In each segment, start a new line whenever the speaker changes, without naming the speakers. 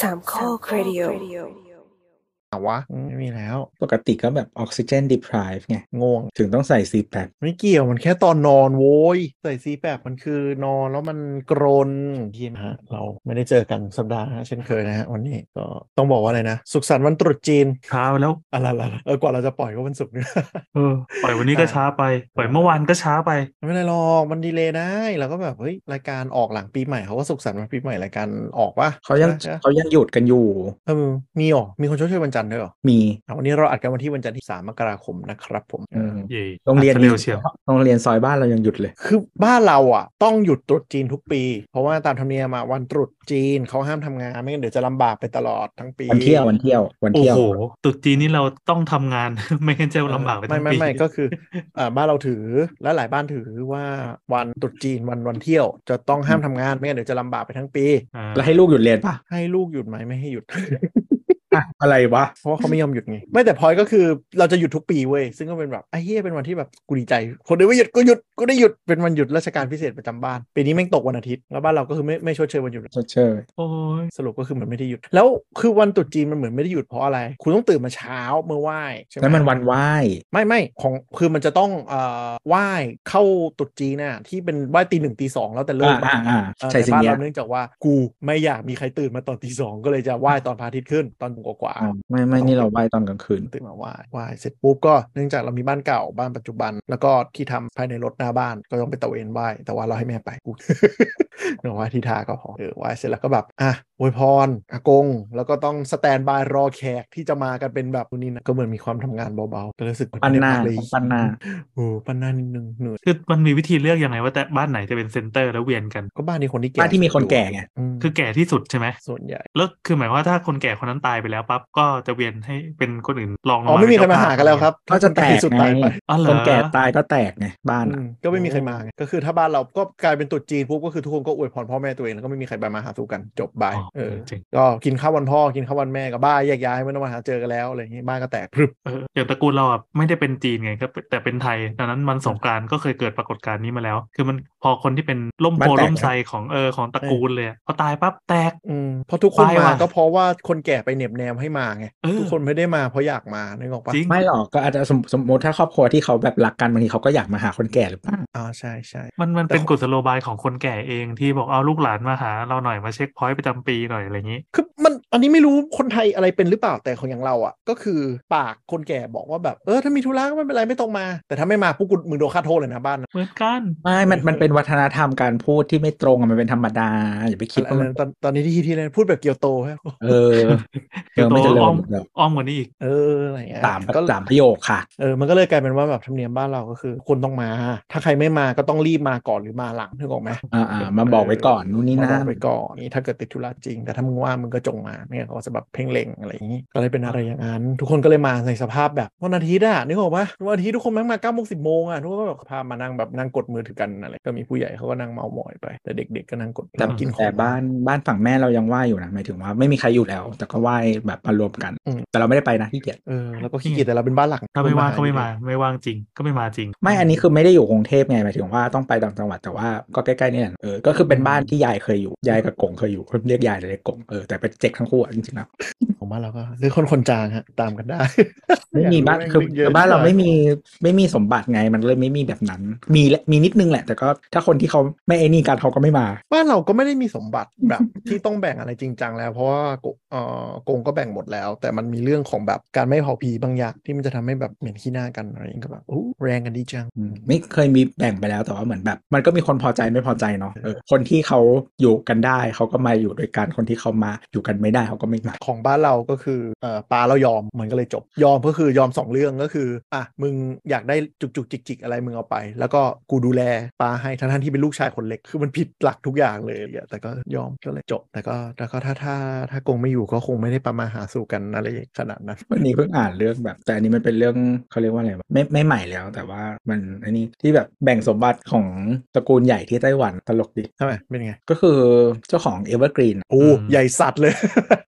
สามข้อครดิโอ
หาวะ
ไม่มีแล้ว
ปกติก็แบบออกซิเจนดิพ i ฟไง
ง่วง
ถึงต้องใส่ซีแปด
ไม่เกี่ยวมันแค่ตอนนอนโว้ยใส่ซีแปบมันคือนอนแล้วมันกรนทีมฮะ เราไม่ได้เจอกันสัปดาห์ฮะเช่นเคยนะฮะ วันนี้ก็ต้องบอกว่าอะไรนะ สุขสันต์วันตรุษจีน
ช้าไปแล้ว
อะไรล่ะเออกว่าเราจะปล่อยก็วันศุกร์นี่
เออ ปล่อยวันนี้ก็ช้าไป ปล่อยเมื่อวานก็ช้าไป
ไม่เป็นได้หรอกมันดีเลยได้แล้วก็แบบเฮ้ยรายการออกหลังปีใหม่เขาก็สุขสันต์วันปีใหม่รายการออกปะ
เขายัง
ใช่ปะ
เขายังหยุดกันอยู่
เออมีหรอมีคนชดเชยวันจันทร์ด้วยหรอ
มี
อ่ะวันนี้เราอัดกันวันที่วันจันทร์ที่ 3 มกราคมนะครับผม
อืม
เย่
โรงเรียน
อัดซะเร็วเชียว
โรงเรียนซอยบ้านเรายังหยุดเลย
คือบ้านเราอ่ะ ต้องหยุดตรุษจีนทุกปี เพราะว่าตามธรรมเนียมอะวันตรุษจีนเขาห้ามทำงานไม่งั้นเดี๋ยวจะลำบากไปตลอดทั้งปี
วันเที่ยววันเที่ยววัน
โอ้
เที่ยว
โหตรุ๊จีนนี่เราต้องทำงาน ไม่งั้นจะลำบากไปทั้ง
ไม่
ปี
ไม่ไม่ก็คือเอ่อบ้านเราถือและหลายบ้านถือว่าวันตรุษจีนวันวันเที่ยว จะต้องห้ามทำงานไม่งั้นเดี๋ยวจะลำบากไปทั้งปี
อ่า
แล้วให้ลูกหยุดเรียนปะ
ให้ลูกหยุดไหมไม่ให้หยุด
อ่ะอะไรวะ
เพราะว่าเขาไม่ยอมหยุดไง ไม่แต่พอยก็คือเราจะหยุดทุกปีเว้ย ซึ่งก็เป็นแบบไอ้เฮียเป็นวันที่แบบกูดีใจ คนได้ไม่หยุดกูหยุดกูได้หยุดเป็นวันหยุดราชการพิเศษประจำบ้าน ปีนี้แม่งตกวันอาทิตย์ แล้วบ้านเราก็คือไม่ไม่ชดเชยวันหยุด
ชดเชย
โอ้ย
สรุปก็คือเหมือนไม่ได้หยุด แล้วคือวันตรุษจีนมันเหมือนไม่ได้หยุดเพราะอะไร คุณต้องตื่นมาเช้าเมื่อไหว้ใช่ไหม
แล้วมันวันไหว้
ไม่ไม่ของคือมันจะต้องเอ่อไหว้เข้าตรุษจีนน่ะที่เป็นไหว้ตีหนึ่งตีสองแล้วแต่เริ่ม
อ่าอ่า
เออ
ใช่
แต่
สิ่ง
บ้านเรา
เนี้ย
เนื่องจากว่ากูไม่อยากมีใครตื่นมาตอนตีสองก็เลยจะไหว้ตอนพระอาทิตย์ขึ้นตอนกว่าๆ
อ่าไม่ไม่นี่เราไหว้ตอนกลางคืน
ตื่นมาไหว้ไหว้เสร็จปุ๊บก็เนื่องจากเรามีบ้านเก่าบ้านปัจจุบัน แล้วก็ที่ทำภายในรถหน้าบ้านก็ต้องไปตระเวนไหว้แต่ว่าเราให้แม่ไป กู เนาะไหว้ที่ทาก็พอเออไหว้เสร็จแล้วก็แบบอ่ะอวยพรอากง แล้วก็ต้องสแตนบายรอแขกที่จะมากันเป็นแบบนู่นนี่นะก็เหมือนมีความทำงานเบาๆก็รู้สึก
ปั้นหน้า
เหอย
ปั้นหน้า
โอ้ปั้นหน้านิดนึงเหนื่อย
คือมันมีวิธีเลือกยังไงว่าแต่บ้านไหนจะเป็นเซนเตอร์แล้วเวียนกัน
ก็บ้านที่คนที่แก่
บ้านที่มีคนแก่ไง
อืม
คือแก่ที่สุดใช่ไหม
ส่วนใหญ่
แล้วคือหมายว่าถ้าคนแก่คนนั้นตายไปแล้วปั๊บก็จะเวียนให้เป็นคนอื่นลองลง
อ๋อไม่มีใครมาหากันแล้วครับ
ก็จะแต
ค
ก
ที่สุด
ไง
ตายไป
อ๋อเหรอ
คนแก่ตายก็แตกไงบ้าน
อื
อะ
มก็ไม่มีใครมาไงก็คือถ้าบ้านเราก็กลายเป็นตรุ๊จีนปุ๊บก็คือทุกคนก็อวยพรพ่อแม่ตัวเองแล้วก็ไม่มีใครไปมาหาสู่กันจบบาย
อ๋อ
เออ
จริง
ก็กินข้าววันพ่อกินข้าววันแม่กับบ้านแยกย้ายไม่ต้องมาหาเจอกันแล้วอะไรอย่างงี้บ้านก็แตกพรึบ
เอออย่างตระกูลเราอ่ะไม่ได้เป็นจีนไงครับแต่เป็นไทยดังนั้นมันสงกรานต์ก็เคยเกิดปรากฏการณ์นี้มาแล้ว คือมันพอคนที่เป็นล่มโพล่มไทรของเออของตระกูลเลยอะพอตายปั๊บแตก
อืมเพราะทุกคน
ไป
มา
ว่ะ
ก็เพราะว่าคนแก่ไปเหน็บแนมให้มาไง
เออ
ทุกคนไม่ได้มาเพราะอยากมานึกออกปะ
จริง
ไม่หรอกก็อาจจะสมสมมติถ้าครอบครัวที่เขาแบบรักกันบางทีเขาก็อยากมาหาคนแก่หรือเปล่า
อ่าใช่ใช่
มันมัน
แต่
เป็นกุศโลบายของคนแก่เองที่บอกเอาลูกหลานมาหา เราหน่อยมาเช็คพอยต์ประจำปีหน่อยอะไรอย่างนี้
คือมันอันนี้ไม่รู้คนไทยอะไรเป็นหรือเปล่าแต่ของอย่างเราอ่ะ ก็คือปากคนแก่บอกว่าแบบเออถ้ามีธุระก็ไม่เป็นไรไม่ต้องมา แต่ถ้าไม่มาพวกกูมึงโดนค่าโทษเลยนะบ้านนะ
เหมือนกัน
ไม่ มัน มันเป็นวัฒนธรรมการพูดที่ไม่ตรงอะมันเป็นธรรมดา อย่าไปคิด
อะไร
ว่ามัน
นะตอนตอนนี้ที่ที่เรยนพูดแบบเกียวโตใช่ไหม
เออ เออไม่เจริญ
อ้อม
หรอก
อ้อมกว่านี้อีก
เอออะไรอย่างเงี้ย
สาม
ก็
สามประโยคค่ะ
เออมันก็เลยกลายเป็นว่าแบบธรรมเนียมบ้านเราก็คือ คนต้องมา ถ้าใครไม่มาก็ต้องรีบมาก่อนหรือมาหลังนึกออกไหม
อ่าอ่ามาบอกไว้ก่อนนู่นนี่
มาบ
นั่
อน กไว้ก่อนนี่ถ้าเกิดติดธุระจริง แต่ถ้ามึงว่างมึงก็จงมาไม่งั้นเขาก็จะแบบเพ่งเล็งอะไรอย่างงี้ก็เลยเป็นอะไรอย่างนั้น ทุกคนก็เลยมาในสภาพแบบวันอาทิตย์อะนึกออกปะวันอาทิตย์ทุกคนแม่งมาเก้าโมงสิบโมงอะทุกคนก็แบบพามานั่งแบบนั่งกดมือถือกันอะไรก็มีผู้ใหญ่เขาก็นั่งเมาหมอยไป แต่เด็ก ๆก็นั่งกด
แต่
นั่งกินของ
แต่บ้านบ้านฝั่งแม่เรายังไหว้อยู่นะหมายถึงว่าไม่มีใครอยู่แล้ว แต่ก็ไหว้แบบมารวมกัน
อืม
แต่เราไม่ได้ไปนะที่เกียจ
เออแล้วก็ขี้เกียจแต่เราเป็นบ้านหลัง
ถ้าไม่ว่างก็ไม่มาไม่ว่างจริงก็ไม่มาจริง
ไม่อันนี้คือไม่ได้อยู่กรุงเทพไงหมายถึงว่าต้องไปต่างจังหวัดแต่ว่าก็ใกล้ๆนี่แหละเออก็คือเป็นบ้านที่ยายเคยอยู่ยายกับกงเคยอยู่เพิ่เรียกยายเลยกกงเออแต่เป็นเจ๊กทั้งคู่อะจริงๆแล้ว
ผมว่าเราก็เรื่องคนคนจางฮะตามกันได้
ไม่มี บ้านคือคือบ้านเราไม่มีไม่มีสมบัติไงมันเลยไม่มีแบบนั้น มีแหละมีนิดนึงแหละ แต่ก็ถ้าคนที่เขาไม่ไอ้นี่กันเขาก็ไม่มา
บ้านเราก็ไม่ได้มีสมบัติ แบบ ที่ต้องแบ่งอะไรจริงจังแล้วเพราะว่าโกเอ่อกงก็แบ่งหมดแล้ว แต่มันมีเรื่องของแบบการไม่เผาผีบางอย่างที่มันจะทำให้แบบเหม็นขี้หน้ากันอะไรอย่างเงี้ยก็แบบอู้แรงกันดีจัง
อืมไม่เคยมีแบ่งไปแล้วแต่ว่าเหมือนแบบ มันก็มีคนพอใจไม่พอใจเนาะเออคนที่เขาอยู่กันได้เขาก็มาอยู่ด้วยกันคนที่เขามาอยู่กันไม่ได้เขาก็ไม่มา
ของบ้านเราก็คือเอ่อปลาเรายอมมันก็เลยจบ ยอมก็คือยอมสองเรื่องก็คืออ่ะมึงอยากได้จุกจุกจิกจิกอะไรมึงเอาไป แล้วก็กูดูแลปลาให้ทั้งทที่เป็นลูกชายคนเล็กคือมันผิดหลักทุกอย่างเลยอะไรอย่างเงี้ยแต่ก็ยอมก็เลยจบ แต่ก็แต่ก็ถ้าถ้าถ้ากงไม่อยู่ก็คงไม่ได้ประมาหาสู่กันอะไรขนาดนั้น
วันนี้เพิ่งอ่านเรื่องแบบ แต่อันนี้มันเป็นเรื่องเขาเรียกว่าอะไรวะไม่ไม่ใหม่แล้ว แต่ว่ามันอันนี้ที่แบบแบ่งสมบัติของตระกูลใหญ่ที่ไต้หวันตลกดี
ใช่ไหมเป็นไง
ก็คือเจ้าของเอเวอร์กรีน
โอ้
อืม
ใหญ่สัตว์เลย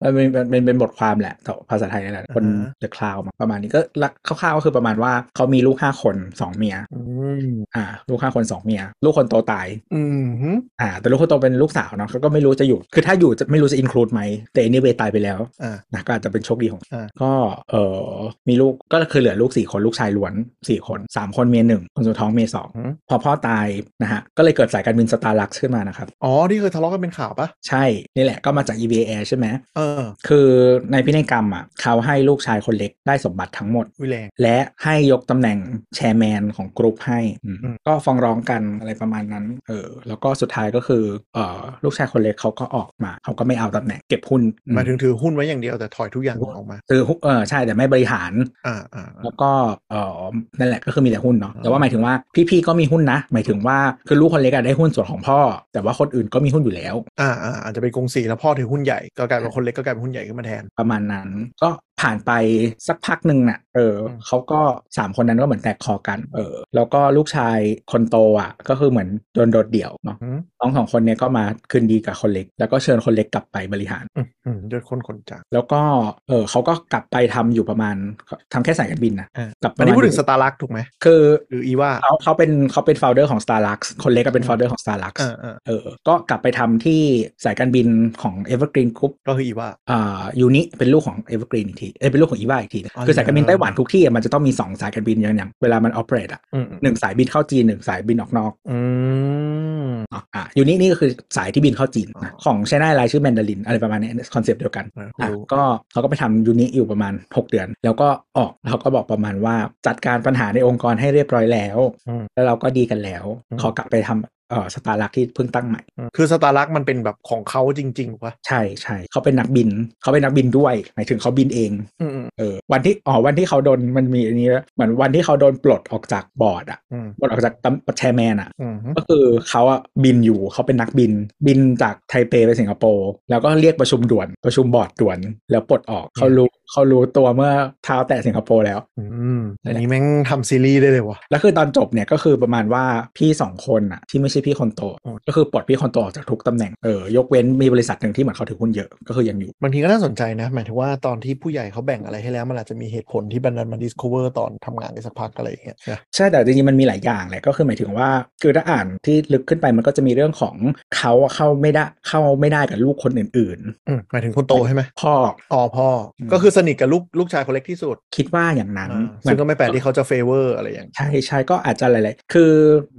มันเป็นเป็นเป็นบท ความแหละแต่ภาษาไทยนี่แหละ
อ่าฮะ
คน The Cloud มาประมาณนี้ก็ลักคร่าวๆก็คือประมาณว่าเขามีลูกห้าคนสองเมีย
อืม
อ่าลูกห้าคนสองเมีย ลูกคนโตตาย
อืม
อ่าแต่ลูกคนโตเป็นลูกสาวเนาะเขาก็ไม่รู้จะอยู่ คือถ้าอยู่จะไม่รู้จะอินคลูดไหม แต่อันนี้เวตายไปแล้ว
อ่า
นะก็อาจจะเป็นโชคดีของ
อ่า
ก็เออมีลูกก็คือเหลือลูกสี่คนลูกชายล้วนสี่คนสามคนเมียหนึ่งคนสุดท้องเมียสอง
อืม
พอพ่อตายนะฮะก็เลยเกิดสายการบินสตาร์ลักขึ้นมานะครับ
อ๋อที่เคยทะเลาะกันเป็นข่าวปะ
ใช่ นี่แหละก็มาจาก EVA Air ใช่ไหม
เออ
คือในพินัยกรรมอ่ะเขาให้ลูกชายคนเล็กได้สมบัติทั้งหมด
วิแรง
และให้ยกตำแหน่งแชร์แมนของกรุ๊ปให้อืม
อืม
ก็ฟ้องร้องกันอะไรประมาณนั้น เออ แล้วก็สุดท้ายก็คือเออลูกชายคนเล็กเขาก็ออกมา เขาก็ไม่เอาตำแหน่งเก็บหุ้นอื
หมายถึงถือหุ้นไว้อย่างเดียวแต่ถอยทุกอย่างออกมา
ซื้อหุ้นเออใช่แต่ไม่บริหาร
อ่าอ่าอ่า
แล้วก็เออนั่นแหละก็คือมีแต่หุ้นเนาะ
อ่า
แต่ว่าหมายถึงว่าพี่ๆก็มีหุ้นนะ หมายถึงว่าคือลูกคนเล็กอะได้หุ้นส่วนของพ่อ แต่ว่าคนอื่นก็มีหุ้นอยู่แล้ว
อ่าอ่าอาจจะเป็นกงสีแล้วพ่อถือหุ้นใหญ่ก็กลายเป็นคนเล็กก็กลายเป็นหุ้นใหญ่ขึ้นมาแทน
ประมาณนั้นก็ผ่านไปสักพักหนึ่งน่ะเอออ
ม
เขาก็สามคนนั้นก็เหมือนแตกคอกันเออแล้วก็ลูกชายคนโตอ่ะ ก็คือเหมือนโดนโดดเดี่ยวเนาะ
อืม
น้องสองคนเนี่ยก็มาคืนดีกับคนเล็ก แล้วก็เชิญคนเล็กกลับไปบริหาร
อืมอืมด้วยคนขนจาก
แล้วก็เออเขาก็กลับไปทำอยู่ประมาณทำแค่สายการบินนะ
อ่า
กลับ
อันนี้
ป
พู
ระมาณ
ดถึงสตาร์ลักถูกไหม
คือ
หรืออีว่า
เขาเขาเป็นเขาเป็น founder ของ Starlux คนเล็กก็เป็น founder ของ Starlux
อ่าอ่า
เออก็กลับไปทำที่สายการบินของ Evergreen Group
ก็คืออีว่า
อ่ายูนิเป็นลูกของเอเวอร์กรีนอีกทีเอ้ยเป็นลูกของอีวาอีกทีนะ
อ๋อ
คือสายการบิน
เหรอ
ไต้หวันทุกที่อะมันจะต้องมี 2 สายการบินอย่างอย่างเวลามันออเปเรตอ่ะ
อืม
หนึ่งสายบินเข้าจีนหนึ่งสายบินออกนอก
อืม
เนาะอ่ะยูนินี่ก็คือสายที่บินเข้าจีนนะ
อ๋อ
ของไชน่าไลน์ชื่อแมนดารินอะไรประมาณเนี้คอนเซปต์เดียวกัน
อ่า
อ่ะ
รู้
ก็เขาก็ไปทำยูนิอยู่ประมาณ 6 เดือน แล้วก็ออกแล้วเขาก็บอกประมาณว่าจัดการปัญหาในองค์กรให้เรียบร้อยแล้ว
อืม
แล้วเราก็ดีกันแล้ว
อืม
ขอกลับไปทำเอ่อสตาร์ลักที่เพิ่งตั้งใหม่
อืมคือสตาร์ลักมันเป็นแบบของเขาจริงๆวะ
ใช่ใช่เขาเป็นนักบินเขาเป็นนักบินด้วยหมายถึงเขาบินเอง
อืมอืม
เออวันที่อ๋อวันที่เขาโดนมันมีอันนี้นะเหมือนวันที่เขาโดนปลดออกจากบอร์ดอะ
อืม
ปลดออกจากตำแชร์แมนอะ
อืม
ก็คือเขาอะบินอยู่เขาเป็นนักบิน บินจากไทเปไปสิงคโปร์แล้วก็เรียกประชุมด่วนประชุมบอร์ดด่วน แล้วปลดออกเขารู้เขารู้ตัวเมื่อเท้าแตะสิงคโปร์แล้ว
อืมอันนี้แม่งทำซีรีส์ได้เลยวะ
แล้วคือตอนจบเนี่ยก็คือประมาณว่าพี่สองคนอะที่ไม่ใช่พี่คนโต
อืม
ก็คือปลดพี่คนโตออกจากทุกตำแหน่งเออยกเว้นมีบริษัทหนึ่งที่เหมือนเขาถือหุ้นเยอะก็คือยังอยู่
บางทีก็น่าสนใจนะหมายถึงว่าตอนที่ผู้ใหญ่เขาแบ่งอะไรให้แล้ว มันอาจจะมีเหตุผลที่บรรดามาดิสค o เวอร์ตอนทำงานไปสักพักอะไรอย่างเงี้ยนะ
ใช่แต่จริงๆมันมีหลายอย่างแหละก็คือหมายถึงว่าคือถ้าอ่านที่ลึกขึ้นไปมันก็จะมีเรื่องของเขาอะเข้าไม่ได้เข้าไม่ได้กับลูกคนอื่น
อืมหมายถึงคนโตใช่ไหม
ๆ พ่อ
อ๋อพ่ออ
ม
ก็คือสนิทกับลูกลูกชายคนเล็กที่สุด
คิดว่าอย่างนั้น
อ่าซึ่งก็ไม่แปลกที่เขาจะเฟเวอร์อะไรอย่าง
ใช่ใช่ก็อาจจะหลายๆคือ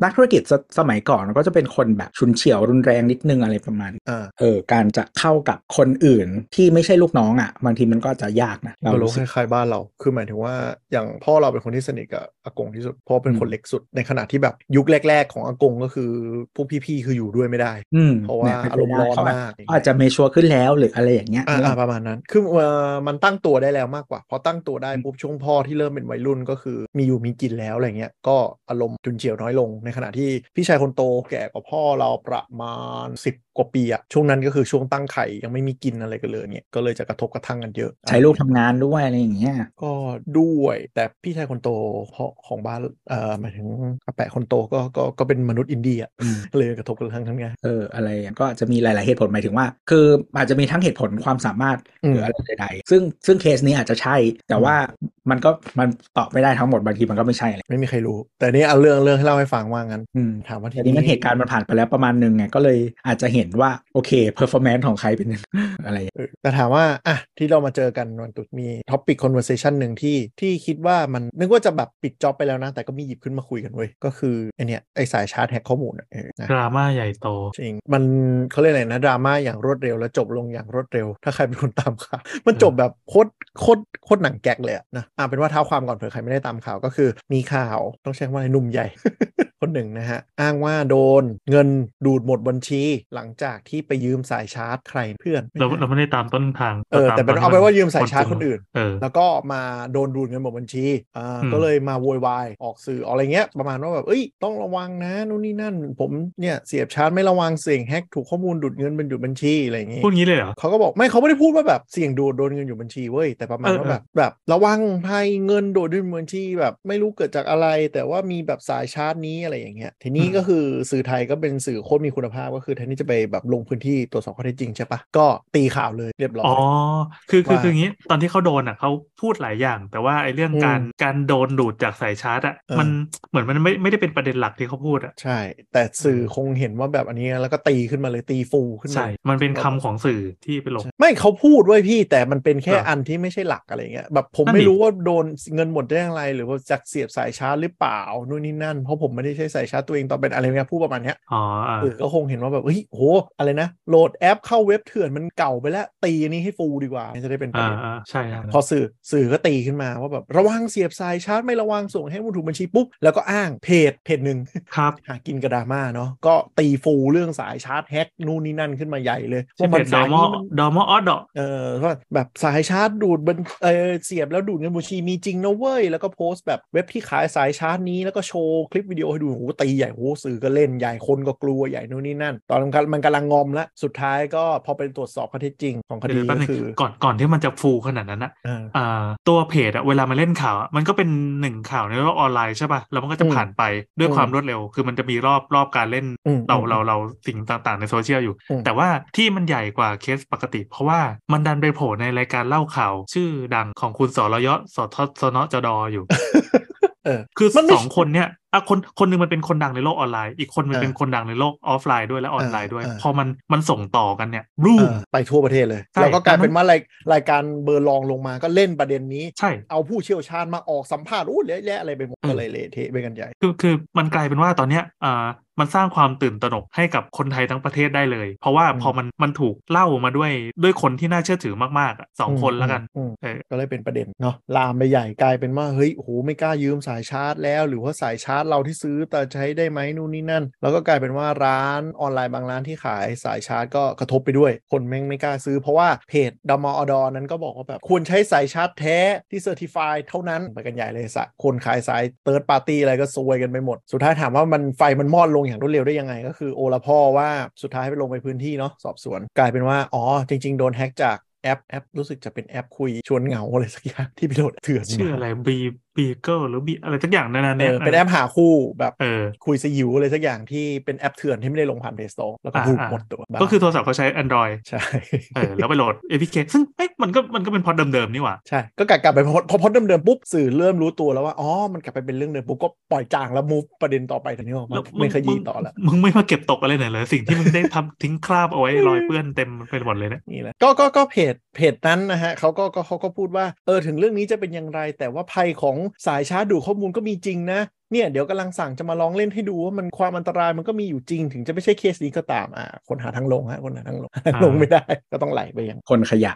นักธุรกิจสสมัยก่อนมันก็จะเป็นคนแบบชุนเฉียวรุนแรงนิดนึงอะไรประมาณนี้
อ่า
เออการจะเข้ากับคนอื่นที่ไม่ใช่ลูกน้องอ่ะบางทีมันก็จะยากนะเรา
ก็รู้
รู้
ค
สึก
ล้ายๆบ้านเรา คือหมายถึงว่าอย่างพ่อเราเป็นคนที่สนิทกับอากงที่สุดพ่อเป็น
อืม
คนเล็กสุดในขณะที่แบบยุคแรก ๆ ของอากงก็คือพวกพี่ๆคืออยู่ด้วยไม่ได้
อืม
เพราะว่า
นี่ยป็น
อา
ไป
รมณ์
ได้
ร้อน
เขา
มาก
อาจจะไม่ชัวร์ขึ้นแล้วหรืออะไรอย่างเงี้ย
อ่าอ่าประมาณนั้น คือเอ่อมันตั้งตัวได้แล้วมากกว่า พอตั้งตัวได้
อืม
ปุ๊บช่วงพ่อที่เริ่มเป็นวัยรุ่นก็คือ มีอยู่มีกินแล้วอะไรเงี้ย ก็อารมณ์จุนเฉียวน้อยลง ในขณะที่พี่ชายคนโตแก่กว่าพ่อเราประมาณ 10 กว่าปีอะช่วงนั้นก็คือช่วงตั้งไข่ยังไม่มีกินอะไรกันเลยเนี่ย ก็เลยจะกระทบกระทั่งกันเยอะ
ใช้ลูกทำงานด้วยอะไรอย่างเงี้ย
ก็ด้วยแต่พี่ชายคนโตของของบ้านเอ่อหมายถึงอาแปะคนโตก็ก็ก็เป็นมนุษย์อินเดีย
อืม
เลยกระทบกระทั่งทั้งไง
เอออะไรอย่างก็อาจจะมีหลาย ๆ เหตุผลหมายถึงว่า คืออาจจะมีทั้งเหตุผลความสามารถ
อืม
หรืออะไรใดๆซึ่งซึ่งเคสนี้อาจจะใช่ แต่ว่ามันก็มันตอบไม่ได้ทั้งหมดบางทีมันก็ไม่ใช่เลย
ไม่มีใครรู้ แต่นี่เอาเรื่องเรื่องให้เล่าให้ฟังว่างั้น
อืม
ถามว่าที
ทีนี้มันเหตุการณ์มันผ่านไปแล้วประมาณหนึ่งไงก็เลยอาจจะเห็นว่า โอเคเพอร์ฟอร์แมนซ์ของใครเป็นยังไง อะไรอย่างเงี้ย
เออแต่ถามว่าอ่ะที่เรามาเจอกันวันตรุษมีท็อปิกคอนเวอร์เซชันหนึ่งที่ที่คิดว่ามันนึกว่าจะแบบปิดจ็อบไปแล้วนะ แต่ก็มีหยิบขึ้นมาคุยกันเว้ยก็คือไอเนี้ยไอสายชาร์จแฮกข้อมูลอะเออนะ
ดราม่าใหญ่โต
จริง มันเขาเรียกอะไรนะดราม่าอย่างรวดเร็วแล้วจบลงอย่างรวดเร็ว ถ้าใครเป็นคนตามข่าว มันจบแบบโคตรโคตรโคตรหนังแก๊กเลยอะนะอ่าเป็นว่าเท้าความก่อนเผื่อใครไม่ได้ตามข่าวก็คือ มีข่าวต้องใช้คำว่าอะไรหนุ่มใหญ่ คนหนึ่งนะฮะ อ้างว่าโดนเงินดูดหมดบัญชี หลังจากที่ไปยืมสายชาร์จใครเพื่อน
เราเราไม่ได้ตามต้นทาง
เออแต่เป็น
ม
เอาเป็นว่ายืมสายชาร์จ
จริง
คนอื่น
เออ
แล้วก็มาโดนดูดเงินหมดบัญชีอ่า
อืม
ก็เลยมาโวยวายออกสื่ออะไรเงี้ย ประมาณว่าแบบเอ้ยต้องระวังนะนู่นนี่นั่น ผมเนี่ยเสียบชาร์จไม่ระวังเสี่ยงแฮกถูกข้อมูลดูดเงินเป็นดูดบัญชีอะไรอย่างงี้
พูดงี้เลยเหรอ
เขาก็บอกไม่เขาไม่ได้พูดว่าแบบเสี่ยงดูดโดนเงินอยู่บัญชีเว้ยแต่ประมาณ
เออ
ว่า
เออ
แบบแบบระวังภัยเงินโดดดูดบัญชีแบบไม่รู้เกิดจากอะไร แต่ว่ามีแบบสายชาร์จนี้ อะไรอย่างเงี้ยทีนี้
อืม
ก็คือสื่อไทยก็เป็นสื่อโคตรมีคุณภาพก็คือแทนที่จะไปแบบลงพื้นที่ตรวจสอบข้อเท็จจริงใช่ปะก็ตีข่าวเลยเรียบร้อย
อ๋อ คือคือ
ว่า
คืออย่างนี้ ตอนที่เขาโดนอ่ะเขาพูดหลายอย่าง แต่ว่าไอ้เรื่อง
อืม
การการโดนดูดจากสายชาร์จอ่ะ
เออ
มันเหมือนมันไม่ไม่ได้เป็นประเด็นหลักที่เขาพูดอ่ะ
ใช่ แต่สื่อคงเห็นว่าแบบอันนี้แล้วก็ตีขึ้นมาเลยตีฟูขึ้นมา
ใช่ มันเป็นคำของสื่อที่ไปลง
ไม่เขาพูดไว้ยพี่แต่มันเป็นแค่
เหรออั
อันที่ไม่ใช่หลักอะไรเงี้ยแบบผม
นั่น
ไม่
ดิ
รู้ว่าโดนเงินหมดได้อย่างไร หรือว่าจากเสียบสายชาร์จหรือเปล่านู่นนี่นั่น เพราะผมไม่ได้ใช้สายชาร์จตัวเองตอนเป็นอะไรเงี้ยพูดประมาณเนี้ย
อ๋ออ่ะ
เออก็คงเห็นว่าแบบเฮ้ยโหอะไรนะโหลดแอปเข้าเว็บเถื่อนมันเก่าไปแล้ว ตีอันนี้ให้ฟูดีกว่าจะได้เป็นประ
อ่า
เด็น
อ่าใช่ครับ
พอสื่อสื่อก็ตีขึ้นมาว่าแบบระวังเสียบสายชาร์จไม่ระวังส่งให้มันถูกบัญชีปุ๊บแล้วก็อ้างเพจเพจหนึ่ง
ครับ
หากินกระดราม่าเนาะก็ตีฟูเรื่องสายชาร์จแฮกนู่นนี่นั่นขึ้นมาใหญ่เลย
ชื่อเพจด
สา
อย มอ
นี้มัน
ดอมอออดอ
เออว่าแบบสายชาร์จดูดบัญเออเสียบแล้วดูดเงินบัญชีมีจริงนะเว้ย แล้วก็โพสต์แบบเว็บที่ขายสายชาร์จนี้แล้วก็โชว์คลิปวิดีโอให้ดูโอ้โหตีใหญ่โอ้โหสื่อก็เล่นใหญ่คนก็กลัวใหญ่นู่นนี่นั่น ตอนนั้นมันกำลังงอมละสุดท้ายก็พอไปตรวจสอบข้อเท็จจริงของค
เดี๋
ดี
ยวแป๊บ
ก็
นึง
คือ
ก่อนก่อนที่มันจะฟูขนาดนั้นอะ
อ่า
อ่าตัวเพจอะเวลามันเล่นข่าวอะมันก็เป็นหนึ่งข่าวในโลกออนไลน์ใช่ป่ะ แล้วมันก็จะ
อืม
ผ่านไปด้วย
อืม
ความรวดเร็ว คือมันจะมีรอบรอบการเล่น
อืม
เราเราเราสิ่งต่างๆในโซเชียลอยู่
อืม
แต่ว่าที่มันใหญ่กว่าเคสปกติ เพราะว่ามันดันไปโผล่ในรายการเล่าข่าว ชื่อดังของคุณสรยศสทศนจดอ อยู่
เออ
คือ
มันไม่
สองคนเนี่ยอ่ะคนคนหนึงมันเป็นคนดังในโลกออนไลน์ อีกคนมัน
อ่า
เป็นคนดังในโลกออฟไลน์ด้วยและออนไลน์ด้วย
อ่า
พอมันมันส่งต่อกันเนี่ยรู
เอ
ม
อไปทั่วประเทศเลย
ใช่
แล้วก็กลายเป็น
ตอนนั้น
ว่ารายรายการเบอร์รองลงมาก็เล่นประเด็นนี้
ใช่
เอาผู้เชี่ยวชาญมาออกสัมภาษณ์อู้เละแยะอะไรไปหมด
อืม
ก็เลยเละเทะไปกันใหญ่
คือคือมันกลายเป็นว่าตอนเนี้ยอ่ามันสร้างความตื่นตระหนกให้กับคนไทยทั้งประเทศได้เลย เพราะว่า
อืม
พอมันมันถูกเล่ามาด้วยด้วยคนที่น่าเชื่อถือมากๆอะสองคนแล้วกัน
อืม
เออ
ก็เลยเป็นประเด็นเนาะลามไปใหญ่กลายเป็นว่าเฮ้ยโหไม่กล้ายืมสายชาร์จแล้ว หรือว่าสายชาร์จเราที่ซื้อแต่ใช้ได้ไหมนู่นนี่นั่น แล้วก็กลายเป็นว่าร้านออนไลน์บางร้านที่ขายสายชาร์จก็กระทบไปด้วย คนแม่งไม่กล้าซื้อเพราะว่าเพจดมอดอนั้นก็บอกว่าแบบควรใช้สายชาร์จแท้ที่เซอร์ติฟายเท่านั้นไปกันใหญ่เลยสะคนขายสายเติร์ดปาร์ตี้อะไรก็ซวยกันไปหมด สุดท้ายถามว่ามันไฟมันมอดลงอย่างรวดเร็วได้ยังไง ก็คือโอละพ่อว่าสุดท้ายไปลงไปพื้นที่เนาะสอบสวน กลายเป็นว่าอ๋อจริง ๆโดนแฮ็กจาก แอปแอปรู้สึกจะเป็นแอปคุยชวนเหงาอะไรสักอย่างที่ไปโหลดเถื่อน
ชื่อ อะไรบีบีเกิลหรือบีอะไรสักอย่างนั่นนะ
เอ
เนี่ย
อเป็นแอปหาคู่แบบ
เออ
คุยสยิวอะไรสักอย่างที่เป็นแอปเถื่อนที่ไม่ได้ลงผ่าน Play Store แล้วก็
อ่า
พูด
อ่า
หมดตัวบ้า
ก็คือโทรศัพท์เขาใช้ Android
ใช่
เอ อแล้วไปโหลด APK ซึ่งเอ้ยมันก็มันก็เป็นพอดเดิมๆนี่หว่า
ใช่ ก็กลับกลับไปพอพอพอเดิมๆปุ๊บสื่อเริ่มรู้ตัวแล้วว่าอ๋อมันกลับไปเป็นเรื่องเดิมปุ๊บก็ปล่อยจางแล้วมูฟประเด็นต่อไปทีนี้ออกมา
แล้ว
ไม่ขยี้
ง
ต่อละ
มึงไม่มาเก็บตกอะไรหน่อยเลยสิ่งที่มึงได้ทำ ทิ้งคราบ เอาไว้รอยเปื้อนเต็มไปหมดเลยเนี่ย
นี่แหละก็ก็ก็เพจเพจนั้นนะฮะเขาก็ก็เขาก็พูดว่าเออถึงเรื่องนี้จะเป็นอย่างไร แต่ว่าภัยของสายชาร์จดูดข้อมูลก็มีจริงนะ เนี่ยเดี๋ยวกำลังสั่งจะมาลองเล่นให้ดูว่ามันความอันตรายมันก็มีอยู่จริง ถึงจะไม่ใช่เคสนี้ก็ตามอ่าคนหาทางลงฮะคนหาทางล ง ลงไม่ได้ ก็ต้องไหลไปอย่าง
คนขยะ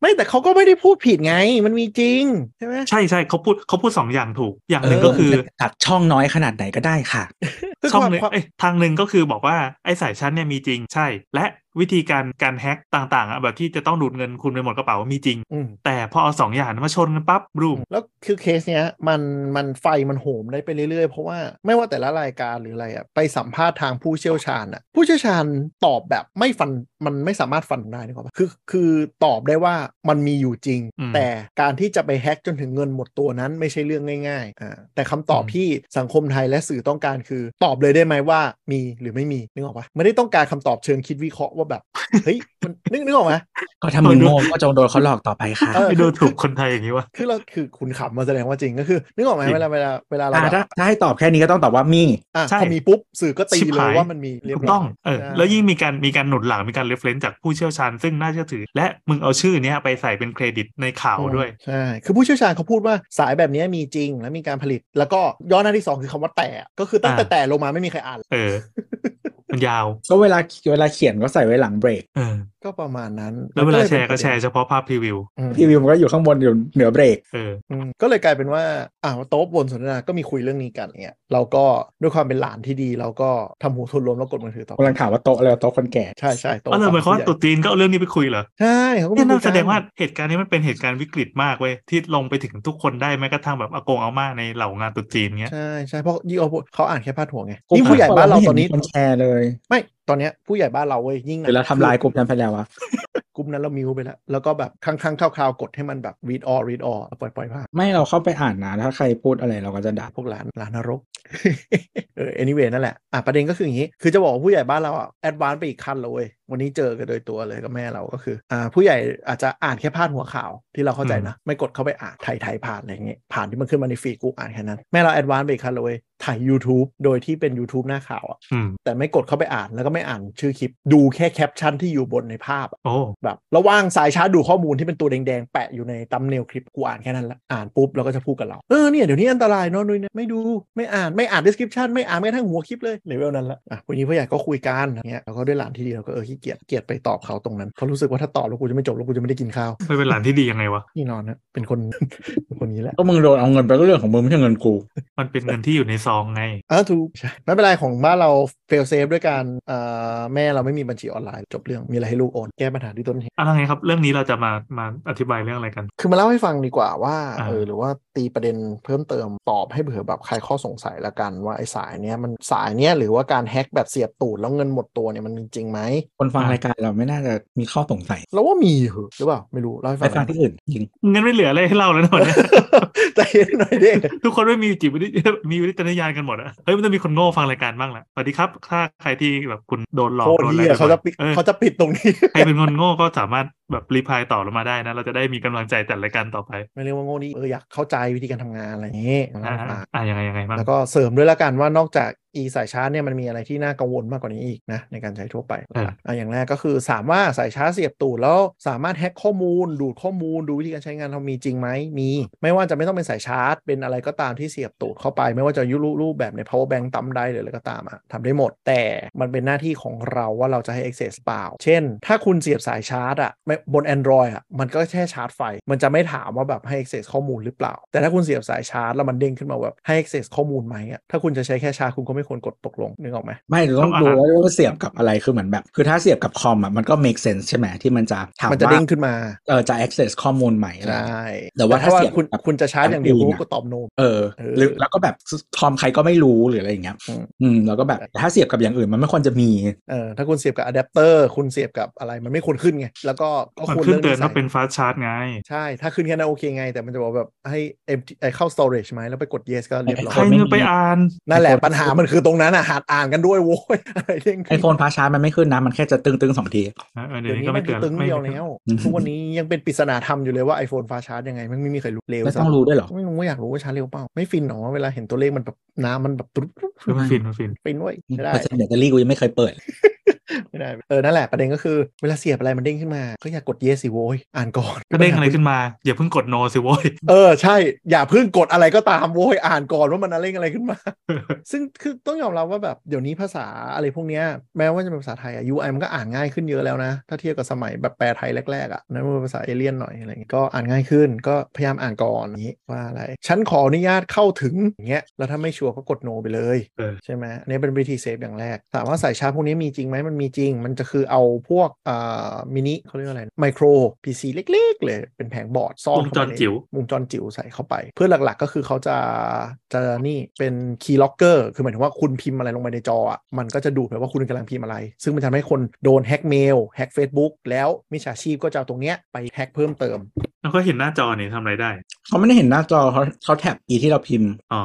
ไม่แต่เขาก็ไม่ได้พูดผิดไงมันมีจริง ใช่ไหม
ใช่ใช่เขาพูดเขาพูดสองอย่างถูก อย่างหนึ่ง
เออ
ก็คือ
ตัดช่องน้อยขนาดไหนก็ได้ค่ะ
ช่องหนึ่ง
ความ
เอ้ยทางหนึ่งก็คือบอกว่าไอ้สายชั้นเนี่ยมีจริงใช่ และวิธีการการแฮ็กต่างๆอ่ะแบบที่จะต้องดูดเงินคุณไปหมดกระเป๋ามีจริง
อืม
แต่พอเอาสองอย่างนั้นมาชนกันปั๊บรูม
แล้วคือเคสเนี้ยมันมันไฟมันโหมได้ไปเรื่อยๆ เพราะว่าไม่ว่าแต่ละรายการหรืออะไรอ่ะไปสัมภาษณ์ทางผู้เชี่ยวชาญอ่ะผู้เชี่ยวชาญตอบแบบไม่ฟันมันไม่สามารถฟันได้นะครับคือคือตอบได้ว่ามันมีอยู่จริง
อืม
แต่การที่จะไปแฮ็กจนถึงเงินหมดตัวนั้นไม่ใช่เรื่องง่ายๆอ่าแต่คำตอบ
อืม
ที่สังคมไทยและสื่อต้องการคือ ตอบเลยได้ไหมว่ามีหรือไม่มีนึกออกปะไม่ได้ต้องการคำตอบเชิงคิดวิเคราะห์ว่าแบบเฮ้ยมันนึกนึกออกไหม
ก็ทำมึงโง่ ก็จงโดนเขาหลอกต่อไปค่ะ
เออ
ไม่ดูถูกคนไทยอย่างนี้วะ
คือเราคือคุณขำมาแสดงว่าจริงก็คือนึกออกไหมเวลาเวลาเวลาเรา
อ่า
แบบ
ถ้าถ้าให้ตอบแค่นี้ก็ต้องตอบว่ามี
อ่ะ
ใช่
พอมีปุ๊บสื่อก็ตี
ชิบ
เล
หาย ย
ว่ามันมีเรียบ
ถูก
ร้ย
ต้อง เออ
ใช่
แล้วยิ่งมีการมีการหนุนหลังมีการเรฟเลนซ์จากผู้เชี่ยวชาญซึ่งน่าเชื่อถือ และมึงเอาชื่อเนี้ยไปใส่เป็นเครดิตในข่าวด้วย
ใช่ คือผู้เชี่ยวชาญเขาพูดว่าสายแบบนี้มีจริงและมีการผลิต แล้วก็ย้อนหน้าที่ 2 คือคำว่าแต่ ก็คือตั้งแต่
อ่า
แต่ลงมาไม่มีใครอ่าน
เออ มันยาว
ก็เวลาเวลาเขียนก็ใส่ไว้หลังเบรก
เออ
ก็ประมาณนั้น
แล้วเวลาแชร์
มั
ก็
น
แชร์
เลย
เฉพาะภาพพรีวิว
เป็นประเด็นอืม
พี่วิวมันก็อยู่ข้างบนอยู่เหนือเบรก
เออ
อืมก็เลยกลายเป็นว่าอ่าวโต๊ะบนสนทนาก็มีคุยเรื่องนี้กันเนี่ยเราก็ด้วยความเป็นหลานที่ดี เราก็ทำหูทุนรวมแล้วกดมือถือต่อก
ำลังถามว่าโต๊ะอะไรวะโต๊ะคนแก่
ใช่ใช่โต๊ะ
เอาเลยหมายความว่าตุ๊ดจีนก็เอาเรื่องนี้ไปคุยเหรอ
ใช่เขาก็
เนี่ยนั่น
คุยกั
แสดงว่าเหตุการณ์นี้มันเป็นเหตุการณ์วิกฤตมากเว้ยที่ลงไปถึงทุกคนได้แม้กระทั่งแบบอากงอาม่าในเหล่างานตุ๊ดจีนเงี้ย
ใช่ใช่เพราะยิ่งเอาเขาอ่านแค่พาดหัวไงยิ่งผู้ใหญ่บ้านเราตอนนี้
คนแชร์เลย
ไม่ ตอนเนี้ยผู้ใหญ่บ้านเราเว้ยยิ่งหนัก
เดี๋ยวเราทำลายกลุ่มนั้นไปแล้ววะ
กู ลุ่มนั้นเรามิวไปแล้ว แล้วก็แบบครั้งๆคราวๆกดให้มันแบบ read all read all ปล่อยปล่อยๆผ่าน
ไม่เราเข้าไปอ่านนะถ้าใครพูดอะไรเราก็จะด่า
พวกหลานหลานนรก เออ anyway นั่นแหละอ่ะประเด็นก็คืออย่างนี้ คือจะบอกว่าผู้ใหญ่บ้านเราอ่ะ advance ไปอีกขั้นเลยเว้ยวันนี้เจอกันโดยตัวเลยกับแม่เราก็คืออ่าผู้ใหญ่อาจจะอ่านแค่พาดหัวข่าวที่เราเข้าใจนะ ไม่กดเข้าไปอ่านไถ่ายๆผ่านอะไรอย่างเงี้ยผ่านที่มันขึ้นมาในฟีดกูอ่านแค่นั้น แม่เราแอดวานซ์ไปอีกขั้นเลยเว้ยถ่าย YouTube โดยที่เป็น YouTube หน้าข่าวอ่ะ
อืม
แต่ไม่กดเข้าไปอ่านแล้วก็ไม่อ่านชื่อคลิป ดูแค่แคปชั่นที่อยู่บนในภาพอะ
โอ้
แบบระหว่างสายชาร์จดูข้อมูลที่เป็นตัวแดงๆ แปะอยู่ในตัมเนลคลิปกูอ่านแค่นั้นละอ่านปุ๊บแล้วก็จะพูดกับเรา เออเนี่ยเดี๋ยวนี้อันตรายเนาะนุ้ยนะไม่ดูไม่อ่านไม่อ่าน description ไม่อ่านแม้กระทั่งหัวคลิปเลยเลเวลนั้นละอ่ะวันนี้พ่อใหญ่ก็คุยกันอย่างเงี้ยแล้วก็ด้วยหลานที่ดีเราก็เออขี้เกียจเกียจไปตอบเขาตรงนั้นเพราะรู้สึกว่าถ้าตอบแล้วกูจะไม่จบแล้วกูจะไม่ได้กินข้าว
ไม่เป็นหลานที่ดียังไงวะ
นี่นอนนะ เป็นคน เป็นคนนี้แหละ
ก็มึงโดนเอาเงินไปก็เรื่องของมึงไม่ใช่เงินกู
มันเป็นเงินที่อยู่ในซองไง
อ่ะถูกใช่ไม่เป็นไรของบ้านเราเฟลเซฟด้วยการอ่าแม่เราไม่มีบัญชีออนไลน์จบเรื่องมีอะไรให้ลูกโอนแก้ปัญหาที่ต้นเหตุ
อะไรไงครับ เรื่องนี้เราจะมามาอธิบายเรื่องอะไรกัน
คือมาเล่าให้ฟังดีกว่าว่า
อ่า
เออหรือว่าตีประเด็นเพิ่มเติมตอบให้เผื่อแบบใครข้อสงสัยละกันว่าไอ้สายเนี้ยมันสายเนี้ยหรือว่าการแฮ็กแบบเสียบตูดแล้วเงินหมดตัวเนี่ยมันมีจริงไหม
คนฟังรายการเราไม่น่าจะมีข้อสงสัย
เราว่ามีเหรอหรือเปล่าไม่รู้เล่าให้
ไป
ฟัง
ฟังที่อื่นจริง
เงินไม่เหลืออะไรให้เล่าแล้วนะวันเนี้ย
ใจเย็นหน่อยดิ
ทุกคนไม่มีจิตวิทยามีวิจารณญาณกันหมดอะเฮ้ยมันต้องมีคนโง่ฟังรายการบ้างแหละสวัสดีครับ ถ้าใครที่แบบคุณโดนหลอก
โคตร
โดนอะ
เหี้
ไร
ยเขาจะปิด
ออ
เขาจะปิดตรงนี้
ใครเป็นคนโง่ก็สามารถแบบรีพายต่อเรามาได้นะ เราจะได้มีกำลังใจแต่รายการต่อไป
ไม่เรียกว่าโง่นี่เอออยากเข้าใจวิธีการทำงานอะไรอย่างงี้มาเล่าให้
อ่า
ฟัง
อ่ายังไงยังไงบ้าง
แล้วก็เสริมด้วยละกันว่านอกจากอีสายชาร์จเนี่ยมันมีอะไรที่น่ากังวลมากกว่านี้อีกนะในการใช้ทั่วไปนะครับอ่ะอย่างแรกก็คือสามารถสายชาร์จเสียบตูดแล้วสามารถแฮ็กข้อมูล ดูดข้อมูลดูวิธีการใช้งานเรามีจริงไหมมี ไม่ว่าจะไม่ต้องเป็นสายชาร์จ เป็นอะไรก็ตามที่เสียบตูดเข้าไป ไม่ว่าจะยุรูรูปแบบใน power bank ตั้มได้หรืออะไรก็ตามอะทำได้หมด แต่มันเป็นหน้าที่ของเราว่าเราจะให้ access เปล่า เช่น ถ้าคุณเสียบสายชาร์จอะไม่บน Android อะมันก็แค่ชาร์จไฟ มันจะไม่ถามว่าแบบให้ access ข้อมูลหรือเปล่า แต่ถ้าคุณเสียบสายชาร์จแล้วมันเด้งขึ้นมาแบบให้ access ข้อมูลไหมอะถ้าคุณจะใช้แค่ชาร์จคุณก็ไม่ควรกดตกลงนึกออกไหม
ไม่เราต้องดูแล้วว่าเสียบกับอะไรคือเหมือนแบบ คือถ้าเสียบกับคอมอ่ะมันก็ make sense ใช่ไหมที่มันจะถาม
มันจะ
ว่า
เด้งขึ้นมา
เออจะ access ข้อมูลใหม่อะไร
ใช่
แต่ว่าถ้าเสียบ
คุณ
แบบ
คุณจะชาร์จอย่างเดียว
แบบอื่นอะ
ก็ตอบโน
เออ
เออ
หรือแล้วก็แบบคอมใครก็ไม่รู้หรืออะไรอย่างเงี้ย
อืม
อืมแล้วก็แบบถ้าเสียบกับอย่างอื่นมันไม่ควรจะมี
เออถ้าคุณเสียบกับอะแดปเตอร์คุณเสียบกับอะไรมันไม่ควรขึ้นไงแล้วก็ก็
มัน
ควร
ขึ้น
เลือก
เตือน
ใส่
ว่าเป็นฟาสชาร์จไง
ใช่ ถ้าขึ้นแค่นั้นโอเคไง แต่มันจะบอกแบบให้ empty ไอ้เข้า storage ไหม แล้วไปกด yes ก็เรียบร้อ
ใคร
ย
เงือไปอ่าน
นั่นแหละปัญหามันคือตรงนั้นอ่ะ หาดอ่านกันด้วยโว้ย อะไรเร่ง
ไอโฟนพาชาร์จมันไม่ขึ้นนะ มันแค่จะตึงตึงๆสองที
เออเออเดี๋
เดี๋
ย
ยว ว
นี้
นี้
ก็
มั
ไม่
น
เตื
คือ
อน
ตึง
ไม่
เดียวแล้ว
อืม
ทุกวันนี้ยังเป็นปริศนาธรรมอยู่เลยว่า iPhone ฟ้าชาร์จยังไงแมันไม่มีใครรู้เร็ว
ไม่ต้อง
สัส
รู้ด้วยเหรอ
ไม่รู้ว่าอยากรู้ว่าชาร์จเร็วเปล่า ไม่ฟินหรอเวลาเห็นตัวเลขมันแบบน้ำมันแบบตุ๊บตุ๊บ
คือมันฟินมันฟิน
ฟินเว้ยไม่ได้
เปอร์เซ็นต์แบตเตอรี่กูยังไม่เคยเปิด
ไม่ได้เออนั่นแหละประเด็นก็คือเวลาเสียบอะไรมันเด้งขึ้นมาก็อย่ากด yes สิโว้ยอ่านก่อน
ก็เด้งอะไรขึ้นมา อย่าเพิ่งกดโนสิโว้ย
เออใช่อย่าเพิ่งกดอะไรก็ตามโว้ยอ่านก่อนว่ามันอะไรอะไร ขึ้นมา ซึ่งคือต้องยอมรับว่าแบบเดี๋ยวนี้ภาษาอะไรพวกเนี้ยแม้ว่าจะเป็นภาษาไทยอะ UI มันก็อ่านง่ายขึ้นเยอะแล้วนะ ถ้าเทียบกับสมัยแบบแปลไทยแรกๆอะนั่นมันเป็นภาษาเอเลี่ยนหน่อยอะไรอย่างเงี้ยก็อ่านง่ายขึ้นก็พยายามอ่านก่อนนี้ว่าอะไร ฉันขออนุญาตเข้าถึงอย่างเงี้ยแล้วถ้าไม่ชัวร์ก็กดโนไปเลย
เออ
ใช่ไหมอันนี้เป็นวิธีเซฟอย่างแรกถามว่าสายชาร์จพวกนี้มีจริงไหมมันมีจริง มันจะคือเอาพวกอ่ามินิเขาเรียกว่าอะไรไมโคร PC เล็ก ๆ เลยเป็นแผงบอร์ดซ่อนเข้าไป
วงจร
ใน
จิ๋ว
วงจรจิ๋วใส่เข้าไป เพื่อหลักๆก็คือเขาจะจะนี่เป็นคีย์ล็อกเกอร์คือหมายถึงว่าคุณพิมพ์อะไรลงไปในจออะมันก็จะดูดไปว่าคุณกำลังพิมพ์อะไร ซึ่งมันทำให้คนโดนแฮ็กเมลแฮ็ก Facebook แล้วมิจฉาชีพก็จะเอาตรงเนี้ยไปแฮ็กเพิ่มเติม
แล้วก็เห็นหน้าจอเนี่ยทำอะไรได้
เขาไม่ได้เห็นหน้าจอเขาเขาแท็บอีที่เราพิมพ์
อ๋อ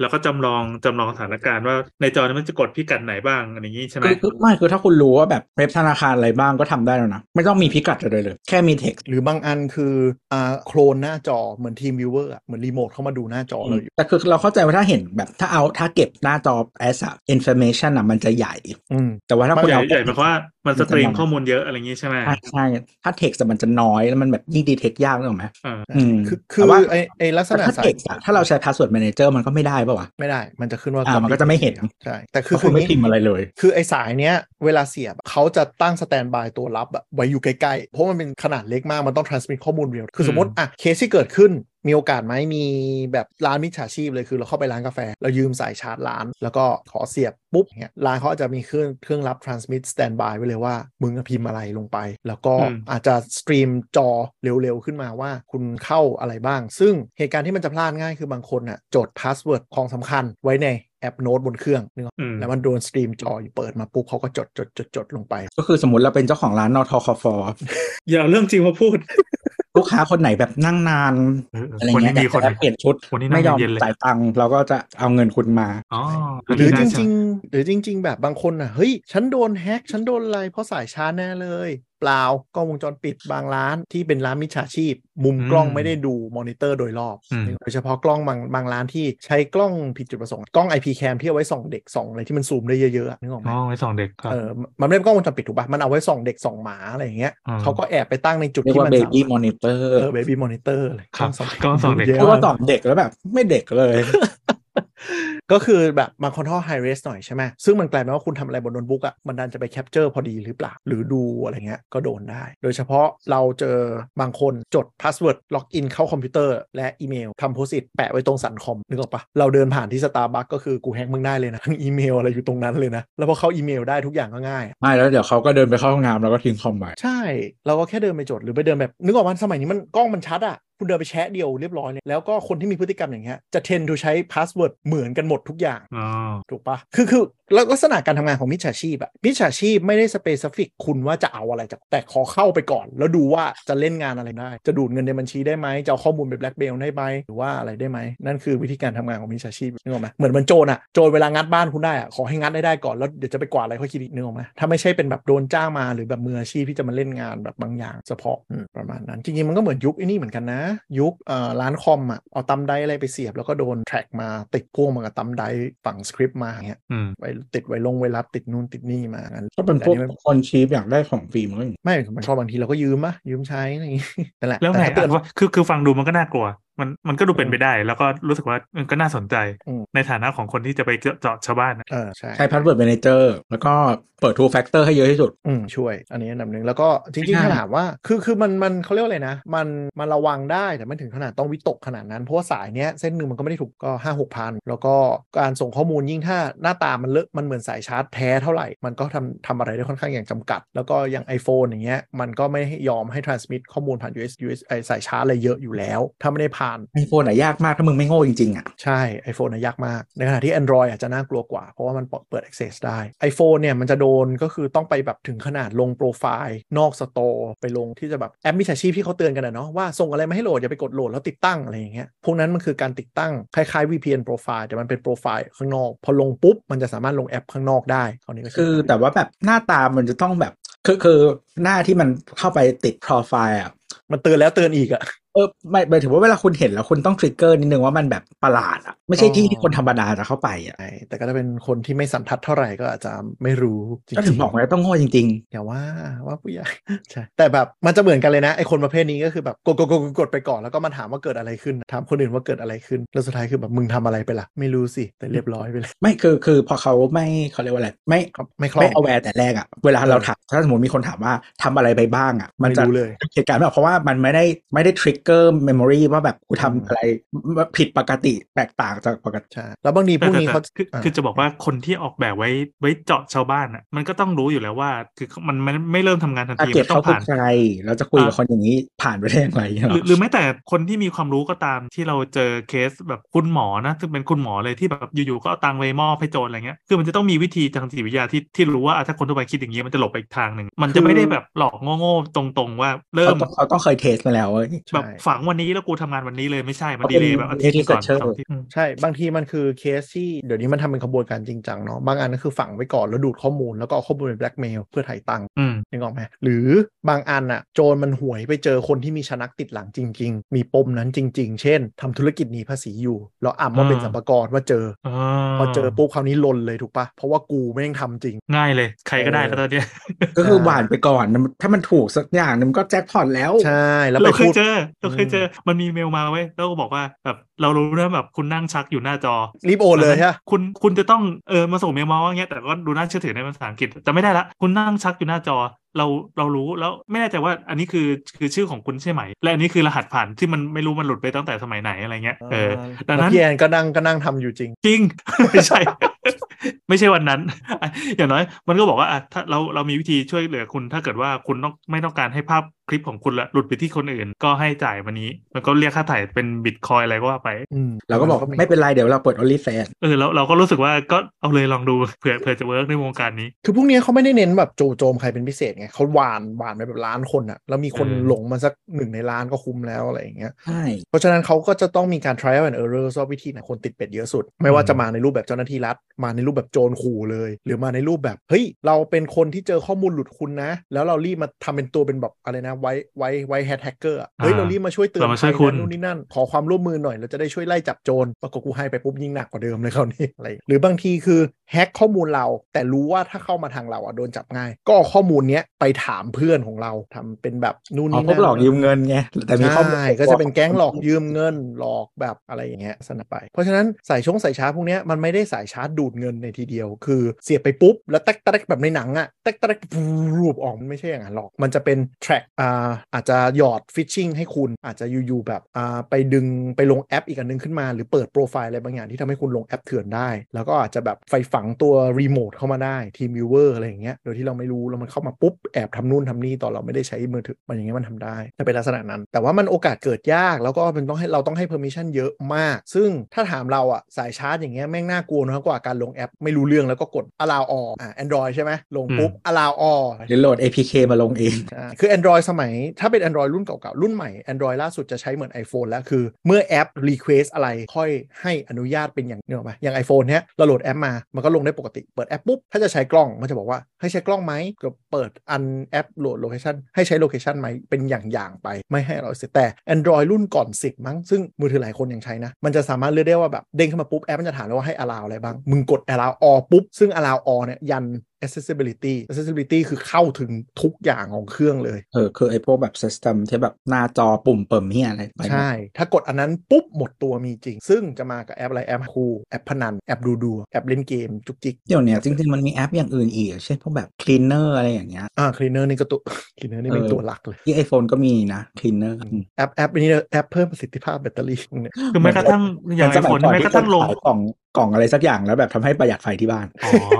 แล้วก็จำลองจำลองสถานการณ์ว่าในจอนี้มันจะกดพิกัดไหนบ้างอะไรอย่างนี้ใช่ไหม
คือคือไม่คือถ้าคุณรู้ว่าแบบเว็บธนาคารอะไรบ้างก็ทำได้แล้วนะ ไม่ต้องมีพิกัดอะไรเลย แค่มีเท็กซ์
หรือบางอันคืออ่าโคลนหน้าจอเหมือนทีมวิวเวอร์เหมือนรีโมทเข้ามาดูหน้าจอเราอยู่
แต่คือเราเข้าใจว่าถ้าเห็นแบบถ้าเอาถ้าเก็บหน้าจอ as a information อ่ะมันจะใหญ่
อืม
แต่ว่าถ้า
ให
คุณ
ญ่
เอา
ใหญ่หมายความว่ามันสตรีมข้อมูลเยอะอะไรอย่างนี้ใช่ไหม
ใช่ใช่ถ้าเท็กซ์มันจะน้อยแล้วมันแบบยิ่งดีเทคยากนึกออกไหม
เออ
อืม
คือคือ
แต่ว่า
ไอไอลักษ
แต่
ณะ
ถ้า
สา
เท็
ย
กซ์ถ้าเราใช้ password manager มันก็ไม่ได้ป่าวะ
ไม่ได้มันจะขึ้นว่า
อ่ามันก็จะไม่เห็น
ใช่แต่คื
คือ อคุณ
ย่าง
ไม่
นี้
พิมพ์อะไรเลย
คือไอ้สายเนี้ยเวลาเสียบอะเขาจะตั้งสแตนบายตัวรับอะไว้อยู่ใกล้ๆ เพราะมันเป็นขนาดเล็กมาก มันต้อง transmit ข้อมูลเรียลคือสมมติ
อืม
อ่ะเคสที่เกิดขึ้น มีโอกาสไหมมีแบบร้านมิจฉาชีพเลยคือเราเข้าไปร้านกาแฟ เรายืมสายชาร์จร้าน แล้วก็ขอเสียบปุ๊บเนี้ยร้านเขาอาจจะมีเครื่องเครื่องรับ transmit standby ไว้เลยว่า มึงอะพิมพ์อะไรลงไป แล้วก็
อืม
อาจจะสตรีมจอเร็วๆ ขึ้นมาว่าคุณเข้าอะไรบ้าง ซึ่งเหตุการณ์ที่มันจะพลาดง่ายคือบางคนอ่ะจดพาสเวิร์ดของสำคัญไว้ใน แอปโน้ตบนเครื่องนึกออก
อืม
แล้วมันโดนสตรีมจออยู่เปิดมาปุ๊บเขาก็จดจดจดจดลงไป
ก็คือสมมติเราเป็นเจ้าของร้านนอทอคอฟอ
อย่าเอาเรื่องจริงมาพูด
ลูกค้าคนไหนแบบนั่งนาน
เออ
อะไร
วัน
เงี้ย
นี้มีคน
อยากจะเปลี่ยนชุด
วันนี้
ไม่
นั่ง
ยอม
เย็นๆเลย
จ่ายตังค์เราก็จะเอาเงินคุณมา
อ๋อ
หรือจริง
ๆ
ๆ หรือจริง ๆ แบบบางคนอ่ะ เฮ้ย ฉันโดนแฮ็กฉันโดนอะไร เพราะสายชาร์จแน่เลย เปล่ากล้องวงจรปิดบางร้านที่เป็นร้านมิจฉาชีพ มุม
อืม
กล้องไม่ได้ดูมอนิเตอร์โดยรอบ
อืม
โดยเฉพาะกล้องบางบางร้านที่ใช้กล้องผิดจุดประสงค์ กล้อง IP cam ที่เอาไว้ส่องเด็กส่องอะไรที่มันซูมได้เยอะๆอะนึกออกไหม
อ๋อไว้สองเด็กครับ
เออมันมันไม่ได้เป็นกล้องวงจรปิดถูกปะมันเอาไว้ส่องเด็กส่องหมาอะไรอย่างเงี้ย
อ่า
เขาก็แอบไปตั้งในจุด
เรียก
ที่
ว่า
มัน
เบ
สามารถ
บี้มอนิเตอร์
เออเบบี้มอนิเตอร์อะไร
ครับ
กล้องส่อง
กล้องส่องเด็ก
ยะ
เพราะว่าตอบเด็กแล้วแบบไม่เด็กเลย
ก็คือแบบบางคอนท่อไฮเรสหน่อยใช่ไหมซึ่งมันกลายเป็นว่าคุณทำอะไรบนโน้ตบุ๊กอ่ะมันดันจะไปแคปเจอร์พอดีหรือเปล่า หรือดูอะไรเงี้ยก็โดนได้ โดยเฉพาะเราเจอบางคนจดพาสเวิร์ดล็อกอินเข้าคอมพิวเตอร์และอีเมลทำโพสิตแปะไว้ตรงสันคอมนึกออกปะเราเดินผ่านที่สตาร์บัคก็คือกูแฮกมึงได้เลยนะ ทั้งอีเมลอะไรอยู่ตรงนั้นเลยนะแล้วพอเข้าอีเมลได้ทุกอย่างก็ง่าย
ไม่แล้วเดี๋ยวเขาก็เดินไปเข้าห้องน้ำแล้วก็ทิ้งคอมไว้
ใช่ เราก็แค่เดินไปจดหรือไปเดินแบบ นึกออกว่าสมัยนี้มันกล้องมันชัดอะ่ะ คุณเดินไปแชะเดียวเรียบร้อยเลยแล้วก็คนที่มีพฤติกรรมอย่างเงี้ยจะเทนทูใช้พาสเวิร์ดเหมือนกันหมดทุกอย่าง
อ๋อ
ถูกปะคือคือแล้วลักษณะการทำงานของมิจฉาชีพอะมิจฉาชีพไม่ได้สเปซิฟิกคุณว่าจะเอาอะไรจากแต่ขอเข้าไปก่อน แล้วดูว่าจะเล่นงานอะไรได้ จะดูดเงินในบัญชีได้ไหมจะเอาข้อมูลไปแบล็กเบลได้ไหมหรือว่าอะไรได้ไหมนั่นคือวิธีการทำงานของมิจฉาชีพนึกออกไหมเหมือนมันโจรอะโจรเวลางัดบ้านคุณได้อะขอให้งัดได้ได้ก่อนแล้วเดี๋ยวจะไปกวาดอะไรค่อยคิดอีกนึกออกไหมถ้าไม่ใช่เป็นแบบโดนจ้างมาหรือแบบมืออาชีพที่จะมาเล่นงานแบบบางอย่างเฉพาะอืมประมาณนั้นจริงๆมันก็เหมือนยุคไอ้นี่เหมือนกันนะ ยุคเอ่อร้านคอมอะเอาตำไดอะไรไปเสียบแล้วก็โดนแทร็กมาติดพ่วงมากับตำไดฝั่งสคริปต์มาอย่างเงี้ย
อืม
ไวติดไวลงไวรัสติดนู่นติดนี่มางั้น
ก็เป็นพ
แต่
วก
ไม่
คนชีพอยากได้ของฟรีมั้ง
ไม่มันชอบบางทีเราก็ยืมมะยืมใช้อะไรอย่างงี้ นั่นแหละ
แล้ว
ต่
ไหน
ถ้าเตื
อ่ะ
อน
ว่าคือคือฟังดูมันก็น่ากลัว มันมันก็ดูเป็นไปได้ แล้วก็รู้สึกว่ามันก็น่าสนใจ
อืม
ในฐานะของคนที่จะไปเจาะเจาะชาวบ้านนะ
เออใช่
ใช้พาสเวิร์ดเมนเจอร์แล้วก็เปิดทูแฟกเตอร์ให้เยอะที่สุด
อืมช่วยอันนี้อันดับหนึ่งแล้วก็จริงๆ
ง่าย
ถ้าถามว่าคือคือมันมันเขาเรียกว่าอะไรนะ มันมันระวังได้แต่ไม่ถึงขนาดต้องวิตกขนาดนั้น เพราะว่าสายเนี้ยเส้นหนึ่งมันก็ไม่ได้ถูกก็ห้าหกพันแล้วก็การส่งข้อมูลยิ่งถ้าหน้าตามันเลอะมันเหมือนสายชาร์จแท้เท่าไหร่มันก็ทำทำอะไรได้ค่อนข้างอย่างจำกัด แล้วก็อย่าง iPhone อย่างเงี้ยมันก็ไม่ยอมให้ transmit ข้อมูลผ่าน US US ไอ้สายชาร์จอะไรเยอะอยู่แล้ว ถ้าไม่ได้ผ่าน
ไอโฟนอะยากมากถ้ามึงไม่โง่จริงๆอ่ะ
ใช่ iPhone นะยากมาก ในขณะที่ Android อาจจะน่ากลัวกว่า เพราะว่ามันเปิด Access ได้ iPhone เนี่ยมันจะโดนก็คือต้องไปแบบถึงขนาดลงโปรไฟล์นอกสตอร์ไปลงที่จะแบบแอปมิจฉาชีพที่เขาเตือนกันนะเนาะว่าส่งอะไรมาให้โหลด อย่าไปกดโหลดแล้วติดตั้งอะไรอย่างเงี้ยพวกนั้นมันคือการติดตั้งคล้ายๆ VPN โปรไฟล์แต่มันเป็นโปรไฟล์ข้างนอก พอลงปุ๊บ มันจะสามารถลงแอปข้างนอกได้คราวนี้ก็
คือแต่ว่าแบบหน้าตามันจะต้องแบบคือคือหน้าที่มันเข้าไปติดโปรไฟล์อ่ะ
มันเตือนแล้วเตือนอีกอะ
เออไม่หมายถึงว่าเวลาคุณเห็นแล้วคุณต้องทริกเกอร์นิดนึงว่ามันแบบประหลาดอ่ะไม่ใช่ที่
อ๋อ
ที่คนธรรมดาจะเข้าไปอ่ะ
ใช่แต่ก็จะเป็นคนที่ไม่สันทัดเท่าไหร่ก็อาจจะไม่รู้จริงๆ
ก็ถึงบอกไงต้องโง่จริง
อย่าว่าว่าผู้ใหญ่ ใช่แต่แบบมันจะเหมือนกันเลยนะไอคนประเภทนี้ก็คือแบบกดกดกดกดกดไปก่อนแล้วก็มาถามว่าเกิดอะไรขึ้นถามคนอื่นว่าเกิดอะไรขึ้น แล้วสุดท้ายคือแบบมึงทำอะไรไปล่ะ ไม่รู้สิ แต่เรียบร้อยไปเลย
ๆ ไม่คือคือพอเขาไม่เขาเรียกว่าอะไรไม่
ครับไม่คล่อง
ไม่เอาแวร์แต่แรกอ่ะเวลาเราถามถ้าสมมติมีคนถามว่าทำอะไรไปบ้างอ่ะมันจะ
ไรู้เลย
เหตุการณ์ไม่ออกเพราะว่ามันไม่ได้ไม่ได้ทริกเกอร์เมมโมรีว่าแบบกูทำ
อืม
อะไรผิดปกติแตกต่างจากปกติ
ใช่แล้วบางทีพวกนี้เขา
แต่แต่คือ
อ่า
คือจะบอกว่าคนที่ออกแบบไว้ไว้เจาะชาวบ้านอ่ะมันก็ต้องรู้อยู่แล้วว่า คือมันมันมันไม่เริ่มทำงานทัน
อา
ที
เกต
มันต้อ
เขา
ง
คือ
ผ่าน
ใครเราจะคุยกับ
อ่ะ
คนอย่างนี้ผ่านไปได้ยังไง
หรือหรือแม้แต่คนที่มีความรู้ก็ตามที่เราเจอเคสแบบคุณหมอนะซึ่งเป็นคุณหมอเลยที่แบบอยู่ๆก็เอาตังค์ไปมอบให้โจรอะไรเงี้ยคือมันจะต้องมีวิธีทางจิตวิทยาที่ที่รู้ว่าอ่ะถ้าคนทั่วไปคิดอย่างนี้มันจะหลบไปอีกทางหนึ่งมันจะไม่ได้แบบหลอกโง่ๆตรงๆ ว่าเริ่
เขา
ม
ต้องเขาต้องเคยเทสมาแล้วเว้ย
แบบ
ใช่
ฝังวันนี้แล้วกูทำงานวันนี้เลยไม่ใช่ มัน
เขาเป็น
ดีเลยแบบอาทิตย์หนึ่งก่อน
researcher
สองอาทิตย์อืม
ใช่ บางทีมันคือเคสที่เดี๋ยวนี้มันทำเป็นขบวนการจริงจังเนาะบางอันก็คือฝังไว้ก่อนแล้วดูดข้อมูลแล้วก็เอาข้อมูลไปแบล็กเมลเพื่อถ่ายตังค์
อืม
นึกออกไหมหรือบางอันอะโจรมันหวยไปเจอคนที่มีชนักติดหลังจริง ๆ มีปมนั้นจริง ๆ เช่นทำธุรกิจหนีภาษีอยู่ แล้วอ่ำว่าเป็น
อ่า
สัมปากรว่าเจออพอเจอปุ๊บคราวนี้ลนเลยถูกปะเพราะว่ากูไม่งทำจริง
ง่ายเลย ใครก็ได้
เออ
แล้วตอนเนี้ย
ก็คือหวานไปก่อนถ้ามันถูกสักอย่างมันก็แจ็คพอตแล้ว
ใช่แล้วไป
เราเคย
พูด
เจอเราเคยเจอ มันมีเมลมาไว้ยแล้วก็บอกว่าแบบเรารู้นะแบบคุณนั่งชักอยู่หน้าจอ
รีบโอนเลยฮะ
คุณคุณจะต้องเออมาส่งเมลมาว่าเงี้ยแต่ก็ดูน่าเชื่อถือในภาษาอังกฤษแต่ไม่ได้ละ คุณนั่งชักอยู่หน้าจอ เราเรารู้แล้วไม่แน่ใจว่าอันนี้คือคือชื่อของคุณใช่ไหม และอันนี้คือรหัสผ่านที่มันไม่รู้มันหลุดไปตั้งแต่สมัยไหนอะไรเงี้ยเออ ดัง
แล้
นั้
วน พี่แอนก็นั่งก็นั่งทำอยู่จริง
จริง ไม่ใช่ ไม่ใช่วันนั้น อย่างน้อยมันก็บอกว่าอ่ะถ้าเราเรามีวิธีช่วยเหลือคุณ ถ้าเกิดว่าคุณต้องไม่ต้องการให้ภาพคลิปของคุณละหลุดไปที่คนอื่น ก็ให้จ่ายวันนี้ มันก็เรียกค่าถ่ายเป็นบิตคอยอะไรก็ว่าไป
อืม
เราก็บอกไม่เป็นไรเดี๋ยวเราเปิด OnlyFans
เออเราเราก็รู้สึกว่าก็เอาเลยลองดู เผื่อเผื่อจะเวิร์กในวงการนี้
คือพวกเนี้ยเขาไม่ได้เน้นแบบโจโจมใครเป็นพิเศษไงเขาหวานหวานไปแบบล้านคนอะแล้วมีคน
เออ
หลงมาสักหนึ่งในล้านก็คุ้มแล้วอะไรอย่างเงี้ย
ใช่
เพราะฉะนั้นเขาก็จะต้องมีการ trial and error ว่าวิธีไหนคนติดเป็ดเยอะสุด ไม่ว่าจะมาในรูปแบบเจ้าหน้าที่รัฐ มาในรูปแบบโจรขู่เลย หรือมาในรูปแบบ เฮ้ย เราเป็นคนที่เจอข้อมูลหลุดคุณนะ แล้วเรารีบมาทำเป็นตัวเป็นแบบอะไรนะไว้ไว้ไว้แฮชแท็กเกอร์เฮ้ย
อ่า
เรารีบมาช่วยเตือน
เรามาช่วย
ภั
คุณ
นะนู่นนี่นั่น ขอความร่วมมือหน่อย เราจะได้ช่วยไล่จับโจรปรากฏกูให้ไปปุ๊บยิ่งหนักกว่าเดิมเลยคราวนี้ อะไรหรือบางทีคือแฮกข้อมูลเรา แต่รู้ว่าถ้าเข้ามาทางเราอ่ะโดนจับง่าย ก็เอาข้อมูลเนี้ยไปถามเพื่อนของเราทำเป็นแบบนู่น
อ๋อ
นี่
พ
นั่
วน กหลอกยืมเงินไงแต่มีข้อมูล
ใช่ก็จะเป็นแก๊งหลอกยืมเงินหลอกแบบอะไรอย่างเงี้ยสนับไป เพราะฉะนั้นสายชงสายชาร์จพวกเนี้ยมันไม่ได้สายชาร์จดูดเงินในทีเดียว คือเสียบไปปุ๊บ แล้วแตักแตักแบบในหนังอะแตักแตักรูปออกมันไม่ใช่อย่างนั้นหรอก มันจะเป็นแทร็กอ่าอาจจะหยอดฟิชชิงให้คุณอาจจะอยู่ๆแบบอ่าไปดึงไปลงแอปอีกอันนึงขึ้นมา หรือเปิดโปรไฟล์อะไรบางอย่างที่ทำให้คุณลงแอปเถื่อนได้ แล้วก็อาจจะแบบไฟฝังตัวรีโมทเข้ามาได้ทีมวิวเวอร์อะไรอย่างเงี้ยโดยที่เราไม่รู้แล้วมันเข้ามาปุ๊บแอบทำนู่นทำนี่ตอนเราไม่ได้ใช้มือถือมันอย่างเงี้ยมันทำได้จะเป็นลักษณะนั้น แต่ว่ามันโอกาสเกิดยากแล้วก็มันต้องให้เราต้องให้ permission เยอะมาก ซึ่งถ้าถามเราอะสายชาร์จอย่างเงี้ยแม่งน่ากลัวน้อยกว่าการลงแอป ไม่รู้เรื่องแล้วก็กด allow all อ่า Android ใช่ไหมลงปุ๊บ allow all
หรือโหลด APK มาลงเอง
อ่าคือ Android สมัยถ้าเป็น Android รุ่นเก่าๆ รุ่นใหม่ Android ล่าสุดจะใช้เหมือน iPhone แล้ว คือเมื่อแอป Request อะไรค่อยให้อนุญาตเป็นอย่างเนื้ออกปะอย่าง iPhone เนี้ยเราโหลดแอปมา มันก็ลงได้ปกติ เปิดแอปปุ๊บ ถ้าจะใช้กล้อง มันจะบอกว่าให้ใช้กล้องไหมก็เปิดอันแอปโหลดโลเคชันให้ใช้โลเคชันไหมเป็นอย่างๆไปไม่ให้เราเสียแต่ Android รุ่นก่อน 10 มั้งซึ่งมือถือหลายคนยังใช้นะ มันจะสามารถเลือกได้ว่าแบบเด้งขึ้นมาปุ๊บแอปมันจะถามเลยว่าให้ allow อะไรบ้างมึงกด allow all ปุ๊บซึ่ง allow all เนี่ยยัน accessibility accessibility คือเข้าถึงทุกอย่างของเครื่องเลย
เออคือไอ้พวกแบบซิสเต็มที่แบบหน้าจอปุ่มเปิมเฮียอะไรไปหมด
ใช่ ถ้ากดอันนั้นปุ๊บหมดตัวมีจริง ซึ่งจะมากับแอปอะไรแอปคูแอปพนัน แอปดูดู แอปเล่นเกมจุกจิก
เดี๋ยวเนี้ยจริงๆ มันมีแอปอย่างอื่นอีกเช่นพวกแบบคลีนเนอร์อะไรอย่างเงี้ย
อ่าคลีเนอร์นี่ก็ตัว คลีเนอร์นี่เป็น
เออ
ตัวหลักเลย
ที่ไอโฟนก็มีนะคลีนเนอร์
แอปแอปนี้แอปเพิ่มประสิทธิภาพแบตเตอรี่พวกเนี้ย
คือแม้กระทั่งอย่างไอโฟนแม้กระทั่งลง
กล่องกล่องอะไรสักอย่างแล้วแบบทำให้ประหยัดไฟที่บ้าน
อ๋อ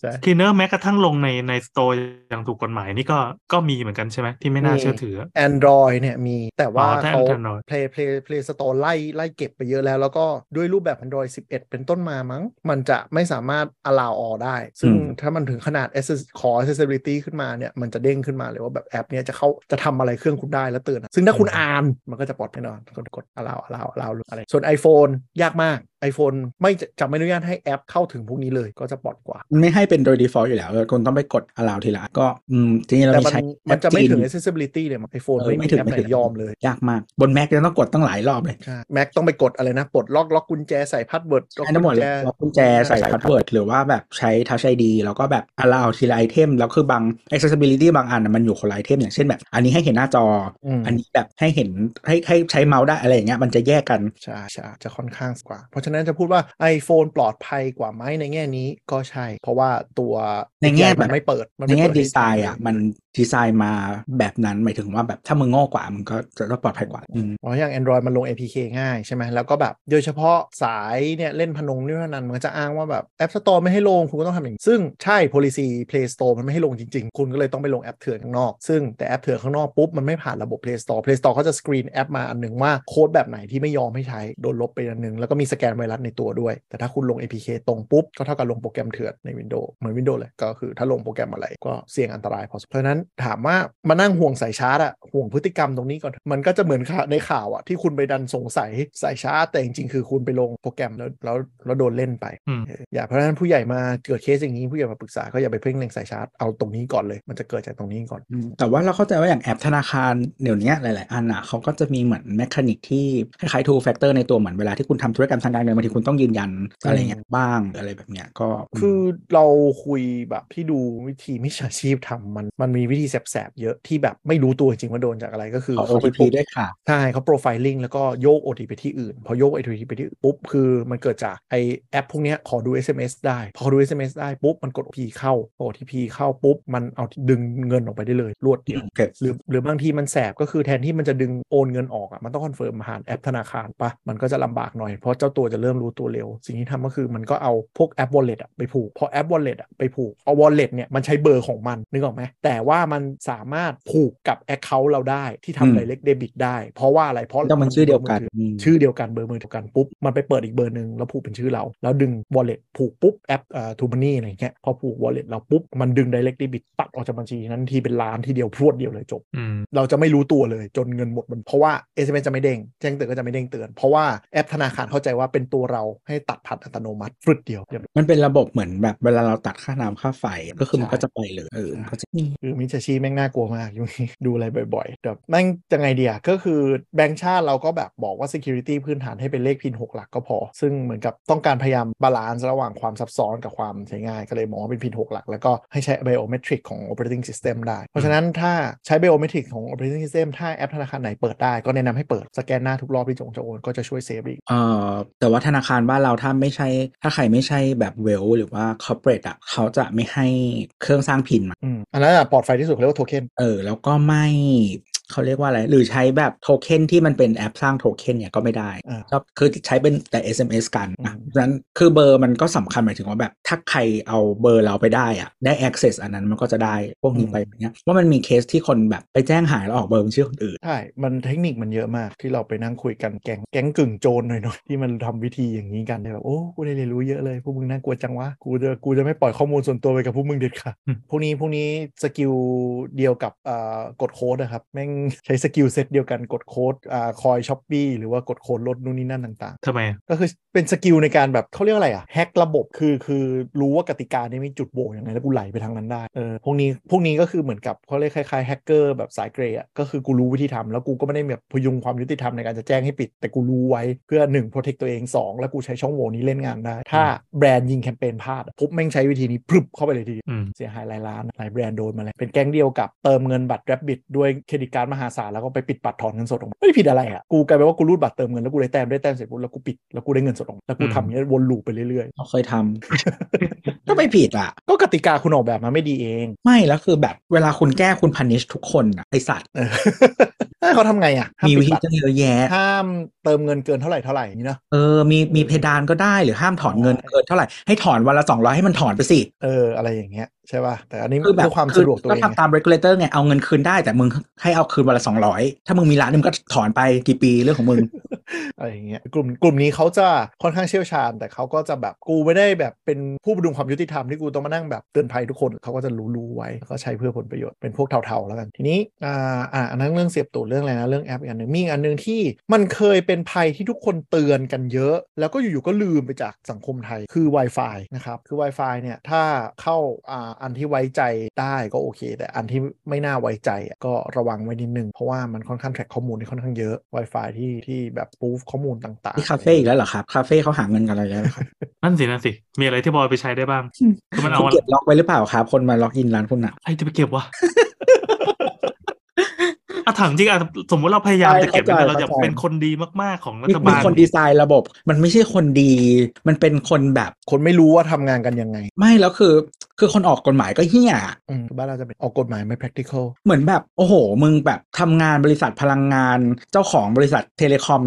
ใช่
ทีเนอร์แม้กระทั่งลงในในสโตร์อย่างถูกกฎหมายนี่ก็ก็มีเหมือนกันใช่ไหมที่ไม่น่าเชื่อถือ
Android เนี่ยมีแต่ว่า
อ๋อถ้า
เขา
Android
Play Play Play Store ไล่ไล่เก็บไปเยอะแล้ว แล้วก็ด้วยรูปแบบ Android 11 เป็นต้นมามั้ง มันจะไม่สามารถ allow all ได้ ซึ่ง
อืม
ถ้ามันถึงขนาด access ขอ accessibility ขึ้นมาเนี่ย มันจะเด้งขึ้นมาเลยว่าแบบแอปเนี้ยจะเข้าจะทำอะไรเครื่องคุณได้แล้วเตือนอะซึ่งถ้าคุณอ่านมันก็จะปลอดแน่นอนกดกด allow allow allow อะไร ส่วน iPhone ยากมาก iPhone ไม่จะจะไม่อนุญาตให้แอปเข้าถึงพวกนี้เลยก็จะปลอดกว่า
มันไม่ให้เป็นโดย default อยู่แล้วเออคุณต้องไปกด allow ทีละอันก็อืมจริงๆเรา
แต่มัน
มีใช้
มันจะไม่ถึง
แอป
accessibility เลยมั้ง iPhone
เออ
ไม่
ไม่
มี
ถึง
แอป
ไม่
ไห
ถึ
น
ง
ยอมเลย
จีนยากมาก บน Mac ยังต้องกดตั้งหลายรอบเลย
ใช่แม็กต้องไปกดอะไรนะ ปลดล็อกล็อกกุญแจใส่พาสเวิร์ดล็อก
ใช้ทั้งหม
กุ
ด
ญ
เล
แจ
ยล็อกกุญแจใส่พาสเวิร์ดหรือว่าแบบใช้ Touch ID แล้วก็แบบ allow ทีละไอเทมแล้วคือบาง accessibility บางอันน่ะมันอยู่คนละไอเทมอย่างเช่นแบบ อันนี้ให้เห็นหน้าจออ
ม
อันนี้แบบให้เห็นให้ให้ใช้เมาส์ได้อะไรอย่างเงี้ยมันจะแยกกัน
ใช่ใช่จะค่อนข้างกว่า เพราะฉะนั้นจะพูดว่า iPhone ปลอดภัยกว่าไหมในแง่นี้ก็ใช่ เพราะว่าตัว
ในแง่แบ
มั
บ
นไม่เปิดมั
ใน
ไม่
แง่
เปิให้
ดีไซน์อ่ะมันดีไซน์มาแบบนั้นหมายถึงว่าแบบถ้ามึงโง่กว่ามึงก็จะรอดปลอดภัยกว่าอืม
เพราะอย่าง Android มันลง APK ง่ายใช่ไหมแล้วก็แบบโดยเฉพาะสายเนี่ยเล่นพนงนี่พนันมันก็จะอ้างว่าแบบ App Store ไม่ให้ลงคุณก็ต้องทำอย่างนี้ซึ่งใช่ policy Play Store มันไม่ให้ลงจริง ๆ คุณก็เลยต้องไปลงแอปเถื่อนข้างนอก ซึ่งแต่แอปเถื่อนข้างนอกปุ๊บมันไม่ผ่านระบบ Play Store Play Store เขาจะสกรีนแอปมาอันหนึ่งว่าโค้ดแบบไหนที่ไม่ยอมให้ใช้โดนลบไปอันหนึ่งแล้วก็มีสแกนไวรัสในตัวด้วย แต่ถ้าคุณลง APK ตรงปุ๊บ ก็เท่ากับลงโปรแกรมเถื่อนใน Windows เหมือน Windows เลยก็คือถ้าลงโปรแกรมอะไรก็เสี่ยงอันตรายพอสมควรเพราะฉะนั้นถามว่ามานั่งห่วงสายชาร์จอะห่วงพฤติกรรมตรงนี้ก่อน มันก็จะเหมือนข่าวในข่าวอะที่คุณไปดันสงสัยสายชาร์จแต่จริงๆคือคุณไปลงโปรแกรมแล้วแล้วแล้วโดนเล่นไป
อืม
เอออย่าเพราะฉะนั้นผู้ใหญ่มาเกิดเคสอย่างนี้ผู้ใหญ่มาปรึกษาก็อย่าไปเพ่งเล็งสายชาร์จเอาตรงนี้ก่อนเลย มันจะเกิดจากตรงนี้ก่อน
อืมแต่ว่าเราเข้าใจว่าอย่างแอปธนาคารเดี๋ยวนี้หลาย ๆ อันอ่ะเขาก็จะมีเหมือนแมคานิกที่คล้ายๆ two factor ในตัวเหมือนเวลาที่คุณทำธุรกรรมทางการเงินบางทีคุณต้องยืนยันอะไรเงี้ยบ้างหรืออะไรแบบเนี้ยก็
คือเราคุยแบบที่ดูวิธีมิจฉาชีพทำมันมันมีวิ วิธีแสบๆเยอะที่แบบไม่รู้ตัวจริงว่าโดนจากอะไรก็คือ
ขอ
เขาไป
OTP
ปุ๊บ
ด้วยค่ะ
ใช่เขาโปรไฟลิงแล้วก็โยก OTP ไปที่อื่น พอโยก OTP ไปที่อื่นปุ๊บ คือมันเกิดจากไอแอปพวกเนี้ยขอดู SMS ได้ พอดู SMS ได้ปุ๊บ มันกด OTP เข้าพอ OTP เข้าปุ๊บ มันเอาดึงเงินออกไปได้เลย รวดเดียว
เกิด
หรือหรือบางทีมันแสบก็คือแทนที่มันจะดึงโอนเงินออกอ่ะมันต้องคอนเฟิร์มผ่านแอปธนาคารปะมันก็จะลำบากหน่อยเพราะเจ้าตัวจะเริ่มรู้ตัวเร็ว สิ่งที่ทำก็คือมันก็เอาพวกแอป wallet อ่ะไปผูกพอแอป wallet อ่ะไปผูกเอา wallet เนี่ยมันใช้เบอร์ของมันนึกออกไหมแต่ว่ามันสามารถผูกกับ account เราได้ที่ทำ direct debit ได้ เพราะว่าอะไรเพราะ
ต้องมันชื่อเดียวกันม
ชื่อเดียวกันเบอร์มือเดียวกันปุ๊บ มันไปเปิดอีกเบอร์หนึ่งแล้วผูกเป็นชื่อเรา แล้วดึง wallet ผูกปุ๊บ แอปเอ่อทูมันนี่อะไรอย่างเงี้ยพอผูก wallet เราปุ๊บ มันดึง direct debit ตัดออกจากบัญชีนั้นทีเป็นล้านทีเดียวพรวดเดียวเลยจบ
อืม
เราจะไม่รู้ตัวเลยจนเงินหมดมันเพราะว่า SMS จะไม่เด้งแจ้งเตือนก็จะไม่เด้งเตือน เพราะว่าแอปธนาคารเข้าใจว่าเป็นตัวเราให้ตัดผ่านอัตโนมัติฟรึดเดียวเรียบร้อย
มันเป็นระบบเหมือนแบบเวลาเราตัดค่าน้ำค่าไฟก็คือมัน
ใช่
ก็จะไปเลยเออมันก็จะอืม
คือมิจฉาชีพแม่งน่ากลัวมากอยู่นี่ ดูอะไรบ่อยๆแบบแม่งจะไงเดียก็คือแบงก์ชาติเราก็แบบบอกว่า Security พื้นฐานให้เป็นเลขพิน 6 หลักก็พอ ซึ่งเหมือนกับต้องการพยายามบาลานซ์ระหว่างความซับซ้อนกับความใช้ง่าย ก็เลยมองว่าเป็นพิน 6 หลัก แล้วก็ให้ใช้ Biometric ของ Operating System ได้ เพราะฉะนั้นถ้าใช้ Biometric ของ Operating System ถ้าแอปธนาคารไหนเปิดได้ก็แนะนำให้เปิดสแกนหน้าทุกรอบที่จงจะโอนก็จะช่วยเซฟอีก
เออแต่ว่าธนาคารบ้านเราถ้าไม่ใช่ ถ้าใครไม่ใช่แบบเวลหรือว่าคอร์เปรสอ่ะเขาจะไม่ให้เครื่องสร้างพินมา
อืมอันนั้นอะปลอดไฟที่สุดเขาเรียกว่าโทเค็น
เออแล้วก็ไม่ เขาเรียกว่าอะไร หรือใช้แบบโทเค็นที่มันเป็นแอปสร้างโทเค็นเนี่ยก็ไม่ได้
อ่า
ชอบคือใช้เป็นแต่ SMS กันนะ
อืม
เพราะฉะนั้นคือเบอร์มันก็สำคัญหมายถึงว่าแบบถ้าใครเอาเบอร์เราไปได้อ่ะได้ access อันนั้นมันก็จะได้พวกนี้ไปแบบเนี้ยว่ามันมีเคสที่คนแบบไปแจ้งหายแล้วออกเบอร์เป็นชื่อคนอื่น
ใช่ มันเทคนิคมันเยอะมากที่เราไปนั่งคุยกันแก๊งแก๊งกึ่งโจรหน่อยๆที่มันทำวิธีอย่างนี้กันได้แบบโอ้กูได้เรียนรู้เยอะเลยพวกมึงน่ากลัวจังวะกูจะกูจะไม่ปล่อยข้อมูลส่วนตัวไปกับพวกมึงเด็ดขาด
อืม
พวกนี้พวกนี้สกิลเดียวกับเอ่อกดโค้ดนะครับแม่งใช้สกิลเซตเดียวกันกดโค้ดอ่าคอยช้อปปี้หรือว่ากดโค้ดลดนู่นนี่นั่นต่าง ๆ
ทำไมอะ
ก็คือเป็นสกิลในการแบบเขาเรียกว่าอะไรอะแฮกระบบคือคือรู้ว่ากติกานี้มีจุดโหว่ยังไงแล้วกูไหลไปทางนั้นได้เออพวกนี้พวกนี้ก็คือเหมือนกับเขาเรียกคล้ายๆแฮกเกอร์แบบสายเกรย์อะก็คือกูรู้วิธีทำแล้วกูก็ไม่ได้แบบพยุงความยุติธรรมในการจะแจ้งให้ปิด แต่กูรู้ไว้เพื่อ 1 protect ตัวเอง 2 แล้วกูใช้ช่องโหว่นี้เล่นงานได้ ถ้าแบรนด์ยิงแคมเปญพลาดอะปุ๊บแม่งใช้วิธีนี้พรึบเข้าไปเลยทีเดียว
อืม
เสียหายหลายล้านหลายแบรนด์โดนมาแล้วเป็นแก๊งเดียวกับเติมเงินบัตรแรบบิ t ด้วยเครดิตการ์ดมหาศาลแล้วก็ไปปิดบัตรถอนเงินสดออกมาไม่ได้ผิดอะไรอ่ะ กูกลายเป็นว่ากูรูดบัตรเติมเงินแล้วกูได้แต้มได้แต้มเสร็จปุ๊บแล้วกูปิดแล้วกูได้เงินสดออกมาแล้วกู
อืม
ทำอย่างเงี้ยวนลูปไปเรื่อย
เราเคยทำ ก็ไม่ผิดอ่ะ
ๆ ก็กติกาคุณออกแบบมาไม่ดีเอง
ไม่แล้วคือแบบเวลาคุณแก้คุณพันิชทุกคนอ่ะไอสัตว์
เอ อ ให้เขาทำไงอ่ะห้าม
มีวิ
ปิด
ธี
บัตร
ตั้งเยอะแยะ
ห้ามเติมเงินเกินเท่าไหร่เท่าไหร่อย่างนี้เนอะ
เออมีมีเพดานก็ได้หรือห้ามถอนเงินเกินเท่าไหร่ให้ถอนวันละสองร้อยให้มันถอนไปสิ
เอออะไรอย่างเงี้ยใช่ป่ะแต่อันนี้
คือแบบ
เพื่อความสะดวกตัวเอง
ทำตาม regulator ไงเอาเงินคืนได้แต่มึงให้เอาคืนวันละสองร้อยถ้ามึงมีร้านนึงก็ถอนไปกี่ปีเรื่อง ของมึง
อะไรอย่างเงี้ยกลุ่มกลุ่มนี้เขาจะค่อนข้างเชี่ยวชาญ แต่เขาก็จะแบบกูไม่ได้แบบเป็นผู้ประดุงความยุติธรรมที่กูต้องมานั่งแบบเตือนภัยทุกคนเขาก็จะรู้รู้ไว้แล้วก็ใช้เพื่อผลประโยชน์เป็นพวกเทาๆแล้วกันทีนี้อ่าอ่าอันนั้นเรื่องเสียบตูดเรื่องอะไรนะเรื่องแอปอีกอันหนึ่งมีอีกอันหนึ่งที่มันเคยเป็นภัยที่ทุกคนเตือนกันเยอะ แล้วก็อยู่ๆก็ลืมไปจากสังคมไทยคือ Wi-Fi นะครับคือ Wi-Fi เนี่ยถ้าเข้าอ่าอันที่ไว้ใจได้ก็โอเค แต่อันที่ไม่น่าไว้ใจอ่ะก็ระวังไว้นิดนึงเพราะว่ามันค่อนข้างแทร็กข้อมูลได้ค่อนข้างเยอะ Wi-Fi ที่ที่แบบปูฟข้อมูลต่างๆ
ที่คาเฟ่อีกแล้วเหรอครับ คาเฟ่เขาหาเงินกันอะไรแล้วเหรอครับ
นั่นสินั่นสิ มีอะไรที่บอยไปใช้ได้บ้างคือมันเอา
คุณ
อะไร
เก็บล็อกไว้หรือเปล่าครับคนมาล็อกอินร้านคุณน่ะ
ใครจะไปเก็บวะ อะถามจริงอะสมมติเราพยายามจะเก็บแต่เราจะเป็นคนดีมากๆของรั
มี
ฐ
มี
บาล
คนดีไซน์ระบบ มันไม่ใช่คนดี มันเป็นคนแบบ
คนไม่รู้ว่าทำงานกันยังไง
ไม่แล้วคือ คือคนออกกฎหมายก็เหี้ยอะ
อืมบ้านเราจะเป็นออกกฎหมายไม่ practical
เหมือนแบบโอ้โห มึงแบบทำงานบริษัทพลังงาน เจ้าของบริษัทเทเลคอม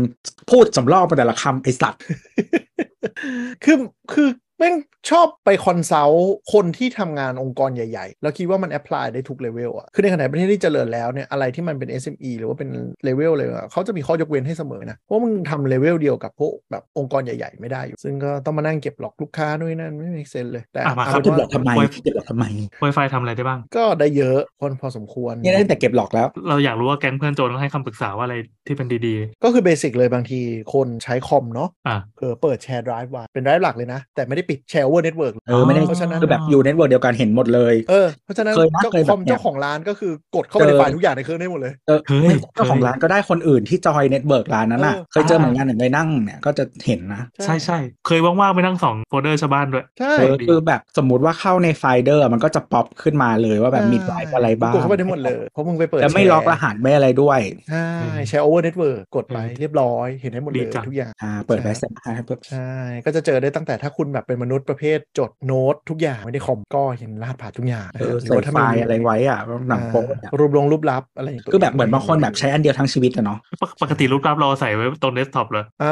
พูดสำรอกมาแต่ละคำไอสัตว์
คือคือแม่งชอบไปคอนซัลท์คนที่ทำงานองค์กรใหญ่ๆ แล้วคิดว่ามันแอพพลายได้ทุกเลเวลอะคือในขณะประเทศที่เจริญแล้วเนี่ยอะไรที่มันเป็น SME หรือว่าเป็นเลเวลเลยอะเขาจะมีข้อยกเว้นให้เสมอนะ เพราะมึงทำเลเวลเดียวกับพวกแบบองค์กรใหญ่ๆ ไม่ได้อยู่ ซึ่งก็ต้องมานั่งเก็บหลอกลูกค้าด้วยนั่นไม่มีเซนเลยแต่
อ่ะมา
เอา
ครั
เขา
บ
เป็
เก็บ
น
หลอ
ว่าก
ทำไม
ไว
เก็บหลอกทำไม
ไวไฟทำอะไรได้บ้าง
ก็ได้เยอะคนพอสมควร
เนี่ยได้แต่เก็บหลอกแล้ว
เราอยากรู้ว่าแก๊งเพื่อนโจรเขาให้คำปรึกษาว่าอะไรที่เป็นดี
ก็คือเบสิกเลยบางทีคนใช้คอมเนาะ
ๆ อ่ะ
เผลอเปิดแชร์ไดรฟ์ไว้เป็นไดรฟ์หลักเลยนะ แต่ไม่ได้ ปิดแชร์เวอร์เน็ตเวิร์ก
เออไม่ได้
เพราะฉะนั้น
คือแบบอยู่เน็ตเวิร์กเดียวกันเห็นหมดเลย
เออเพราะฉะนั้น
เคยนะ
เจ้า
เคย
คอม
แบบเนี้ย
เจ้าของร้านก็คือกดเข้าไปในไฟล์ทุกอย่างในเครื่องได้หมดเลย
เออ
เฮ้ย
ไม่เจ้าของ
เคย
ร้านก็ได้คนอื่นที่จอยเน็ตเวิร์กร้านนั้นน่ะ
เออ
เคยเจอเหมือนกันหนึ่งไปนั่งเนี่ยก็จะเห็นนะ
ใช่ใช่เคยว่างๆไปนั่งสองโฟลเดอร์ชาวบ้านด้วย
ใช่
เออคือแบบสมมติว่าเข้าในไฟเดอร์มันก็จะป๊อปขึ้นมาเลยว่าแบบมีไลฟ์อะไรบ้าง
กดเข้าไปได้หมดเลย เพราะมึงไปเปิด
แล้วไม่
แช
ล็อกรหัสไม่อะไรด้วย
ใช่
อืม
แชร์โอเวอร์เน็ตเวิร์กกดไป
อืม
เรียบร้อยเห็นได้หมดเล
ดี
ย
จัง
ทุกอย่าง
อ่าเปิด
ใช่
ไลฟ์เซ็นต์ให้เปิด
ใช่ก็จะเจอได้ตั้งแต่ถ้าคุณแบบเป็นมนุษย์ประเภทจดโน้ตทุกอย่างไม่ได้คอมก็เห็นรหัสผ่านทุกอย่างนะ
เอ
ครับหรื
อใส่
ว่าถ้า
ไฟ
มัน
ล์อะไรไว้อ่ะหนังโป๊ะอะ
อ่ารูปลงรูปลับอะไรย่างงี้ย
คือแบบเหมือนบางคนแบบใช้อันเดียวทั้งชีวิตอะเนาะ
ปกปกติรูปรับเราใส่ไว้ตรงเดสก์ท็อปเลย
อ่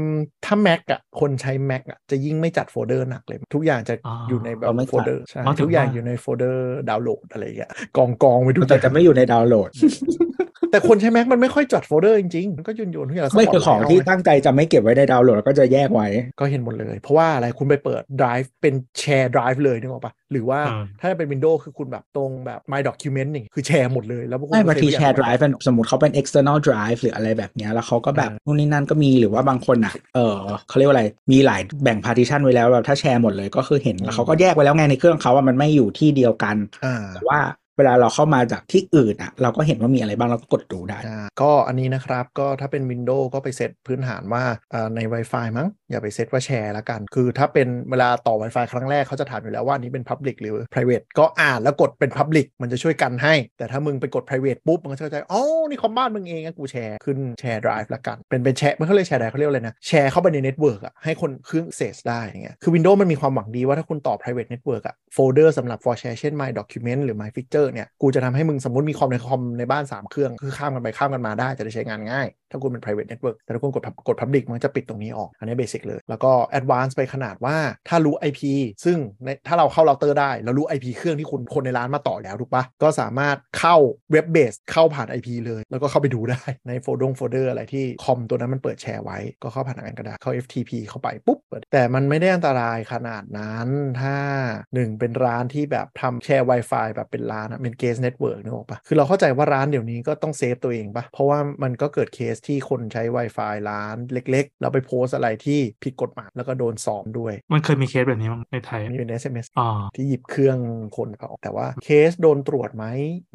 าถ้า Mac อ่ะคนใช้ Mac อ่ะจะยิ่งไม่จัดโฟลเดอร์หนักเลย ทุกอย่างจะ
อ๋อ
อยู่ในแบบโฟลเดอร์ใช่
อ๋อถึ
ทุ
งว่า
กอย่างอยู่ในโฟลเดอร์ดาวน์โหลดอะไรอย่างเงี้ยกองกองๆไว้ทุกอ
แต่
ย่าง
จะไม่อยู่ในดาวน์โหลด
แต่คนใช้ Mac มันไม่ค่อยจัดโฟลเดอร์จริงๆ มันก็โยนโยนทุกอย่างแล้ว
ไม่
สป
คือของที่ตั้งใจจะไม่เก็บไว้ในดาวน์โหลดแล้วก็จะแยกไว้
ก็เห็นหมดเลย เพราะว่าอะไรคุณไปเปิด Drive เป็นแชร์ Drive เลยนึกออกปะหรือว่า
อ่า
ถ้าเป็น Windows คือคุณแบบตรงแบบ My Document อย่างงี้คือแชร์หมดเลยแล้วพวกคุณ
ไม่บาง
ก็เซฟ
ที
ทุกอย่
แช
ง
ร์ drive เป็นสมมติเขาเป็น external drive หรืออะไรแบบเนี้ยแล้วเขาก็แบบนู่นนี่นั่นก็มีหรือว่าบางคนอ่ะ เออเขาเรียกว่าอะไร มีหลายแบ่ง partition ไว้แล้วแบบถ้าแชร์หมดเลยก็คือเห็นแล้วเขาก็แยกไว้แล้วไงในเครื่องเขาว่ามันไม่อยู่ที่เดียวกัน
อ่า
แต่ว่าเวลาเราเข้ามาจากที่อื่นอ่ะ เราก็เห็นว่ามีอะไรบ้างเราก็กดดูได้
อ่าก็อันนี้นะครับ ก็ถ้าเป็น Windows ก็ไปเซตพื้นฐานว่าอ่าใน Wi-Fi มั้ง อย่าไปเซตว่าแชร์ละกัน คือถ้าเป็นเวลาต่อ Wi-Fi ครั้งแรกเขาจะถามอยู่แล้วว่าอันนี้เป็น Public หรือ Private ก็อ่านแล้วกดเป็น Public มันจะช่วยกันให้ แต่ถ้ามึงไปกด private ปุ๊บมันก็จะเข้าใจอ๋อนี่คอมบ้านมึงเองอะกูแชร์ขึ้นแชร์ drive ละกัน เป็นเป็นแชร์ไม่เขาเรียกแชร์ drive เขาเรียกอะไรนะ แชร์เข้าไปในเน็ตเวิร์กอะให้คนเครื่องเซสได้อย่างเงี้ยคือ Windows มันมีความหวังดีว่าถ้าคุณต่อ private network อะโฟลเดอร์สำหรับ for share เช่น my document หรือ my picture เนี่ย กูจะทำให้มึงสมมติมีคอมในคอมในบ้าน 3 เครื่อง คือข้ามกันไปข้ามกันมาได้จะได้ใช้งานง่าย ถ้าคุณเป็น private network แต่ถ้าคุณกด pub- กด public มันจะปิดตรงนี้ออกอันนี้เบสิกเลยแล้วก็ advance ไปขนาดว่าถ้ารู้ IP ซึ่งในถ้าเราเข้าเราเตอร์ได้เรารู้ IP เครื่องที่คุณคนในร้านมาต่อแล้วถูกปะก็สามารถเข้าเว็บเบสเข้าผ่าน IP เลย แล้วก็เข้าไปดูได้ ในโฟลดงโฟลเดอร์อะไรที่คอมตัวนั้นมันเปิดแชร์ไว้ก็เข้าผ่านทางกันก็ได้เข้า FTP เข้าไปปุ๊บเปิดแต่มันไม่ได้อันตรายขนาดนั้นถ้า 1 เป็นร้านที่แบบทำแชร์ Wi-Fi แบบเป็นร้านอะเป็นเกสเน็ตเวิร์กนึกออกปะคือเราเข้าใจว่าร้านเดี๋ยวนี้ก็ต้องเซฟตัวเองปะเพราะว่ามันก็เกิดเคสที่คนใช้ Wi-Fi ร้านเล็กๆ เราไปโพสต์อะไรที่ผิดกฎหมายแล้วก็โดนซ้อมด้วย
มันเคยมีเคสแบบนี้มั้งในไทย
อันนี่เป็น SMS
อ๋อ
ที่หยิบเครื่องคนเขาออกแต่ว่าเคสโดนตรวจไหม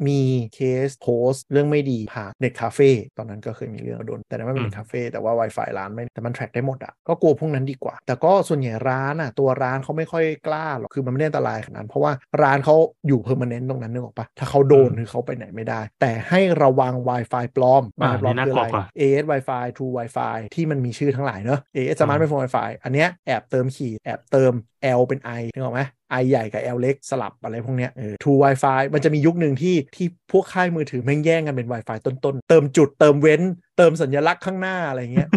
มีเคสโพสต์เรื่องไม่ดีผ่านเด็กคาเฟ่ตอนนั้นก็เคยมีเรื่องโดน แต่นั้นไม่เป็น
อืม
เด็กคาเฟ่แต่ว่า Wi-Fi ร้านไม่แต่มันแทร็กได้หมดอ่ะก็กลัวพวกนั้นดีกว่า แต่ก็ส่วนใหญ่ร้านอ่ะตัวร้านเขาไม่ค่อยกล้าหรอกคือมันไม่ได้อันตรายขนาดนั้น เพราะว่าร้านเขาอยู่เพอร์มานนตรงนั้นนึกออกปะถ้าเขาโดนคือเขาไปไหนไม่ได้ แต่ให้ระวัง Wi-Fi ปลอม
อ่า
ปลอม
นี่น่า
คืออะไร
กลัวกว่า
AS Wi-Fi True Wi-Fi ที่มันมีชื่อทั้งหลายเนอะ AS Smart
อ่า
ไม่ iPhone Wi-Fi อันเนี้ยแอบเติมขีดแอบเติม L เป็น I นึกออกไหม I ใหญ่กับ L เล็กสลับอะไรพวกเนี้ยเออ True Wi-Fi มันจะมียุคหนึ่งที่ที่พวกค่ายมือถือแม่งแย่งกันเป็น Wi-Fi ต้นๆ เติมจุดเติมเว้น เติมสัญลักษณ์ข้างหน้าอะไรเงี้ย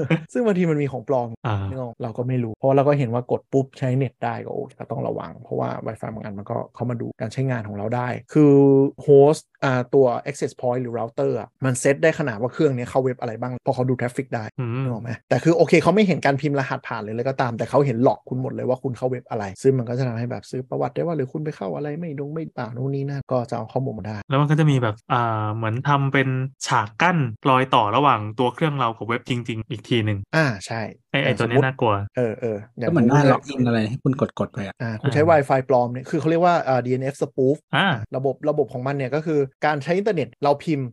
ซึ่งบางทีมันมีของปลอม
อ่า
นึกออกเราก็ไม่รู้ เพราะเราก็เห็นว่ากดปุ๊บใช้เน็ตได้ก็โอเคก็ต้องระวัง เพราะว่า Wi-Fi บางอันมันก็เข้ามาดูการใช้งานของเราได้ คือโฮสต์อ่าตัว access point หรือ router อะมันเซตได้ขนาดว่าเครื่องเนี้ยเข้าเว็บอะไรบ้างเพอเขาดู traffic ได้
อืม
นึกออกไหมแต่คือโอเคเขาไม่เห็นการพิมพ์รหัสผ่านเลยเลยก็ตาม แต่เขาเห็นหลอกคุณหมดเลยว่าคุณเข้าเว็บอะไร ซึ่งมันก็จะทำให้แบบซื้อประวัติได้ว่าหรือคุณไปเข้าอะไรไม่ดงไม่ต่างนู่นนี่นั่นก็จะเอาข้อมูลมาได้
แล้วมันก็จะมีแบบ อ่า เหมือนทำเป็นฉากกั้นรอยต่อระหว่างตัวเครื่องเรากับเว็บจริง ๆ อีกทีหนึ่ง
อ่าใช่
ไอ้ไอ้
แต่
ตัวเนี้
สม
ย
ม
น่ากลัว
เออเออ
ก็เหมือนหน้า
คุณ
ล็อกอินอะไรให้คุณกดกดๆไปอ่ะ
อ่าคุณ
อ่า
ใช้ Wi-Fi ปลอมเนี่ยคือเขาเรียกว่าอ่า DNF spoof
อ่า
ระบบระบบของมันเนี่ยก็คือการใช้อินเทอร์เน็ตเราพิมพ์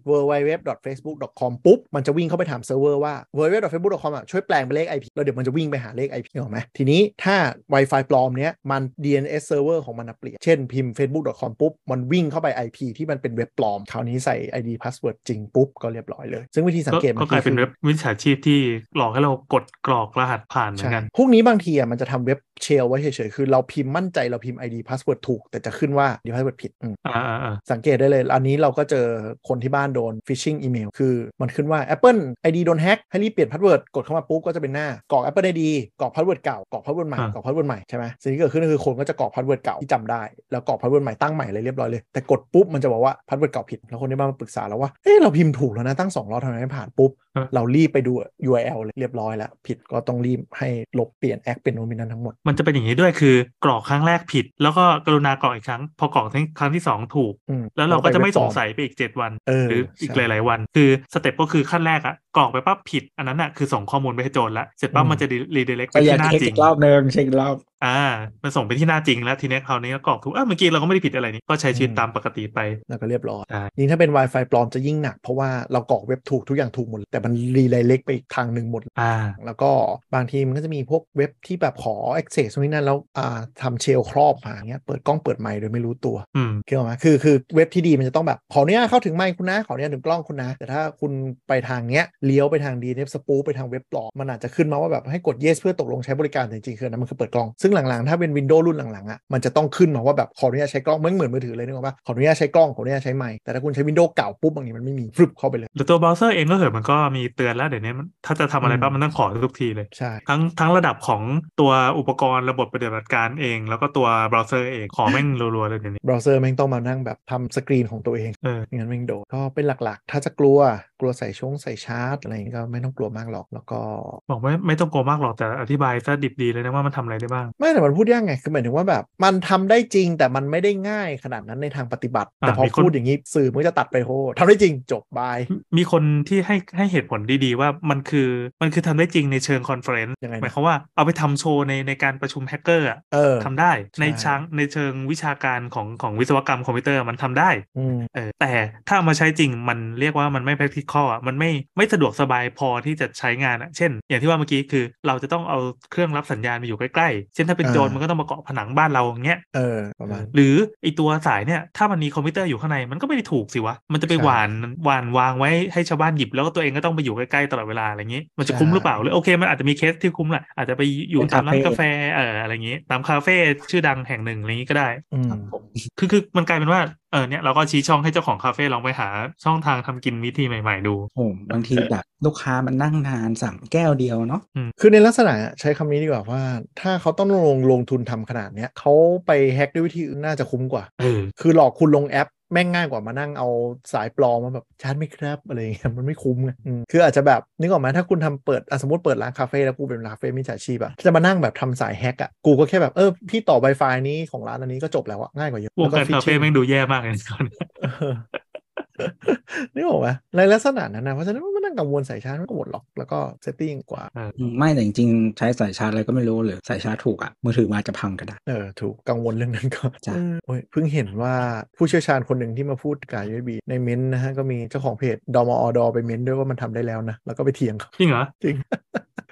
www.facebook.com ปุ๊บ มันจะวิ่งเข้าไปถามเซิร์ฟเวอร์ว่า www.facebook.com อ่ะช่วยแปลงเป็นเลข IP แล้วเดี๋ยวมันจะวิ่งไปหาเลข IP ถูกไหมทีนี้ถ้า Wi-Fi ปลอมเนี้ยมัน DNS server ของมันอะเปลี่ยน เช่นพิมพ์ facebook.com ปุ๊บ มันวิ่งเข้าไป IP ที่มันเป็นเว็บปลอม คราวนี้ใส่ ID password จริงปุ๊บ ก็เรียบร้อยเลย ซึ่งวิธีสัง
ก็
เกตมั
ก็
น
กลายเป็น
คือ
เว็บวิชาชีพที่หลอกให้เรากดกรอกรหัสผ่านเหมือ
ใช่
นกัน
พวกนี้บางทีอ่ะมันจะทำเว็บเชลไว้เฉยๆ คือเราพิมพ์มั่นใจเราพิมพ์ ID password ถูก แต่จะขึ้นว่า ID password ผิดอืม
อ่าอ่าอ่า
สังเกตได้เลย อันนี้เราก็เจอคนที่บ้านโดน phishing email คือมันขึ้นว่า Apple ID โดนแฮ็กให้รีบเปลี่ยนพาสเวิร์ดกดเข้ามาปุ๊บก็จะเป็นหน้ากรอก Apple ID กรอกพาสเวิร์ดเก่ากรอกพาสเวิร์ดใหม่
อ่ะ
กรอกพาสเวิร์ดใหม่ใช่ไหมสิ่งที่เกิดขึ้นก็คือคนก็จะกรอกพาสเวิร์ดเก่าที่จำได้ แล้วกรอกพาสเวิร์ดใหม่ตั้งใหม่เลยเรียบร้อยเลย แต่กดปุ๊บมันจะบอกว่าพาสเวิร์ดเก่าผิด แล้วคนที่บ้านมาปรึกษาแล้วว่าเอ๊ะเราพิมพ์ถูกแล้วนะตั้งสองรอบทำไมไม่ผ่านปุ๊บ เรารีบไปดู URL เลยเรียบร้อยแล้วผิดก็ต้องรีบให้ลบเปลี่ยนแอคเป็นโนมินันทั้งหมด
มันจะเป็นอย่างนี้ด้วยคือกรอกครั้งแรกผิด แล้วก็กรุณากรอกอีกครั้ง พอกรอกทั้งครั้งที่สองถูก
อืม
แล้วเราก็จะไม่สงสั
เ
ยไปอีก 7 วัน
เออ
หรืออีก
ใช่
หลาย ๆ วัน คือสเต็ปก็คือขั้นแรกอะ กรอกไปปั๊บผิด อันนั้นน่ะคือส่งข้อมูลไปให้โจรละเสร็จปั๊บ
อืม
มันจะรีเดเล็กไป
ก็อยาก
ที่หน้า
เช็ค
จริ
อี
ง
กรอบนึงเช็คอีกรอบ
อ่ามันส่งไปที่หน้าจริงแล้วทีเนี้ยคราวนี้ก็กรอกถูกอ่ะเมื่อกี้เราก็ไม่ได้ผิดอะไรนี่ก็ใช้ชีวิต
อืม
ตามปกติไป
แล้วก็เรียบร้อย
ใช่
ยิ่งถ้าเป็น Wi-Fi ปลอมจะยิ่งหนัก เพราะว่าเรากรอกเว็บถูกทุกอย่างถูกหมด แต่มันรีไดเล็กไปอีกทางหนึ่งหมด
อ่า
แล้วก็บางทีมันก็จะมีพวกเว็บที่แบบขอ access ตรงนี้นั่นแล้วอ่าทำเชลครอบมาอย่างเงี้ยเปิดกล้องเปิดไมค์โดยไม่รู้ตัว
อืม
คือออกมาคือคือเว็บที่ดีมันจะต้องแบบ ขออนุญาตเข้าถึงไมค์คุณนะ ขออนุญาตถึงกล้องคุณนะ แต่ถ้าคุณไปทางเนี้ยเลี้ยวไปทางดีเทปสปูไปทางเว็บปลอมมันอาจจะขึ้นมาว่าแบบให้กด yes เพื่อตกลงใช้บริการแต่จริงๆคืออนนั้นมันคือเปิดกล้อง ซึ่งหลังๆ ถ้าเป็นวินโดว์รุ่นหลังๆอ่ะมันจะต้องขึ้นมาว่าแบบขออนุญาตใช้กล้องเหมือนเหมือนมือถือเลยนึกออกปะขออนุญาตใช้กล้องขออนุญาตใช้ไมค์แต่ถ้าคุณใช้วินโดว์เก่าปุ๊บบางทีมันไม่มีฟลุปเข้าไปเลย
หรือตัวเบราว์เซอร์เองก็เหอะมันก็มีเตือนแล้วเดี๋ยวนี้มันถ้าจะทำอะไร
อืม
ปั๊บมันต้องขอทุกทีเลย
ใช่
ทั้งทั้งระดับของตัวอุปกรณ์ระบบปฏิบัติการเอง แล้วก็ตัวเบราว์เซอร์เองขอแม่งรัวๆเลยเดี๋ยวนี้
เบราว์เซอร์แม่งต้องมานั่งแบบทำสกรีนของตัวเอง
เออ
ไม่งั้นแม่งโดนก็เป็นหลักๆ ถ้าจะกลัวกลัวใส่ชงใส่ชาร์จอะไรอย่างงี้ก็ไม่ต้องกลัวมากหรอกแล้วก็
บอกไม่ไม่ต้องโกลัวมากหรอกแต่อธิบายซะดิบดีเลยนะว่ามันทำอะไรได้บ้าง
ไม่แต่มันพูดยากไง คือหมายถึงว่าแบบ มันทำได้จริงแต่มันไม่ได้ง่ายขนาดนั้นในทางปฏิบัติ แต่
อ่ะ
พอ
มีคน
พูดอย่างนี้สื่อมันก็จะตัดไปโหทำได้จริงจบบาย
มมีคนที่ให้ให้เหตุผลดีๆ ว่ามันคือมันคือทำได้จริงในเชิงคอนเฟรนซ์
ยังไงนะ
หมายความว่าเอาไปทำโชว์ในในการประชุมแฮกเกอร์อะ
เออ
ทำได้ใน
ใช่
เชิงในเชิงวิชาการของของวิศวกรรมคอมพิวเตอร์มันทำได้
อืม
เออแต่ถ้าเอามาใช้จริงมันเรียกว่ามันไม่ practical อ่ะมันไม่ไม่สะดวกสบายพอที่จะใช้งานอ่ะเช่น อย่างที่ว่าเมื่อกี้คือเราจะต้องเอาเครื่องรับสัญญาณมาอยู่ใกล้ๆ เช่นถ้าเป็น
อ่า
โจรมันก็ต้องมาเกาะผนังบ้านเราอย่างเงี้ย
เออ ประมาณ
หรือไอตัวสายเนี่ยถ้ามันมีคอมพิวเตอร์อยู่ข้างในมันก็ไม่ได้ถูกสิวะ มันจะไป
ใช่
หวานหวานวางไว้ให้ชาวบ้านหยิบแล้วก็ตัวเองก็ต้องไปอยู่ใกล้ๆตลอดเวลาอะไรอย่างงี้ มันจะ
ใช่
คุ้มหรือเปล่าหรือโอเคมันอาจจะมีเคสที่คุ้มแหละอาจจะไปอยู่ตามร้าน
เป็นคาเฟ่
กาแฟเอออะไรอย่างงี้ ตามคาเฟ่ชื่อดังแห่งหนึ่งอะไรอย่างงี้ก็ได้
อืม
ครับผม
คือคือมันกลายเป็นว่าเออเนี่ยเราก็ชี้ช่องให้เจ้าของคาเฟ่ลองไปหาช่องทางทำกินวิธีใหม่ๆดู
โอ้บางทีแบบลูกค้ามันนั่งนานสั่งแก้วเดียวเนาะ
คือในลักษณะใช้คำนี้ดีกว่าว่า ถ้าเขาต้องลงลงทุนทำขนาดเนี้ยเขาไปแฮกด้วยวิธีอื่นน่าจะคุ้มกว่า
เออ
คือหลอกคุณลงแอปแม่งง่ายกว่ามานั่งเอาสายปลอมมาแบบชาร์จไม่ครับอะไรอย่างเงี้ยมันไม่คุ้มไงอืมคืออาจจะแบบนึกออกไหมถ้าคุณทำเปิดอ่ะสมมติเปิดร้านคาเฟ่แล้วกูเป็นร้านคาเฟ่มิจฉาชีพอะจะมานั่งแบบทำสายแฮกอะกูก็แค่แบบเออพี่ต่อ Wi-Fi นี้ของร้านอันนี้ก็จบแล้วอะง่ายกว่าเยอะ
วง
แล้วก็
การคาเฟ่
phishing
แม่งดูแย่มากเลย ตอนนี้
เออ นึกออกไหมในลักษณะนั้นนะเพราะฉะนั้นไม่นั่งกังวลสายชาร์จมันก็หมดหรอกแล้วก็เซตติ้งกว่า
อืมไม่แต่จริงๆใช้สายชาร์จอะไรก็ไม่รู้หรือสายชาร์จถูกอะมือถือมาจะพังก็ได้
เออถูกกังวลเรื่องนั้นก่อน
จ้ะ
เออโอ้ยเพิ่งเห็นว่าผู้เชี่ยวชาญคนหนึ่งที่มาพูดกับ USB ในเม้นท์นะฮะก็มีเจ้าของเพจดมอดไปเม้นท์ด้วยว่ามันทำได้แล้วนะ แล้วก็ไปเถียงเขา
จริงเหรอ
จริง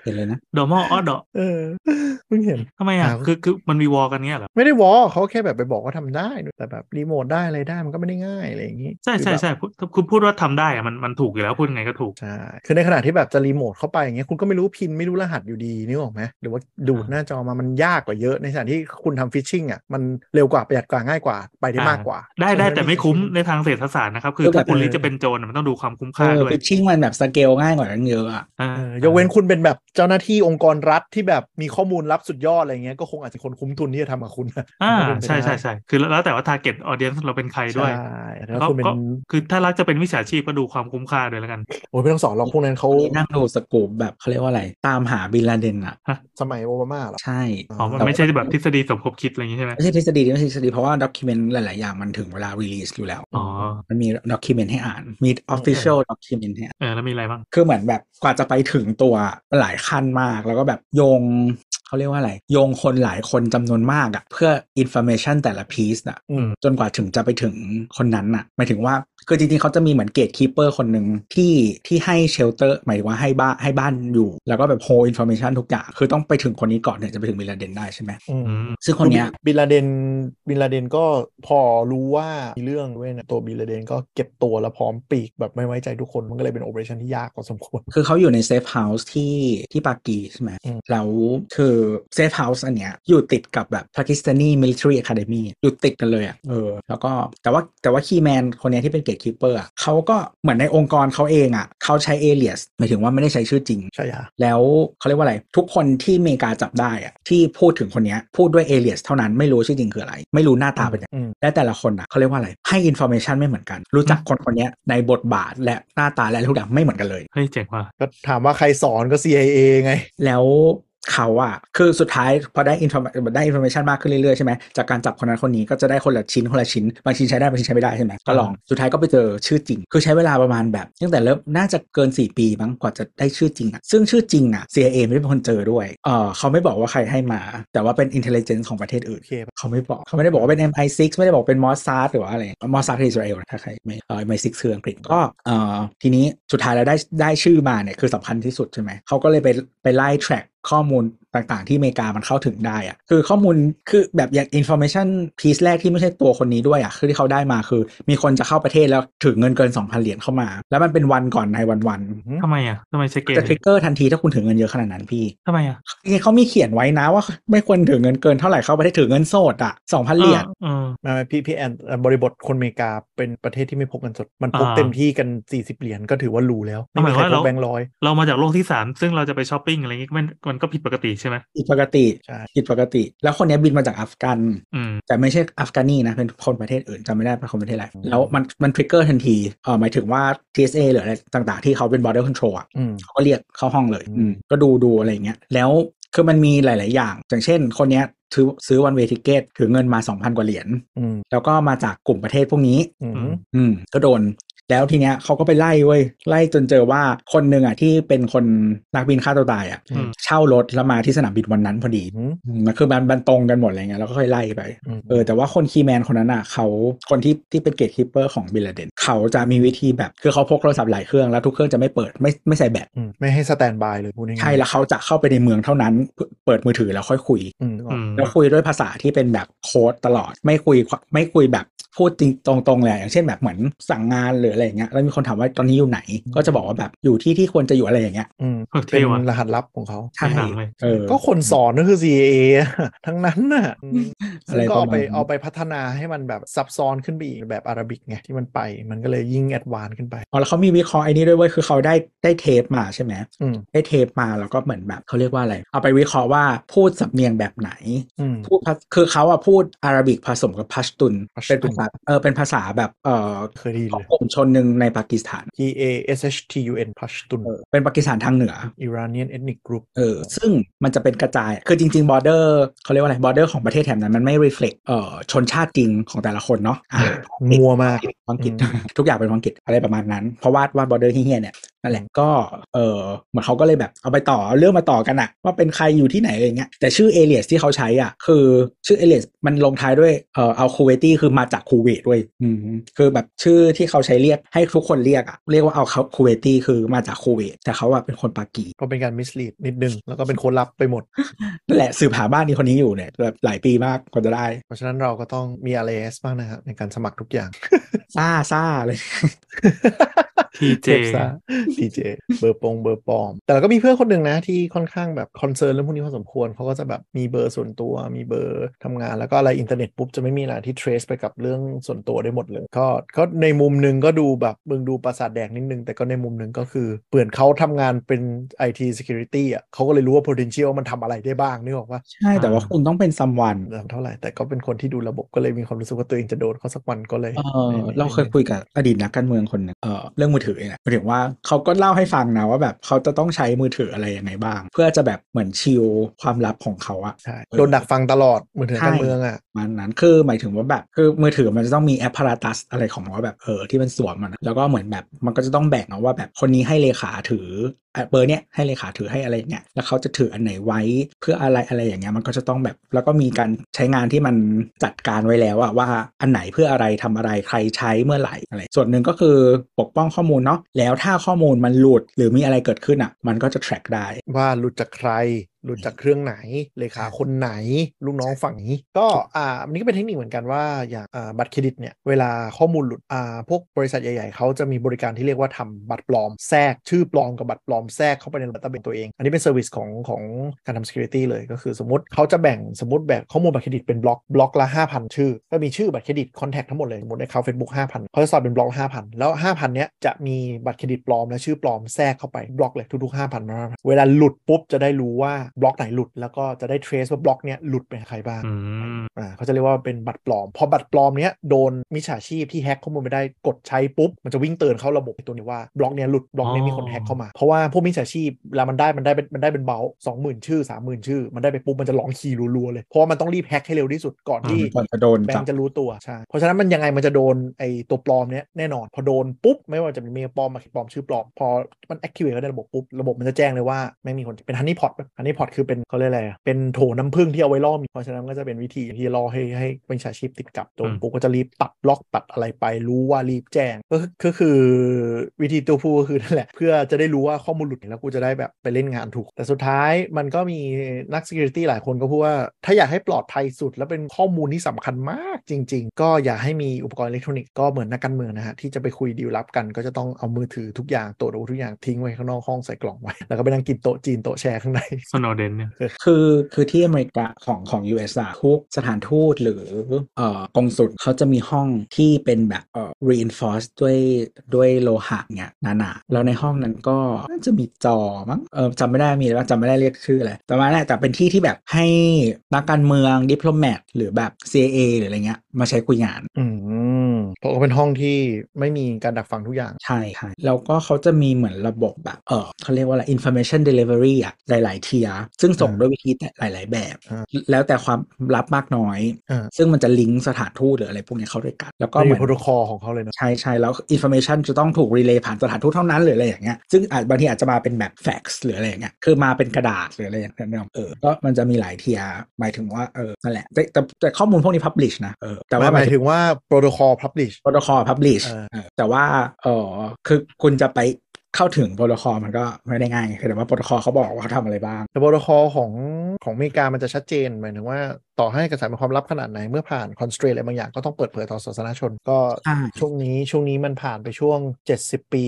เห็นเลยนะ
ดอมออดอ
เออ เพิ่งเห็น
ทำไมอ่ะ
ครับ
คือคือมันมีวอลกันเงี้ยเหรอ
ไม่ได้วอลเขาแค่แบบไปบอกว่าทำได้แต่แบบรีโมทได้อะไรได้มันก็ไม่ได้ง่ายอะไรอย่างนี้
ใช่ใช่
คือแบบ
ใช่พูดคุณพูดว่าทำได้อ่ะมันมันถูกอยู่แล้วพูดไงก็ถูก
ใช่ คือในขณะที่แบบจะรีโมทเข้าไปอย่างเงี้ย คุณก็ไม่รู้พินไม่รู้รหัสอยู่ดีนึกออกไหมหรือว่าดูดหน้าจอมา มันยากกว่าเยอะ ในขณะที่คุณทำฟิชชิ่งอ่ะ มันเร็วกว่า ประหยัดกว่า ง่ายกว่า ไปได้
อ่าม
มากกว่า
ได้ได้แต่ไม่คุ้มในทางเศรษฐศาสตร์นะครับ คือถ้าคุณลิจะเป็นโจรมันต้องดูความคุ้มค่า
เออ
ด้วย
ฟิชชิ่งมันแบบสเกลง่ายกว่าตั้งเยอะอะ
อ่า
เออยกเว้นคุณเป็นแบบเจ้าหน้าที่องค์กรรัฐที่แบบมีข้อมูลลับสุดยอดอะไรเงี้ย ก็คงอาจจะคนคุ้มทุนที่จะทำกับคุณนะ
อ่า
ก็เป็นไป
ใช่ใช่
ได้
ใช่คือแล้วแต่ว่า target audience เราเป็นใครด้วย
ใช่แล้วคุณเป็น
ก็คือถ้ารักจะเป็นวิชาชีพก็ดูความคุ้มค่าด้วยแล้วกัน
โอ้ยไม่ต้องสอนหรอกพวกนั้นเขา
นั่งดูสกูปแบบเขาเรียกว่าอะไร ตามหาบินลาเดนอะ
สมัยโอบามาเหรอ
ใช่
อ๋อ มันไม่ใช่แบบทฤษฎีสมคบคิดอะไรอย่างนี้ใช่ไหม
ไม่ใช่ทฤษฎีไม่ใช่ทฤษฎีเพราะว่าด็อกิเมนต์หลาย ๆ อย่างมันถึงเวลารีลีสอยู่แล้ว
อ๋อ
มันมีด็อกิเมนต์ให้อ่าน มีออฟฟิเชียลด็อกิเมนต์ให้อ่าน
เออ แล้วมีอะไรบ้าง
คือเหมือนแบบกว่าจะไปถึงตัวหลายขั้นมาก แล้วก็แบบโยง เขาเรียกว่าอะไร โยงคนหลายคนจำนวนมากอะเพื่ออินโฟเมชันแต่ละพีซน่ะ
อืม
จนกว่าถึงจะไปถึงคนนั้นน่ะหมายถึงว่าคือจริงๆเขาจะมีเหมือนเกตคีเปอร์คนหนึ่งที่ที่ให้เชลเตอร์หมายถึงว่าให้บ้านให้บ้านอยู่ แล้วก็แบบโฮอินโฟ a มชันทุกอย่าง คือต้องไปถึงคนนี้ก่อนถึงจะไปถึงบินลาเดนได้ใช่ไหม
อืม
อืม
ซึ่งคนเนี้ย
บินลาเดนบินลาเดนก็พอรู้ว่ามีเรื่องด้วยนะตัวบินลาเดนก็เก็บตัวแล้วพร้อมปีกแบบไม่ไว้ใจทุกคนมันก็เลยเป็นโอเปอเรชันที่ยากพอสมควร
คือเขาอยู่ในเซฟเฮาส์ที่ที่ปากีใช่ไหม
อืม
แล้วคือเซฟเฮาส์อันเนี้ยอยู่ติดกับแบบปากีสถานี military academy อยู่ติดกันเลยอะ่ะเออแล้วก็แต่ว่าแต่ว่าคีแมนคนเนี้ยที่เป็นเกตคีเปอร์เขาก็เหมือนในองค์กรเขาเองอะ่ะเขาใช้เอเลียสหมายถึงว่าไม่ได้ใช้ชื่อจริง
ใช่ยา
แล้วเขาเรียกว่าอะไร ทุกคนที่อเมริกาจับได้อะที่พูดถึงคนเนี้ยพูดด้วยเอเลียสเท่านั้นไม่รู้ชื่อจริงคืออะไร ไม่รู้หน้าตาเป็นยังไง
อืม
และแต่ละคนอ่ะเขาเรียกว่าอะไร ให้อินโฟเมชันไม่เหมือนกัน รู้จักคนคนเนี้ยในบทบาทและหน้าตาและทุกอย่างไม่เหมือนกันเลย
เฮ้ยเจ๋งว่ะ
ก็ถามว่าใครสอนก็ CIA ไง
แล้ว เขาอะคือสุดท้ายพอได้อินโฟได้อินโฟเมชันมากขึ้นเรื่อยๆใช่ไหมจากการจับคนนั้นคนนี้ก็จะได้คนละชิ้นคนละชิ้นบางชิ้นใช้ได้บางชิ้นใช้ไม่ได้ใช่ไหมก็ลองสุดท้ายก็ไปเจอชื่อจริง คือใช้เวลาประมาณแบบตั้งแต่เริ่มน่าจะเกิน 4 ปีมั้งกว่าจะได้ชื่อจริงอะซึ่งชื่อจริงอะ CIA ไม่ได้เป็นคนเจอด้วยเออเขาไม่บอกว่าใครให้มา แต่ว่าเป็น intelligence ของประเทศอื่น
โอเคป่ะ
เขาไม่บอกเขาไม่ได้บอกว่าเป็น MI6 ไม่ได้บอกเป็นมอสซาดหรือว่าอะไรมอสซาดคืออิสราเอลนะถ้าใครไม่เออ MI6 คืออังกฤษก็เอ่อทีนี้สุดท้ายแล้วได้ได้ชื่อมาเนี่ยคือสำคัญที่สุดใช่ไหมเขาก็เลยไปไปไล่ track ข้อมูลต่างๆ ที่อเมริกามันเข้าถึงได้อะคือข้อมูลคือแบบอย่าง information piece แรกที่ไม่ใช่ตัวคนนี้ด้วยอะคือที่เขาได้มาคือ มีคนจะเข้าประเทศแล้วถึงเงินเกิน 2,000 เหรียญเข้ามา แล้วมันเป็นวันก่อนในวันวัน
อือหือ
ทำไมอ่ะทำไมใช้เกณ
จะ
ฑ์
ทริกเกอร์ทันทีถ้าคุณถึงเงินเยอะขนาดนั้นพี่
ทำไมอ่ะ
จริงๆเขามีเขียนไว้นะว่าไม่ควรถือเงินเกินเท่าไหร่เข้าประเทศถือเงินสดอ่ะสองพันเหรียญ
เออ
ไมาพี่พี่แอนบริบทคนอเมริกาเป็นประเทศที่ไม่พกเงินสด มันพก
อ่า
เต็มที่กัน 40 เหรียญก็ถือว่าหรูแล้วไม่มี
ห
ใคร
มาย
พ
ว่าเรา
กแบงค์ร้อย
เรามาจากโลกที่สามซึ่งเราจะไปช้อปปิ้งอะไรเงี้ยมันมันก็ผิดปกติใช่ไหม
ผิดปกติ
ใช่
ผิดปกติ แล้วคนเนี้ยบินมาจากอัฟกัน
อืม
แต่ไม่ใช่อัฟกานีนะเป็นคนประเทศอื่นจำไม่ได้เป็นคนประเทศอะไร
อืม
แล้วมันมันทริกเกอร์ทันทีเออหมายถึงว่า TSA หรืออะไรต่างๆ ที่เขาเป็น border control อ่ะ
อืม
เขาก็เรียกเข้าห้องเลย
อืม
อืมก็ดูดูอะไรอย่างเงี้ยแล้วคือมันมีหลาย ๆ อย่าง อย่างเช่น คนเนี้ยซื้อซื้อวันเวทิเกตถือเงินมา 2,000 กว่าเหรียญ
อืม
แล้วก็มาจากกลุ่มประเทศพวกนี้
อืม
อืมก็โดนแล้วทีเนี้ยเขาก็ไปไล่เว้ยไล่จนเจอว่าคนหนึ่งอ่ะที่เป็นคนนักบินฆ่าตัวตายอ่ะ
อืม
เช่ารถแล้วมาที่สนามบินวันนั้นพอดี
อืม
อืมมันคือมันบันตรงกันหมดอะไรเงี้ยแล้วก็ค่อยไล่ไป
อืม
เออแต่ว่าคนคีย์แมนคนนั้นอ่ะเขาคนที่ที่เป็นเกตคิปเปอร์ของบิลเดนเขาจะมีวิธีแบบคือเขาพกโทรศัพท์หลายเครื่องแล้วทุกเครื่องจะไม่เปิดไม่ไม่ใส่แบต
มไม่ให้สแตนบายเลยพูดง่ายๆ
ใช่แล้วเขาจะเข้าไปในเมืองเท่านั้นเพื่อเปิดมือถือแล้วค่อยคุย
อืมนึกออก
อืม
แล้วคุยด้วยภาษาที่เป็นแบบโค้ดตลอดไม่คุยไม่คุยแบบพูดจริงตรงๆเลยอย่างเช่นแบบเหมือนสั่งงานหรืออะไรอย่างเงี้ยแล้วมีคนถามว่าตอนนี้อยู่ไหน
อืม
ก็จะบอกว่าแบบอยู่ที่ที่ควรจะอยู่อะไรอย่างเงี้ย
อืม
เออเท่
เป็น
ว่ะ
รหัสลับของเขา
ใช่
ไม่ต่างเลย
เออ
ก็คนสอนก็คือ CAA อะทั้งนั้นน่ะอืม
อะ
ซึ่
ไรง
ก็เอาไป
ประมาณนั้น
เอาไปพัฒนาให้มันแบบซับซ้อนขึ้นไปอีกแบบอาราบิกไงที่มันไปมันก็เลยยิ่งแอดวานซ์ขึ้นไป
อ๋อแล้วเขามีวิเคราะห์ไอ้นี่ด้วยเว้ยคือเขาได้ได้เทปมาใช่ไหม
อืม
ได้เทปมาแล้วก็เหมือนแบบเขาเรียกว่าอะไร เอาไปวิเคราะห์ว่าพูดสำเนียงแบบไหน
อืม
พูดภาคือเขาอะพูดอาหรับิกผสมกับพัชตุน
พัชตุน
เป็นภาษาเออเป็นภาษาแบบเออ
เคยไดี
ข
เล
อง
ย
กลุ่มชนหนึ่งในปากีสถาน
P A S H T U N พัชตุน
เออเป็นปากีสถานทางเหนือ
Iranian Ethnic Group
เออซึ่งมันจะเป็นกระจาย คือจริง ๆ บอร์เดอร์เขาเรียกว่าอะไร บอร์เดอร์ของประเทศแถบนั้นมันไม่ reflect เอ่อชนชาติจริงของแต่ละคนเนาะอ่ะ
มัวมาก
อังกฤษ
อืม
ทุกอย่างเป็นอังกฤษอะไรประมาณนั้น เพราะว่าว่าบอร์เดอร์เฮี้ยๆเนี่ยนั่นแหละก็เออเหมือนเขาก็เลยแบบเอาไปต่อเอาเรื่องมาต่อกันอะว่าเป็นใครอยู่ที่ไหนอะไรเงี้ยแต่ชื่อเอเลียสที่เขาใช้อ่ะคือชื่อเอเลียสมันลงท้ายด้วยเอ่อเอาคูเวตี้คือมาจากคูเวตด้วยอืมคือแบบชื่อที่เขาใช้เรียกให้ทุกคนเรียกอะเรียกว่าเอาเขาคูเวตี้คือมาจากคูเวตแต่เขาอะเป็นคนปากี
ก็เป็นการมิสลีดนิดนึง แล้วก็เป็นคนลับไปหมด
นั่นแหละสืบหาบ้านนี้คนนี้อยู่เนี่ยแบบหลายปีมากกว่าจะได้
เพราะฉะนั้นเราก็ต้องมี RAS บ้างนะครับในการสมัครทุกอย่าง
ซ่าซ่าเลย
TJ
เทพซะ TJ เบอร์ปงเบอร์ปลอม แต่เราก็มีเพื่อนคนหนึ่งนะที่ค่อนข้างแบบคอนเซิร์นเรื่องพวกนี้พอสมควรเขาก็จะแบบมีเบอร์ส่วนตัวมีเบอร์ทำงานแล้วก็อะไรอินเทอร์เน็ตปุ๊บจะไม่มีอะไรที่ trace ไปกับเรื่องส่วนตัวได้หมดเลยก็ก็ในมุมหนึ่งก็ดูแบบมึงดูประสาทแดกนิดนึง แต่ก็ในมุมหนึ่งก็คือเปลี่ยนเขาทำงานเป็น IT security อ่ะเขาก็เลยรู้ว่า potential มันทำอะไรได้บ้างนึกออกปะ
ใช่แต่ว่าคุณต้องเป็นซัมวัน
เริ่มเท่าไหร่แต่ก็เป็นคนที่ดูระบบก็เลยมีความรู้สึกว่าตัวเองจะโดนเขาสักวันก็เลย
เออ
ไม่
เราเคยคุยกับอดีตนักการเมืองคนหนึงเออเรื่องมือถือเนี่ยหมายถึงว่าเขาก็เล่าให้ฟังนะว่าแบบเขาจะต้องใช้มือถืออะไรยังไงบ้าง เพื่อจะแบบเหมือนชิลความลับของเขาอะ
ใช่โดนดักฟังตลอดเหมือนเถื่อนการ
ใช่
เมืองอ่ะ
มันนั้นคือหมายถึงว่าแบบคือมือถือมันจะต้องมีแอปพาราตัสอะไรของมันว่าแบบเออที่มันสวมมันแล้วก็เหมือนแบบมันก็จะต้องแบ่งเอาว่าแบบคนนี้ให้เลขาถือเอ่อเบอร์เนี้ยให้เลขาถือให้อะไรอย่างเงี้ยแล้วเขาจะถืออันไหนไว้เพื่ออะไรอะไรอย่างเงี้ยมันก็จะต้องแบบแล้วก็มีการใช้งานที่มันจัดการไว้แล้วอะว่าอันไหนเพื่ออะไรทำอะไรใครใช้เมื่อไหร่อะไร ส่วนหนึ่งก็คือปกป้องข้อมูลเนาะแล้วถ้าข้อมูลมันหลุดหรือมีอะไรเกิดขึ้นอะมันก็จะ track ได้
ว่าหลุดจากใครหลุดจากเครื่องไหนเลขาคนไหน ลูกน้องฝั่งนี้ ก็อ่ามันนก็เป็นเทคนิคเหมือนกันว่าอย่างอ่าบัตรเครดิตเนี่ยเวลาข้อมูลหลุดอ่าพวกบริษัทใหญ่ๆเขาจะมีบริการที่เรียกว่าทำบัตรปลอมแทรกชื่อปลอมกับบัตรปลอมแทรกเข้าไปในบัตรเตอร์เบตัวเอง อันนี้เป็นเซอร์วิสของของการทำ security เลยก็คือสมมติเขาจะแบ่งสมมติแบ่งข้อมูลบัตรเครดิตเป็นบล็อกบล็อกละ5,000 ชื่อ ก็มีชื่อบัตรเครดิตคอนแทคทั้งหมดเลยสมมติในเขาเฟซบุ๊ก5,000เขาจะสอดเป็นบล็อกละ5,000 แล้ว 5,000 เนี้ยจะมีบัตรเครดิตปลอมและชื่อปลอมแทรกเข้าไปบล็อกเลยทุกๆ5,000มาเวลาหลุดปุ๊บจะได้รู้ว่า บล็อกไหนหลุดแล้วก็จะได้ trace ว่าบล็อกเนี้ยหลุดไปหาใครบ้าง
อืม
อ่าเขาจะเรียกว่าเป็นบัตรปลอม พอบัตรปลอมเนี้ยโดนมิจฉาชีพที่แฮ็กข้อมูลไม่ได้กดใช้ปุ๊บ มันจะวิ่งเตือนเข้าระบบไอ้ตัวนี้ว่าบล็อกเนี้ยหลุดบล็อกเนี้ย
อ๋อ
มีคนแฮ็กเข้ามา เพราะว่าพวกมิจฉาชีพเวลามันได้มันได้เป็นมันได้เป็นเบลสองหมื่นชื่อสามหมื่นชื่อ มันได้ไปปุ๊บมันจะร้องคีย์รัวๆเลย เพราะว่ามันต้องรีบแฮ็กให้เร็วที่สุดก่อนที่
ก่อนจะโดน
แบง
จับ
ก์จะรู้ตัวใช่เพราะฉะนั้นมันยังไงมันจะโดนไอ้ตัวปลอมเนี้ยแน่นอน พอโดนปุ๊บ ไม่ว่าจะเป็นเมลปลอมมาเขตปลอมชื่อปลอม พอมัน activate เข้าในระบบปุ๊บ ระบบมันจะแจ้งเลยว่าไม่งมีคนเป็นฮันนี่พอตฮันนี่พอตคือเป็นเขาเรียกอะไรอะเป็นโถน้ำผึ้งที่เอาไว้ล่อหมีเพราะฉะนั้นก็จะเป็นวิธีที่ล่อให้ให้วิชาชีพติดกับโดน
อืม
ปุ๊บก็จะรีบตัดล็อกตัดอะไรไป รู้ว่ารีบแจ้งก็คือก็คือวิธีตัวผู้ก็คือนั่นแหละ เพื่อจะได้รู้ว่าข้อมูลหลุดแล้วกูจะได้แบบไปเล่นงานถูก แต่สุดท้ายมันก็มีนัก security หลายคนก็พูดว่า ถ้าอยากให้ปลอดภัยสุด และเป็นข้อมูลที่สำคัญมากจริง ๆ ก็อย่าให้มีอุปกรณ์อิเล็กทรอนิกส์ก็เหมือนนักการเมืองนะฮะ ที่จะไปคุยดีลลับกัน ก็จะต้องเอามือถือทุกอย่างตัวจอาวุธทุกอย่างทิ้งไว้ข้างนอกห้องใส่กล่องไว้แล้วก็ไปนั่งกินโต๊ะจีนโต๊ะแชร์ข้างใน
สโนเดนเนี่ย
คือคือที่อเมริกาของของ US อะทุกสถานทูตหรือเอ่อกองสุลเขาจะมีห้องที่เป็นแบบเอ่อ reinforced ด้วยด้วยโลหะเนี่ยหนาๆแล้วในห้องนั้นก็น่าจะมีจอมั้งเออจำไม่ได้มีหรือเปล่าจำไม่ได้เรียกชื่ออะไรแต่ว่านั่นแหละแต่เป็นที่ที่แบบให้นักการเมืองดิปโลแมตหรือแบบ CIA หรืออะไรเงี้ยมาใช้คุยงาน
อืมเพราะก็เป็นห้องที่ไม่มีการดักฟังทุกอย่าง
ใช่ใช่แล้วก็เขาจะมีเหมือนระบบแบบเออเขาเรียกว่าอะไร information delivery อะหลาย ๆ เทียร์ซึ่งส่ง
อ่า
ด้วยวิธีแต่หลาย ๆ แบบ
อ่า
แล้วแต่ความลับมากน้อย
อ่า
ซึ่งมันจะลิงก์สถานทูตหรืออะไรพวกนี้เข้าด้วยกัน แล้วก็
ไม่
เหมื
มี
อน
โปรโตคอลของเขาเลยเนอะ
ใช่ใช่แล้ว information จะต้องถูกรีเลย์ผ่านสถานทูตเท่านั้นหรืออะไรอย่างเงี้ยซึ่งอาจบางทีอาจจะมาเป็นแบบ fax หรืออะไรอย่างเงี้ยคือมาเป็นกระดาษหรืออะไรอย่างเงี้ยเนอะเออก็มันจะมีหลายเทียร์หมายถึงว่าเออนั่นแหละแต่แต่แต่ข้อมูลพวกนี้ publish นะเออแต่ว่า
หมาม
หา
ย
ยถึง
ถึงว่าโปรโตคอลพับลิช
โปรโตคอลพับลิช
เออ
แต่ว่าเออคือคุณจะไปเข้าถึงโปรโตคอลมันก็ไม่ได้ง่ายแต่ว่าโปรโตคอลเขาบอกว่าเขาทำอะไรบ้าง
แต่โปรโตคอลของของอเมริกามันจะชัดเจนหมายถึงว่าต่อให้เอกสารเป็นความลับขนาดไหน เมื่อผ่านคอนสเตรทอะไรบางอย่างก็ต้องเปิดเผยต่อสาธารณชน ก็
ใช่
ช่วงนี้ช่วงนี้มันผ่านไปช่วง 70 ปี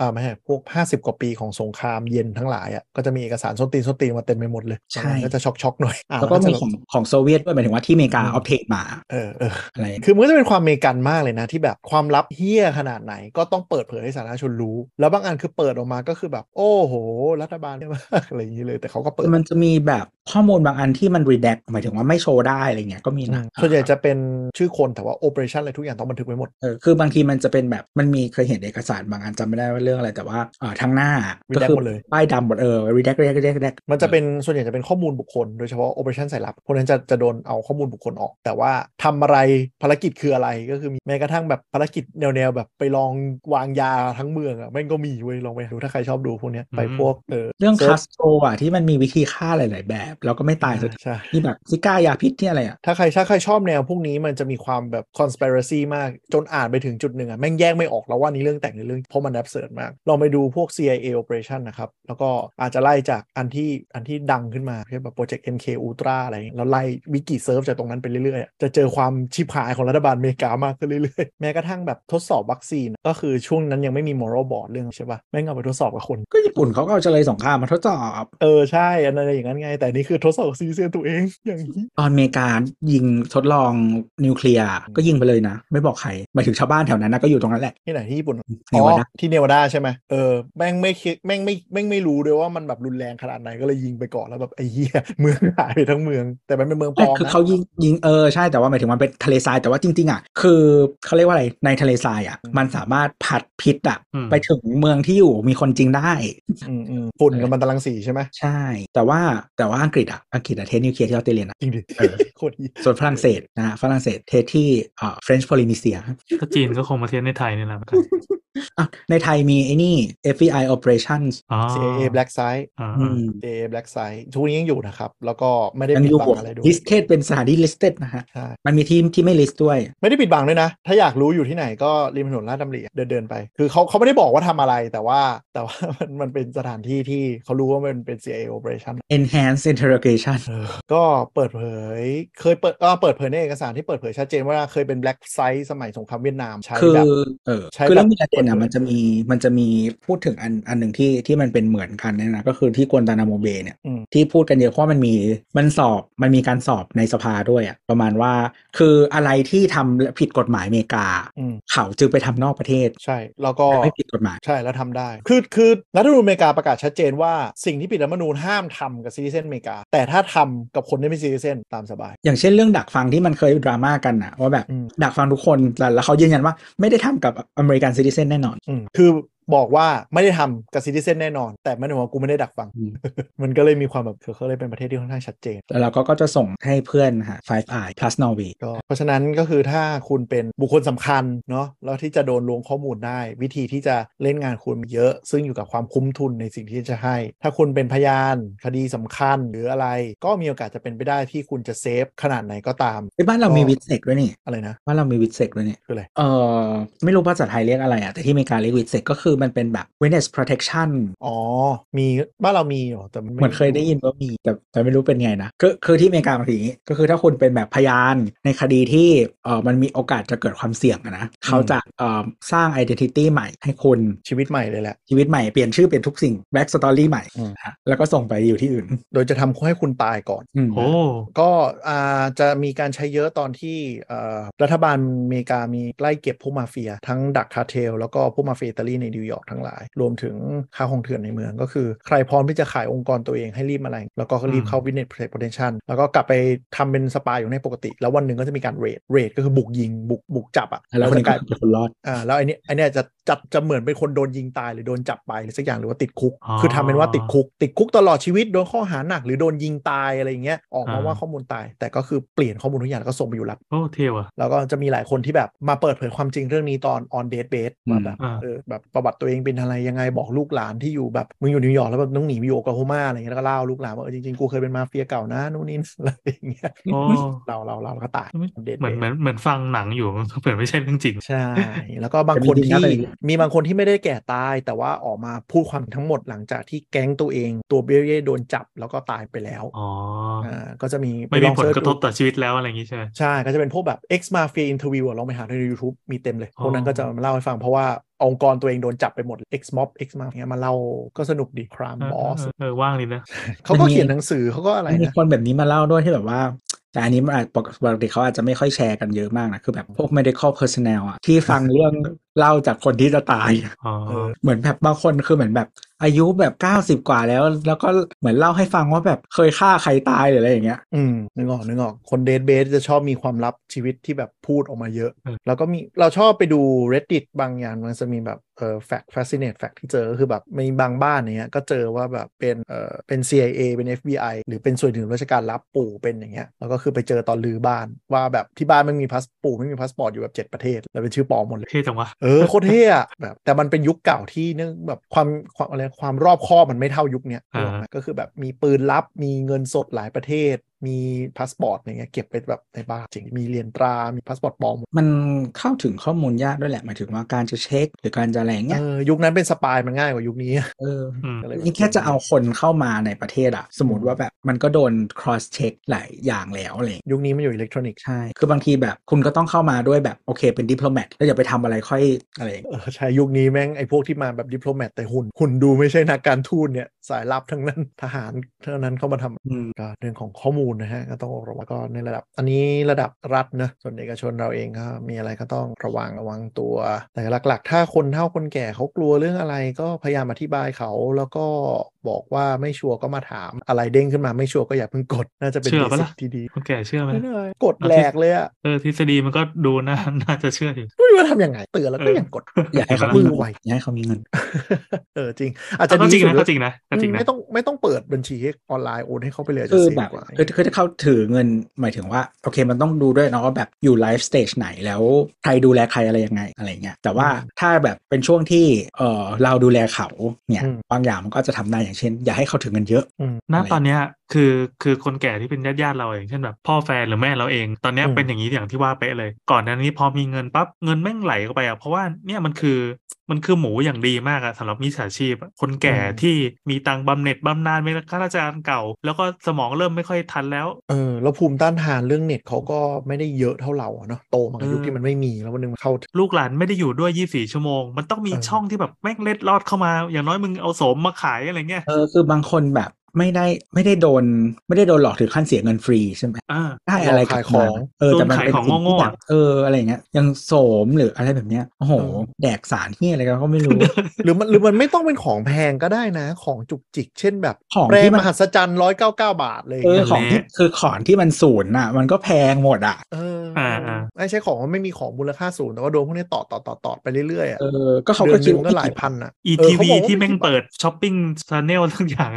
อ่าไม่ใช่พวก 50 กว่าปีของสงครามเย็นทั้งหลายอ่ะก็จะมีเอกสารส้นตีนส้นตีนมาเต็มไปหมดเลย
ใช่
ตอนนั้นก็จะช็อกช็อกๆหน่อยอ่าน
แล้วก็มี
จะ
ของของโซเวียตด้วยหมายถึงว่าที่อเมริกาออฟเทคมา
เออเออ
อะไร
คือมันก็จะเป็นความอเมริกันมากเลยนะ ที่แบบความลับเฮี้ยขนาดไหนก็ต้องเปิดเผยให้สาธารณชนรู้ แล้วบางอันคือเปิดออกมาก็คือแบบ โอ้โห รัฐบาลเนี่ยมากอะไรอย่างนี้เลยแต่เขาก็เปิด
มันจะมีแบบข้อมูลบางอันที่มันรีแดกหมายถึงว่าไม่โชว์ได้อะไรเงี้ยก็มีนะ
ส่วนใหญ่จะเป็นชื่อคนแต่ว่าโอเปอเรชันอะไรทุกอย่างต้องบันทึกไว้หมด
เออคือบางทีมันจะเป็นแบบมันมีเคยเห็นเอกสารบางอันจำไม่ได้ว่าเรื่องอะไรแต่ว่าเออทางหน้า
redact
ก็คื
หมดเลย
ป้ายดำหมดเออรีแดกรีแดกรีแดก
มันจะเป็นส่วนใหญ่จะเป็นข้อมูลบุคคลโดยเฉพาะโอเปอเรชันสายลับพวกนั้นจะจะโดนเอาข้อมูลบุคคลออก แต่ว่าทำอะไรภารกิจคืออะไรก็คือมีแม้กระทั่งแบบภารกิจแนวแนวๆแบบไปลองวางยาทั้งเมืองอะแม่งก็มีเว้ยลองไปดูถ้าใครชอบดูพวกเนี้ยไปพวกเออ
เรื่อง
ซิ
คา
ช
สโตรอ่ะที่มันมีวิธีฆ่าหลาย ๆ แบบแล้วก็ไม่ตายสักที
ใช่
นี่แบบซิก้ายาพิษที่อะไรอ่ะ
ถ้าใครถ้าใครชอบแนวพวกนี้มันจะมีความแบบ conspiracy มากจนอ่านไปถึงจุดหนึ่งอะแม่งแยกไม่ออกแล้วว่านี่เรื่องแต่งหรือเรื่องเพราะมันแอบเสิร์ตมาก ลองไปดูพวก CIA operation นะครับ แล้วก็อาจจะไล่จากอันที่อันที่ดังขึ้นมาเช่นแบบโปรเจกต์ MK Ultra อะไรอย่างเงี้ยแล้วไล่วิกิเซิร์ฟจากตรงนั้นไปเรื่อยๆอะจะเจอความชิบหายของรัฐบาลอเมริกามากขึ้นเรื่อยๆ แม้กระทั่งแบบทดสอบวัคซีน ก็คือช่วงนั้นยังไม่มี moral board เรื่องใช่ปะแม่งเอาไปทดสอบกับคน
ก็ญี่ปุ่นเขาก็เอาเฉลยสงครามมาทดสอบ
เออใช่อันนั้นอะไรอย่างนั้นไง แต่นี่คือทดสอบกับซีเซียนตัวเอง อย่างนี้
ตอนอเมริกายิงทดลองนิวเคลียร์ก็ยิงไปเลยนะ ไม่บอกใครหมายถึงชาวบ้านแถวนั้นนะก็อยู่ตรงนั้นแหละ
ที่ไหนที่ญี่ปุ่น
ในวันนั้น
อ๋อที่เนวาดาใช่ไหมเออแม่งไม่คิดแม่งไม่แม่งไม่รู้ด้วยว่ามันแบบรุนแรงขนาดไหนก็เลยยิงไปก่อนแล้วแบบไอ้เหี้ยเมืองหายไปทั้งเมือง แต่มันเป็นเมืองปลอม
คือ
นะ
เขายิงยิงเออใช่แต่ว่าหมายถึงมันเป็นทะเลทรายแต่ว่าจริงๆอ่ะคือเขาเรียกว่าอะไรในทะเลทรายอ่ะมันสามารถพัดพิษอ่ะ
อืม
ไปถึงเมืองที่อยู่มีคนจริงได้
อืมอืมฝุ่นกับมันตรังสีใช่ไหม
ใช่ แต่ว่าแต่ว่าอังกฤษอ่ะอังกฤษอ่ะเทสนิวเคลียร์ที่ออสเตรเลียนะ
จริงดิ
เออ
โคตรเหี้ย
ส่วนฝรั่งเศสนะฮะฝรั่งเศสเทสที่เอ่อ French Polynesia
ถ้าจีนก็คงมาเทียนในไทยนี่แหละ
อ่ะในไทยมีไอ้นี่ FBI operations
อ๋อ
CAA Black Site
อ่า
อืม
CAA Black Site ทุกวันนี้ยังอยู่นะครับ แล้วก็ไม่ได้
ยัง
ปิด
อยู่
บังอะไรด้วย
ลิสเทดเป็นสถานที่ listed นะฮะ
ใช่
มันมีที่ที่ไม่ list ด้วย
ไม่ได้ปิดบังด้วยนะ ถ้าอยากรู้อยู่ที่ไหนก็ริมถนนลาดดำริเดินเดินๆไป คือเขาเขาไม่ได้บอกว่าทำอะไรแต่ว่าแต่ว่า มันมันเป็นสถานที่ที่เขารู้ว่ามันเป็น CIA operation
enhance interrogation
ก็เปิดเผ ย เคยเปิดก็เปิดเผยในเอกสารที่เปิดเผยชัดเจนว่าเคยเป็นแบล็กไซส์สมัยสงครามเวียดนามใช้
คือ
แบบ
เออ
ใช้
คือ
แบบ
เรื่องมีประเด็นอ่ะ
เปิดเผย
มันจะมีมันจะมีพูดถึงอันอันหนึ่งที่ที่มันเป็นเหมือนกันเนี่ยนะก็คือที่กวนตานาโมเบเนี่ย
อืม
ที่พูดกันเยอะเพราะมันมีมันสอบมันมีการสอบในสภาด้วยอะประมาณว่า คืออะไรที่ทำผิดกฎหมายอเมริกา
อืม
เขาจึงไปทำนอกประเทศ
ใช่ แล้วก็
แต่ไม่ผิดกฎหมาย
ใช่แล้วทำได้ คือคือรัฐธรรมนูญอเมริกาประกาศชัดเจนว่าสิ่งที่ผิดรัฐธรรมนูญห้ามทำกับซิติเซนอเมริกา แต่ถ้าทำกับคนที่ไม่ซิติเซนตามสบาย
อย่างเช่นเรื่องดักฟังที่มันเคยดราม่ากันอะว่าแบบ
อืม
ดักฟังทุกคนแล้วแล้วเขายืนยันว่าไม่ได้ทำกับอเมริกันซิติเซนแน่นอน
อืมคือบอกว่าไม่ได้ทำกับซิติเซนแน่นอน แต่ไม่ได้บอกว่ากูไม่ได้ดักฟัง
อืม
มันก็เลยมีความแบบคือเขาเลยเป็นประเทศที่ค่อนข้างชัดเจน
แล้วเราก็ก็จะส่งให้เพื่อนฮะ Five Eye plus Norway
ก็เพราะฉะนั้นก็คือถ้าคุณเป็นบุคคลสำคัญเนาะแล้วที่จะโดนลวงข้อมูลได้ วิธีที่จะเล่นงานคุณเยอะ ซึ่งอยู่กับความคุ้มทุนในสิ่งที่จะให้ ถ้าคุณเป็นพยานคดีสำคัญหรืออะไร ก็มีโอกาสจะเป็นไปได้ที่คุณจะเซฟขนาดไหนก็ตาม
ไอ้ยบ้านเรามีวิดเซกด้วยนี่
อะไรนะ
บ้านเรามีวิดเซกด้วยนี่
คืออะไร
เออไม่รู้ภาษาไทยเรียกอะไรอะแต่ที่อเมริกาเรียกวิดเซกก็คือมันเป็นแบบ witness protection
อ๋อ มีบ้านเรามีเหรอแต่ไ
เหมือนเคยได้ยินว่ามีแต่แต่ไม่รู้เป็นไงนะก็คือที่อเมริกามันคืออย่างนี้ก็คือถ้าคุณเป็นแบบพยานในคดีที่เออมันมีโอกาสจะเกิดความเสี่ยงอะนะเขาจะเออสร้าง identity ใหม่ให้คุณ
ชีวิตใหม่เลยแหละ
ชีวิตใหม่เปลี่ยนชื่อเปลี่ยนทุกสิ่งแบ็กสตอรี่ใหม่
อืม
นะฮะแล้วก็ส่งไปอยู่ที่อื่น
โดยจะทำให้คุณตายก่อน
อืม
โอ้
ก็อ่าจะมีการใช้เยอะตอนที่เอ่อรัฐบาลอเมริกามีไล่เก็บพวกมาเฟีย ทั้งดักคาร์เทล แล้วก็พวกมาเฟียอิตาลีในนิวยอร์กทั้งหลาย รวมถึงค้าของเถื่อนในเมืองก็คือ ใครพร้อมที่จะขายองค์กรตัวเองให้รีบมาแรงแล้วก็รีบเข้าวินเนตโพเทนชันแล้วก็กลับไปทำเป็นสปายอยู่ในปกติ แล้ววันหนึ่งก็จะมีการเรดเรดก็คือบุกยิงบุกบุกจับอะ
แล้วคน
จะ
นี้
ก
ก็
ลาย
เป็นคนรอด
อ่าแล้วไอเนี้ยไอเนี้ยจะจัดจะเหมือนเป็นคนโดนยิงตายหรือโดนจับไปหรือสักอย่างหรือว่าติดคุก
อ๋อ
คือทำเป็นว่าติดคุก ติดคุกตลอดชีวิตโดนข้อหาหนักหรือโดนยิงตายอะไรอย่างเงี้ยออกมา
อ่า
ว่าข้อมูลตาย แต่ก็คือเปลี่ยนข้อมูลทุกอย่างแล้วก็ส่งไปอยู่รัฐ
โอ้เทวอ่ะ
แล้วก็จะมีหลายคนที่แบบมาเปิดเผยความจริงเรื่องนี้ตอน on date base
อืม
ว่าแบบ
อ่า
เออแบบประวัติตัวเองเป็นอะไรยังไงบอกลูกหลานที่อยู่แบบมึงอยู่นิวยอร์กแล้วแบบต้องหนีไปอยู่โอคลาโฮมาอะไรเงี้ยแล้วก็เล่าลูกหลานว่าเออจริงๆกูเคยเป็นมาเฟียเก่านะนู่นนี่อะไรอย่างเงี้ย
โอ้
เราเราเราก็ตาย on date
เหมือน
base
เหมือนเหมือนฟังหนัง อยู่ เหมือนไม่ใช่เรื่องจริง
ใช่ แล้วก็บางคน
แต่มีจริงนะ
ที่
แต่มีจริง
มีบางคนที่ไม่ได้แก่ตาย แต่ว่าออกมาพูดความทั้งหมดหลังจากที่แก๊งตัวเอง ตัวเบี้ยเย่โดนจับแล้วก็ตายไปแล้ว
อ๋อ
อ่าก็จะมี
ไม่มี
อง
ผล
เสิช
กระทบ
ดู
ต่อชีวิตแล้วอะไรอย่างนี้ใช่ไหม
ใช่ ก็จะเป็นพวกแบบ ex mafia interview อะลองไปหาดูใน YouTube มีเต็มเลย
อ๋อ
พวกนั้นก็จะมาเล่าให้ฟังเพราะว่าองค์กรตัวเองโดนจับไปหมด ex mob ex mafia มาเล่าก็สนุกดีคราม
เออบ
อส
เออเออว่างดีนะ
เขาก็เขียนหนังสือเขาก็อะไร
มี
นะ
คนแบบนี้มาเล่าด้วยที่แบบว่าแต่อันนี้มันอาจปกปกติเขาอาจจะไม่ค่อยแชร์กันเยอะมากนะ คือแบบพวก medical personnel อะที่ฟังเรื่องเล่าจากคนที่จะตาย
อ๋อ
เออ
เหมือนแบบบางคนคือเหมือนแบบอายุแบบ 90 กว่าแล้ว แล้วก็เหมือนเล่าให้ฟังว่าแบบเคยฆ่าใครตายหรืออะไรอย่างเงี้ย
อืมนึกออกนึกออกคนเดทเบสจะชอบมีความลับชีวิตที่แบบพูดออกมาเยอะ
เออ
แล้วก็มีเราชอบไปดู reddit บางอย่างมันจะมีแบบเออแฟกต์ fascinate fact ที่เจอก็คือแบบมีบางบ้านเนี้ยก็เจอว่าแบบเป็นเออเป็น CIA เป็น FBI หรือเป็นส่วนหนึ่งราชการรับปู่เป็นอย่างเงี้ยแล้วก็คือไปเจอตอนลือบ้านว่าแบบที่บ้านไม่มีพาสปู่ไม่มีพาสปอร์ตอยู่แบบเจ็ดประเทศแล้วเป็นชื่อปลอมหมดเลย
เท่จังวะ
เออโคตรเท่อะแบบแต่มันเป็นยุคเก่าที่เนื่องแบบความความอะไรความรอบคอบมันไม่เท่ายุคเนี้ยนึกอ
อ่า
อกไหมก็คือแบบมีปืนลับมีเงินสดหลายประเทศ มีพาสปอร์ตอะไรเงี้ยเก็บไปแบบในบ้านจริงมีเหรียญตรามีพาสปอร์ตปลอมหมด
มันเข้าถึงข้อมูลยากด้วยแหละหมายถึงว่าการจะเช็ค หรือการจะอะไรอย่าง
เอ
เงี้ย
อยุคนั้นเป็นสปายมันง่ายกว่ายุคนี้
เออ
อืม
ก็เลย
นี่แค่จะเอาคนเข้ามาในประเทศอะสมมติว่าแบบมันก็โดน cross check หลายอย่างแล้วอะไรอย่างเงี้ย
ยุคนี้มันอยู่อิเล็กทรอนิกส์
ใช่ คือบางทีแบบคุณก็ต้องเข้ามาด้วยแบบโอเคเป็นดิปโลแมตแล้วอย่าไปทำอะไรค่อยอะไรอย่างเงี้ย
เออใช่ยุคนี้แม่งไอ้พวกที่มาแบบดิปโลแมตแต่หุ่นหุ่นดูไม่ใช่นักการทูตเนี่ยสายลับทั้งนั้นทหารเท่านั้นเข้ามาทำ
อืม
ก็เรื่องของข้อมูลนะฮะก็ต้องระวังก็ในระดับ อันนี้ระดับรัฐนะส่วนเอกชนเราเองก็มีอะไรก็ต้องระวังระวังตัว แต่หลักๆ ถ้าคนเฒ่าคนแก่เขากลัวเรื่องอะไรก็พยายามอธิบายเขาแล้วก็บอกว่าไม่ชัวร์ก็มาถามอะไรเด้งขึ้นมาไม่ชัวร์ก็อย่าเพิ่งกด น่าจะเป็น
เชื่อ
เบ
ปะ
สิ
ล่ะ
กที่ดี
คนแก่เชื่อไหม
ไม่ได้กดแหลกเลยอะ
เออทฤษฎีมันก็ดูน่า น่าจะเชื่ออยู่
ไม่รู้ว่าทำยังไงเตือนแล้วก็
เออ
ยังกด
อยากให้เขา
มื
มี
อ
เงิน
ไว
อยากให้เขามีเงิน
เออจริง อาจจะ
แต่ก็จริงนะ
ดี
ก็จ
ที่สุด
ริงนะก็จริงนะ
ไม่ต้องไม่ต้องเปิดบัญชีออนไลน์โอนให้เขาไปเลยอาจจะ
คือ
เซฟ
แบบ
กว่า
คือคือถ้าเขาถือเงินหมายถึงว่าโอเคมันต้องดูด้วยเนาะว่าแบบอยู่ไลฟ์สเตจไหนแล้วใครดูแลใครอะไรยังไงอะไรเงี้ยแต่ว่าถ้าแบบเป็นช่วงที่เออเราดูแลเขาเนี่ย
อืม
บางอย่างมันก็จะทำได้อย่างเช่น อย่าให้เขาถึงเงินเยอะ
อืม
ณตอนเนี้ย คือคือคนแก่ที่เป็นญาติญาติๆเราอย่างเช่นแบบพ่อแฟนหรือแม่เราเอง ตอนเนี้ย
อืม
เป็นอย่างนี้อย่างที่ว่าเป๊ะเลย ก่อนหน้านี้พอมีเงินปั๊บเงินแม่งไหลเข้าไปอ่ะเพราะว่าเนี่ยมันคือมันคือหมูอย่างดีมากอะสำหรับมิจฉาชีพอะคนแก่ที่มีตังค์บำเหน็จบำนาญเป็นข้าราชการเก่า แล้วก็สมองเริ่มไม่ค่อยทันแล้ว
เออแล้วภูมิต้านทานเรื่องเน็ตเขาก็ไม่ได้เยอะเท่าเราอะเนาะโตมากับยุค
เออ
ที่มันไม่มีแล้ววันหนึงมันเข้า
ลูกหลานไม่ได้อยู่ด้วย 24 ชั่วโมง มันต้องมี
เออ
ช่องที่แบบแม่งเล็ดลอดเข้ามา อย่างน้อยมึงเอาโสมมาขายอะไรเงี้ย
เออคือบางคนแบบไม่ได้ไม่ได้โดนไม่ได้โดนหลอกถึงขั้นเสียเงินฟรีใช่ไหม
อ่า
ได้อะไรกลับ
ขายของ
มาเออแต่มันเป็น
โดนขายของ
สิ่ที่
โง่ๆ
แบบเอออะไรอย่างเงี้ยอยังโสมหรืออะไรแบบเนี้ยโอ้โห แดกสารที่อะไรกันก็ไม่รู้
หรือมันหรือมันไม่ต้องเป็นของแพงก็ได้นะ ของจุกจิก เช่นแบบ
ของ
แปร
ที่มัน
มหัศจรรย์ร้อยเก้าเก้าบาทเลย
เออ
นั่นแห
ข
ละ
องที่คือของที่มันศูนย์อ่ะ มันก็แพงหมดอ่ะ
เออ
อ่าอ่า
ไม่ใช่ของมันไม่มีของมูลค่าศูนย์แต่ว่าโดนพวกนี้ต่อต่อต่อต่อไปเรื่อยๆอะ
เออ ก็เขาก็
ดือนห
คิด
นึ่ง
ว่า
ก็หลายพันอ่ะ
อี
เอ
ที
อเขา
วี
บอกา
ที่แม่ง
ไกี่บาท
เปิดช้อปปิ้งชาแนลทั้งอย่าง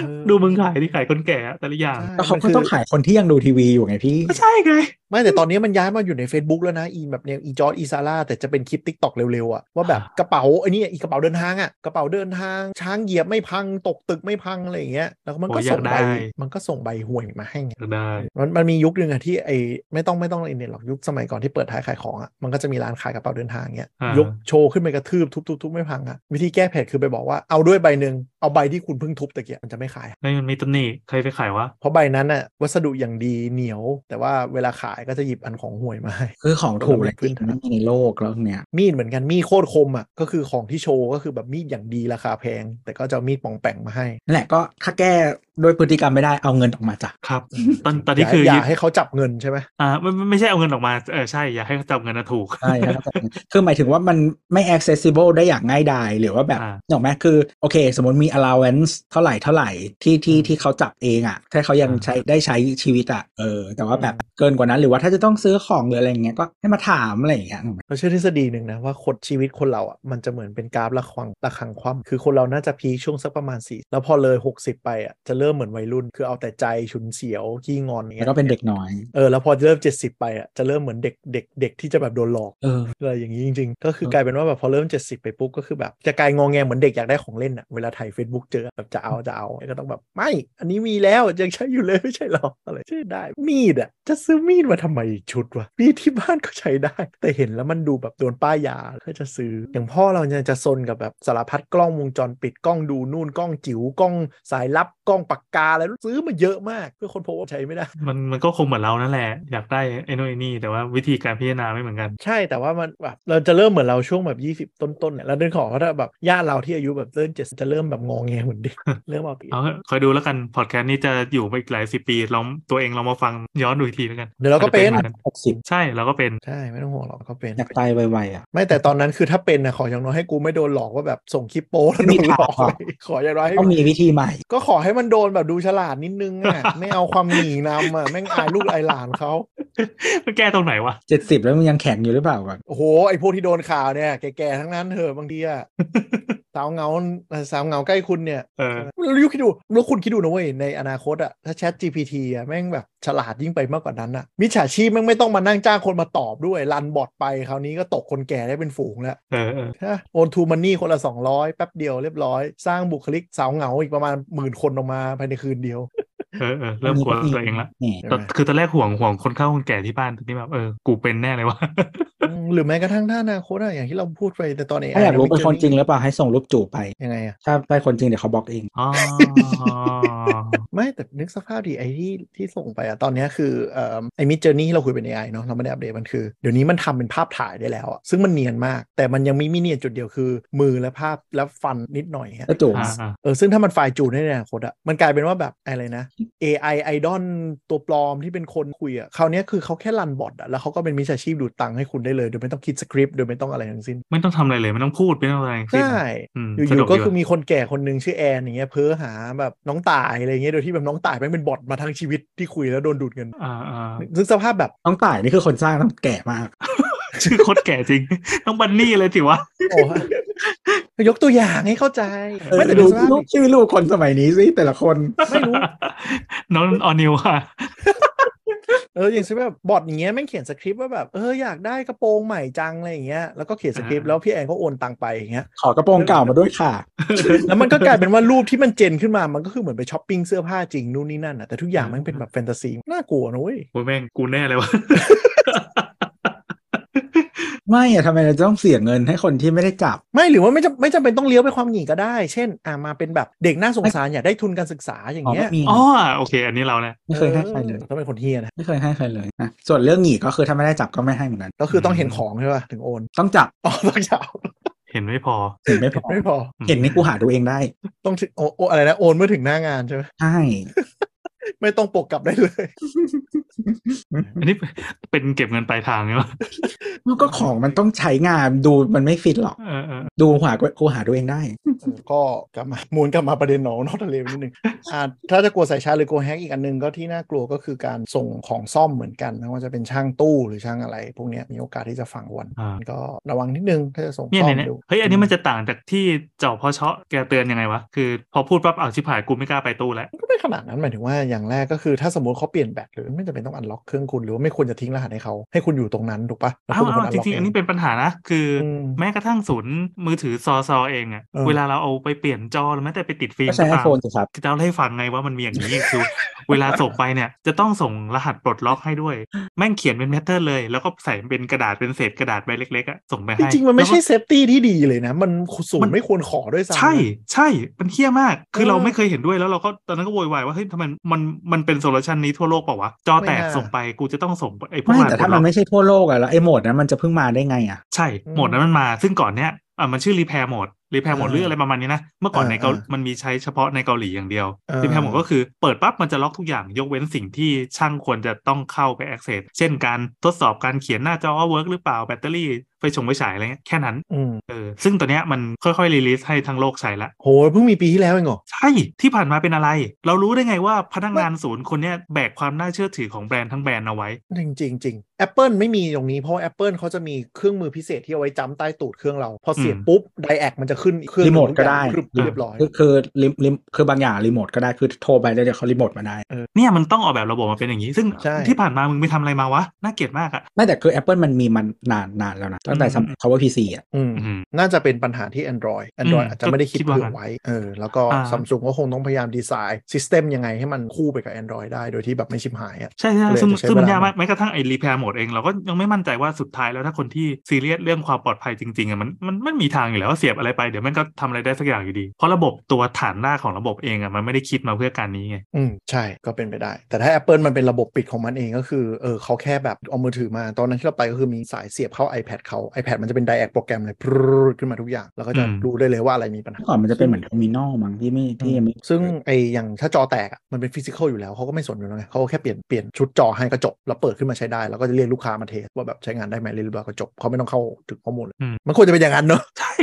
เออ
ดูมึงขายที่ขายคนแก่อะแต่ละอย่าง
ใช่
ก็เขา
มัน
ก็
คือ
ต้องขายคนที่ยังดูทีวีอยู่ไงพี่
ก็ใช่ไง
ไม่แต่ตอนนี้มันย้ายมาอยู่ใน Facebook แล้วนะอีแบบแนวอีจอร์ดอีซาร่าแต่จะเป็นคลิปติกตอกเร็วๆอะว่าแบบกระเป๋าไอ้นี่อีกระเป๋าเดินทางอะกระเป๋าเดินทาง ช้างเหยียบไม่พังตกตึกไม่พังอะไรอย่างเงี้ยแล้วก็มันก็
โอ้ยอยา
ส่
ก
ง
ได้
ใบมันก็ส่งใบห่วยมาให้ไง
ได้
มันมันมียุคหนึ่งอะที่ไอ้ไม่ต้องไม่ต้องอินเน็ตหรอกยุคสมัยก่อนที่เปิดท้ายขายของอะมันก็จะมีร้านขายกระเป๋าเดินทางเงี้ย
อ่าย ย
กโชว์ขึ้นไปกระทืบทุบทุบทุบไม่พังอะวิธีแก้แผดคือไปบอกว่าเอาด้วยใบหนึ่งเอาใบที่คุณเพิ่งทุบตะเกียบมันจะไม่ขาย
ไม่มันมีตำหนิใครไปขายวะ
เพราะใบนั้นอะวัสดุอย่างดีเหนียว แต่ว่าเวลาขายก็จะหยิบอันของห่วยมาให้
คือของถูกเลย
พื้นฐาน
ไม่มีในโลกแล้วเนี่ย
มีดเหมือนกันมีดโคตรคมอ่ะก็คือของที่โชว์ก็คือแบบมีดอย่างดีราคาแพง แต่ก็จะเอามีดปองแปงมาให้
นั่นแหละก็ถ้าแก้ด้วยพฤติกรรมไม่ได้เอาเงินออกมาจ้ะ
ครับ ตอนตอนนี้คืออย่
อาอย่าให้เขาจับเงินใช่ไหม
อ่าไม่ไม่ไม่ใช่เอาเงินออกมา เออใช่ อย่าให้เขาจับเงินนะถูก
ใช่ครับคือหมายถึ งว่ามันไม่ accessible ได้อย่างง่ายดายหรือว่าแบบ
อ่า
เนกไหมคือ โอเค สมมติมี allowance เท่าไหร่เท่าไหร่ที่ที่ที่เขาจับเองอ่ะ ถ้าเขายังใช้ได้ใช้ชีวิตอ่ะเออ แต่ว่าแบบเกินกว่านั้นหรือว่าถ้าจะต้องซื้อของหรืออะไรอย่างเงี้ยก็ให้มาถามอะไรอย่างเงี้ยนึกออกไหม
เราเชื่อทฤษฎีหนึ่งนะว่าคนชีวิตคนเราอ่ะมันจะเหมือนเป็นกราฟระคังระคังความคือคนเราน่าจะพีคช่วงสักประมาณสี่แล้วพอเลย 60 ไปอ่ะจะเริ่มเหมือนวัยรุ่น คือเอาแต่ใจฉุนเสียวขี้งอนอย่าง
แล้
เงี้
วย ก็เป็นเด็กน้อย
เออแล้วพอเริ่ม 70 ไปอ่ะจะเริ่มเหมือนเด็กเด็กเด็กที่จะแบบโดนหลอก
เออ
อะไรอย่างนี้จริงๆ ก็คือ
เออ
กลายเป็นว่าแบบพอเริ่ม 70 ไปปุ๊บก็คือแบบจะกลายงองแงเหมือนเด็กอยากได้ของเล่นอะเวลาถ่าย Facebook เจอแบบจะเอาจะเอาแล้วก็ต้องแบบไม่ อันนี้มีแล้วยังใช้อยู่เลยไม่ใช่หรออะไรใช่ได้มีดอะจะซื้อมีดมาทำไมชุดวะมีดที่บ้านก็ใช้ได้ แต่เห็นแล้วมันดูแบบโดนป้ายยาก็จะซื้ออย่างพ่อเราเนี่ยจะซนกับแบบสารพัดกล้องวงจรปิดกล้องดูนู่นกล้องจิ๋วกล้องสายลับกล้องปากกาอะไรซื้อมาเยอะมากเพื่อคนพบว่าใช้ไม่ได้
มันมันก็คงเหมือนเรานั่นแหละ อยากได้ไอ้นู่นไอ้นี่ แต่ว่าวิธีการพิจารณาไม่เหมือนกัน
ใช่แต่ว่ามันแบบเราจะเริ่มเหมือนเราช่วงแบบ 20 ต้นๆเนี่ยเราเดินขอว่าถ้าแบบญาติเราที่อายุแบบเริ่มเจ็ดจะเริ่มแบบงองแงเหมือนเด็ ก เริ่มเอาเปรียบ
เอาเถอะคอยดูแล้วกันพอดแคสต์นี้จะอยู่ไปอีกหลายสิบปีลองตัวเองลองมาฟังย้อนดูอีกทีแล้วกัน
เดี๋ยวเราก็เป็น
อาจจะ
หกสิบ
ใช่เราก็เป็น
ใช่ไม่ต้องห่วงหรอกก็เป็น
อยากตายไวๆอ่ะ
ไม่แต่ตอนนั้นคือถ้าเป็นนะขออย่างน้อยให้กูไม่โดนหลอกว่าแบบส่งคลิปโป้แล้ว
ไม่
โด
มี
นหลอก
ทางหรอก
ขออย่างน้อยให้
ต้องมีวิธีใหม่
ก็ขอให้มันโดนแบบดูฉลาดนิดนึง อ่ะ ไม่เอาความหนีนำอ่ะแม่งอายลูกอายหลานเขา
มันแก้ตรงไหนวะ
เจ็ดสิบแล้วมันยังแข็งอยู่หรือเปล่าก่อน
โอ้โหไอ้พวกที่โดนข่าวเนี่ยแก่ๆทั้งนั้นเถอะบางทีอ่ะ สาวเหงาสาวเหงาใกล้คุณเนี่ย
เออ
แล้วยูคิดดูแล้วคุณคิดดูนะเว้ยในอนาคตอะถ้า Chat GPT อะแม่งแบบฉลาดยิ่งไปมากกว่านั้นอะมิจฉาชีพแม่งไม่ต้องมานั่งจ้างคนมาตอบด้วย รันบอทไปคราวนี้ก็ตกคนแก่ได้เป็นฝูงแล้ว
เออเออ
ฮะโอนทูมันนี่คนละ 200 แป๊บเดียวเรียบร้อย สร้างบุคลิกสาวเหงาอีกประมาณหมื่นคนออกมาภายในคืนเดียว
เออเออเริ่มกลัวตัวเองละ
แหม
ใช่
แต่
ไหม
คือตอนแรกห่วงห่วงคนเข้าคนแก่ที่บ้านตอนนี้แบบเออกูเป็นแน่เลยวะ
อืมหรือแม้กระทั่งถ้าอนาคตอะอย่างที่เราพูดไปแต่ตอน AI
ถ้าอยากรู้เป็นคนจริงห
แล้ว
รือเปล่าให้ส่งรูปจู่ไป
ยังไงอะ
ถ้าเป็นคนจริงเดี๋ยวเขาบล็อกเอง
อ๋อ
ไม่แต่นึกสภาพดิไอ้ที่ที่ส่งไปอะตอนเนี้ยคือเอ่อไอ้มิจเจอร์นี่ที่เราคุยเป็น AI เนาะเราไม่ได้อัปเดตมันคือเดี๋ยวนี้มันทำเป็นภาพถ่ายได้แล้วอะซึ่งมันเนียนมาก แต่มันยังมีมิเนียนจุดเดียวคือ มือและภาพและฟันนิดหน่อย ฮะ
แล้วจู่
อ่าอ่า
เออซึ่งถ้ามันฝ่ายจูนในอนาคตอะมันกลายเป็นว่าแบบอะไรนะ AI ไอดอลตัวปลอมที่เป็นคนคุยอะคราวเนี้ยคือเขาแค่รันบอทอะแล้วเขาก็เป็นมิจฉาชีพดูดตังค์ให้คุณได้เลยโดยไม่ต้องคิดสคริปต์โดยไม่ต้องอะไรทั้งสิ้น
ไม่ต้องทำอะไรเลย ไม่ต้องพูดไม่ต้องอะไรทั้งสิ้น
ใช่
อืม
อ
สะด
ยู่
ว
ๆก็
ดี
คือ
ว่ะ
มีคนแก่คนหนึ่งชื่อแอนอย่างเงี้ยเพ้อหาแบบน้องตายอะไรเงี้ยโดยที่แบบน้องตายแม่งเป็นบอทมาทั้งชีวิตที่คุยแล้วโดนดูดเงิน
อ่าอ่า
ซึ่งสภาพแบบ
ต้องต่ายนี่คือคนสร้างต้องแก่มาก
ชื่อโคตรแก่จริง ต้องบันนี่เลยสิวะ
โอ้ ยกตัวอย่างให้เข้าใจ ไม่แต่
ดู
ดูสภาพ
ลูกชื่อลูกคนสมัยนี้สิแต่ละคน
ไม่รู้
น้องออนิวค่ะ
เอออย่างเช่นแบบบอทอย่างเงี้ยแม่งเขียนสคริปต์ว่าแบบเอออยากได้กระโปรงใหม่จังอะไรอย่างเงี้ยแล้วก็เขียนสคริปต์
อ่า
แล้วพี่แอนก็โอนตังไปอย่างเงี้ย
ขอกระโปรงเก่ามาด้วยค่ะ
แล้วมันก็กลายเป็นว่ารูปที่มันเจนขึ้นมามันก็คือเหมือนไปช้อปปิ้งเสื้อผ้าจริงนู่นนี่นั่นอ่ะแต่ทุกอย่างแมันเป็นแบบแฟนตาซีน่ากลัวนุ้ย
โอ้ยแม่งกูแน่เลยวะ
ไม่อะทำไมเราต้องเสียเงินให้คนที่ไม่ได้จับ
ไม่หรือว่าไม่จำไม่จำเป็นต้องเลี้ยวไปความหนีก็ได้ เช่นอ่ามาเป็นแบบเด็กน่าสงสารอยากได้ทุนการศึกษาอย่าง
อ๋อ
เงี้ย
ไม่มี
อ๋อโอเค อันนี้เราแหละ
ไม่เคยให้ใครเลย
ต้องเป็นคนเฮียนะ
ไม่เคยให้ใครเลยนะส่วนเรื่องหนีก็คือถ้าไม่ได้จับก็ไม่ให้เหมือนกัน
ก็คือต้องเห็นของใช่ป่ะถึงโอน
ต้องจับ
อ๋อต้องเช่า
เห็นไม่พอ
เห็นไม่พอ
ไม่พอ
อืม
เห็นนี่กูหาดูเองได้
ต้องถึงโอโออะไรนะโอนเมื่อถึงหน้างานใช่ไหม
ใช่
ไม่ต้องปกกลับได้เลย
อันนี้เป็นเก็บเงินปลายทางเนาะ
แล้วก็ของมันต้องใช้งานดูมันไม่ฟิตหรอก
เออเออ
ดูหากูหาดูเองได้
เออก็กลับมาหมุนกลับมาประเด็นหนองนอกทะเลนิดนึงอ่าถ้าจะกลัวสายชาร์จหรือกลัวแฮกอีกอันหนึงก็ที่น่ากลัวก็คือการส่งของซ่อมเหมือนกันไม่ว่าจะเป็นช่างตู้หรือช่างอะไร พวกเนี้ยมีโอกาสที่จะฝังวัน
อ่า
ก็ระวังนิดนึงถ้าจะส่ง
เนี่ย
ซ่อม
เนี่ยเนี่ย
ดู
เฮ้ยอันนี้มันจะต่างจากที่เจ้าพ่อเชาะแกเตือนยังไงวะคือพอพูดปั๊บเอาวชิบหายกูไม่กล้าไปตู้แล้ว
มันก็ไม่ขนาดนั้นหมายถึงว่าอย่างแรกก็คือถ้าสมมติเขาเปลี่ยนแบตหรือไม่จำเป็นต้องอันล็อกเครื่องคุณหรือว่าไม่ควรจะทิ้งรหัสให้เขาให้คุณอยู่ตรงนั้นถูกปะแล้ว
อ้า
คุณเป็น
ว
คนอั
อ้าว
น
จ
ล็อก
ริงๆ
เอ
อั
ง
นนี้เป็นปัญหานะ คืออ
ม
แม้กระทั่งศูนย์มือถือซอซอเองอะ
เออ
เวลาเราเอาไปเปลี่ยนจอหรือแม้แต่ไปติดฟิล์ม
ก็ใช้ไอ
ตาม
โฟนสิครับ
จะเล่าให้ฟังไงว่ามันมีอย่างนี้ คือ เวลาส่งไปเนี่ย จะต้องส่งรหัสปลดล็อกให้ด้วย แม่งเขียนเป็นแพทเทิร์นเลย แล้วก็ใส่เป็นกระดาษเป็นเศษกระดาษใบเล็กๆอะส่งไป
จ
ให้
ริงๆมันไม่ใช่
แล้วก็
เซฟตี้ที่ดีเลยนะ มันสู
มั
ง
น
ไม่ควรขอด้วยซ้ำ
ใช่ ใช่ มันเที่ยมาก คือ
เออ
เราไม่เคยเห็นด้วยแล้วเราก็ตอนนั้นก็โวยวายว่าเฮ้ยทำไมมันมันเป็นโซลูชันนี้ทั่วโลกเปล่าวะจอแตก
ไม่น่า
ส่งไปกูจะต้องส่งไอ้พวก
ไม่
รหัส
แต่
ปล
ถ้า
ด
มั
ล็อน ก
ไม่ใช่ทั่วโลกอะแล้วไอ้โหมดนั้นมันจะเพิ่งมาได้ไงอะ
ใช่
อืม
โหมดนั้นมันมาซึ่งก่อนเนี้ยอ่ามันชื่อรีแพร์โหมดรีแพร์โหมด
อ่า
หรืออะไรประมาณนี้นะ เมื่อก่อนในเกา
อ่าอ่ามั
มันมีใช้เฉพาะในเกาหลีอย่างเดียว
อ่า
รีแพร์โหมดก็คือเปิดปั๊บมันจะล็อกทุกอย่างยกเว้นสิ่งที่ช่างควรจะต้องเข้าไป access เช่นการทดสอบการเขียนหน้าจอว่าเวิร์กหรือเปล่าแบตเตอรี่ไฟชงไฟฉายอะไรเงี้ยแค่นั้น
อืม
เออซึ่งตัวเนี้ยมันค่อยๆรีลิสให้ทั้งโลกใช้ละ
โหเพิ่งมีปีที่แล้วเองเหรอ
ใช่ที่ผ่านมาเป็นอะไร เรารู้ได้ไงว่าพนักงานศูนย์คนเนี้ยแบกความน่าเชื่อถือของแบรนด์ทั้งแบรนด์เอาไว้
จริงจริงจริง Apple ไม่มีตรงนี้เพราะว่า Apple เขาจะมีเครื่องมือพิเศษที่เอาไว้จ้ำใต้ตูดเครื่องเรา พอเสียบ
อืม
ปุ๊บไดแอคมันจะขึ้นเครื่อง
รีโมทก็ได้
ครึบเรียบร้อย
คือคือรีรีคือบางอย่างรีโมทก็ได้คือโทรไปแล้วเดี๋ยวเขารีโมทมาได้
เนี่ยมันต้องออกแบบระบบมาเป็นอย่างนี้ ซึ่ง
ใช่
ที่ผ่านมามึงไปทำอะไรมาวะน่าเกลียดมากอะ
ไม่แต่คือ Apple มันมีมันนานนานแล้วนะตั้งแต่สมัย Power PC อ่ะ
อืม
อืม
น่าจะเป็นปัญหาที่ Android Android
อืม
อาจจะไม่ได้คิด
คิดว่า
เผื่อไว้เออแล้วก็
อ่า
Samsung ก็คงต้องพยายามดีไซน์ซิสเต็มยังไงให้มันคู่ไปกับ Android ได้โดยที่แบบไม่ชิบหายอ่ะ
ใช่ใช่
ก็เลย
ซึ่ง
อาจจะใช้
ซึ่งมั
เวลาย
นากมาก
หน่อย
แม้กระทั่งไอ้รีแพร์โหมดเองเราก็ยังไม่มั่นใจว่าสุดท้ายแล้วถ้าคนที่ซีเรียสเรื่องความปลอดภัยจริงๆอ่ะมันมันมันมีทางอยู่แล้วว่าเสียบอะไรไปเดี๋ยวมันก็ทำอะไรได้สักอย่างอยู่ดี เพราะระบบตัวฐานรากของระบบเองอ่ะมันไม่ได้คิดมาเพื่อการนี้ไง
อืมใช่ก็เป็นไปได้ แต่ถ้า Apple มันเป็นระบบปิดของมันเองก็คือเออเขาแค่แบบเอามือถือมา ตอนนั้นที่เราไปก็คือมีสายเสียบเข้า iPad เขา iPad มันจะเป็นไดแอคโปรแกรมเลยพรึดขึ้นมาทุกอย่างแล้วก็จะ
อืม
รู้ได้เลยว่าอะไรมีปัญหา
เมื่อก่อนมันจะเป็นเหมือนโดมิโนมั้งที่ไม่ที่ยังไม่
ซึ่งไออย่างถ้าจอแตกอะมันเป็นฟิสิกอลอยู่แล้วเขาก็ไม่สนอยู่แล้วไงเขาก็แค่เปลี่ยนเปลี่ยนชุดจอให้ก็จบ แล้วเปิดขึ้นมาใช้ได้ แล้วก็จะเรียกลูกค้ามาเทสว่าแบบใช้งานได้ไหมเรียบร้อยก็จบเขาไม่ต้องเข้าถึงข้อมูลเลย
อืม
มันควรจะเป็นอย่างนั้นเนอะ
ใช่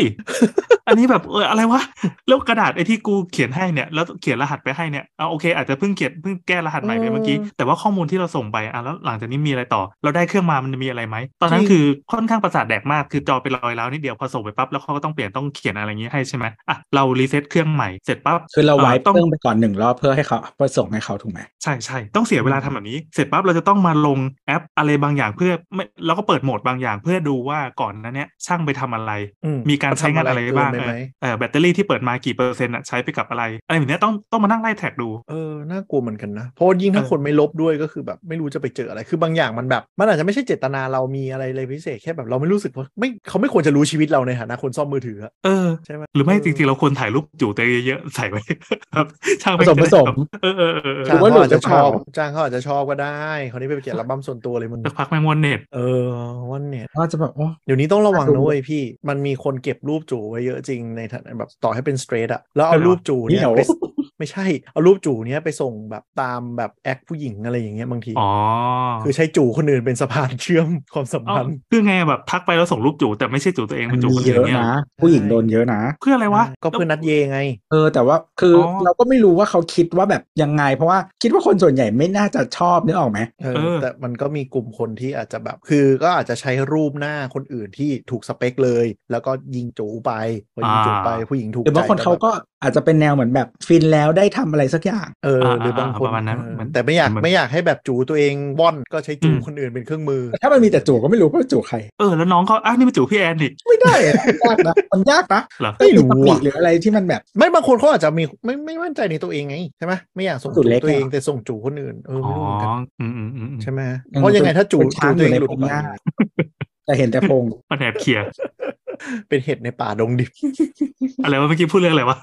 อันนี้แบบเอออะไรวะแล้วกระดาษไอ้ที่กูเขียนให้เนี่ยแล้วเขียนรหัสไปให้เนี่ยเอาโอเค อาจจะเพิ่งเขียนเพิ่งแก้รหัสใหม่ไปเมื่อกี้
อืม
แต่ว่าข้อมูลที่เราส่งไปอ่ะแล้วหลังจากนี้มีอะไรต่อ เราได้เครื่องมามันจะมีอะไรไหมตอนนั้
จ
น
ริง
คือค่อนข้างประสาทแดกมากคือจอเป็นรอยร้าวนิดเดียวพอส่งไปปั๊บแล้วเขาก็ต้องเปลี่ยนต้องเขียนอะไรอย่างงี้ให้ใช่ไหมอ่ะเรารีเซ็ตเครื่องใหม่เสร็จปั๊บ
คือเราไว้
เอ่อต้อง
เครื่องไปก่อนหนึ่งรอบเพื่อให้เขาเพื่อส่งให้เขาถูกไหม
ใช่ใช่ต้องเสียเวลาทำแบบนี้ เสร็จปั๊บเราจะต้องมาลงแอปอะไรบางอย่างเพื่อไม่เราก็เปิดโหมดบางอย่าง เพื่อดูว่าก่อนหนั้นเนี่ยช่างไปทำอะไร
อื
มีการใช้งานอะไรบ้าง
ทำเกินปไหม
เออแบตเตอรี่ที่เปิดมากี่เปอร์เซ็นต์อะใช้ไปกับอะไรอะไรแบบเนี้ยต้องต้องมานั่งไล่แท็กดู
เออน่ากลัวเหมือนกันนะเพราะว่ายิ่งถ้า
เออ
คนไม่ลบด้วยก็คือแบบไม่รู้จะไปเจออะไรคือบางอย่างมันแบบ มันอาจจะไม่ใช่เจตนาเรามีอะไรเลยพิเศษแค่แบบเราไม่รู้สึกว่าไม่เขาไม่ควรจะรู้ชีวิตเราในฐานะคนซ่อมมือถืออะ
เออ
ใช่ไหม
หรือไม่จริงๆเราควรถ่ายรูปจู่แต่เยอะๆใส่ไว้ ครับช่างไม่
ผสม
จะได้
ผสม
แบบเออเออเออเออ
จ้าง
หรือว่าหลุ
เขา
ด
อาจจะ
หรือ
ช
เปล่า
อบจ้างเขาอาจจะชอบก็ได้คราวนี้ไปเก็บระบัมส่วนตัวเลยมึง
สักพักแมงวนเน็ต
เออวันเนี่ย
ก็จะแบบโอ้
เดี๋ยวนี้ต้องระวัง
น่าดู
นะเว้ยพี่ มันมีคนเก็บรูปจู่ไว้เยอะจริงในฐานะแบบต่อให้เป็นสเตรทอะแล้วเอารูปจู่
นี่
เนี่ย
เหรอ
ไปไม่ใช่ เอารูปจู่เนี้ยไปส่งแบบตามแบบแอคผู้หญิงอะไรอย่างเงี้ยบางที
อ๋อ
คือใช้จู่คนอื่นเป็นสะพานเชื่อมความสัม
เอ้า
พันธ์
คือไงอะแบบทักไปแล้วส่งรูปจู่แต่ไม่ใช่จู่ตัวเอง
มั
เป็น
น
จู่
มีเย
คนอื่
อะ
นเนี่ย
นะ ผู้หญิงโดนเยอะนะ
เพื่ออะไรวะ
ก็เพื่อนนัดเยไง
เออแต่ว่าคืออ
อ
เราก็ไม่รู้ว่าเขาคิดว่าแบบยังไง เพราะว่าคิดว่าคนส่วนใหญ่ไม่น่าจะชอบนึกออกไหม
เอ
เอ
อ
อ
แต่มันก็มีกลุ่มคนที่อาจจะแบบ คือก็อาจจะใช้รูปหน้าคนอื่นที่ถูกสเปคเลย แล้วก็ยิงจู่ไปพอยิงจู่ไปผู้หญิงถูก
หรือบางคน
ใจ
เขา
แบบ
ก็ อาจจะเป็นแนวเหมือนแบบฟินแล้วได้ทำอะไรสักอย่าง
เออ
อ่า
หรือบางคน
อ่าประมาณนั้น
เออ
มัน
แต่ไม่อยาก
มัน
ไม่อยากให้แบบจูตัวเองว่อนก็ใช้จู
อืม
คนอื่นเป็นเครื่องมือ
ถ้ามันมีแต่จู่ก็ไม่รู้ว่าจู่ใคร
เออแล้วน้องเขาอ้าวนี่มาจูพี่แอนอีก
ไม่ได้อะ ยากนะมันยากนะ
เหรอ
ไม่รู้อะ
ปกติหรืออะไรที่มันแบบ
ไม่บางคนเขาอาจจะมีไม่ไม่มั่นใจในตัวเองไงใช่ไหมไม่อยากส่ง
จู
จู
เล็ก
ตัวเอง
เหรอ
แต่ส่งจูคนอื่นเออ
อ๋
ไม่
อ
รู้เหมือนกัน
อืมอืมอืมอืม
ใช่ไหมเพราะยังไงถ้าจู
เป็น
จู
ช้างอ
ตัวเอยู่ ง
ใน
หลุด
พ
ออง ก
ห
มา
ญ้าแต่เห็นแต่พง
มันแอบเขี่ย
เป็นเห็ดในป่าดงดิบ
อะไรวะเมื่อกี้พูดเรื่องอะไรวะ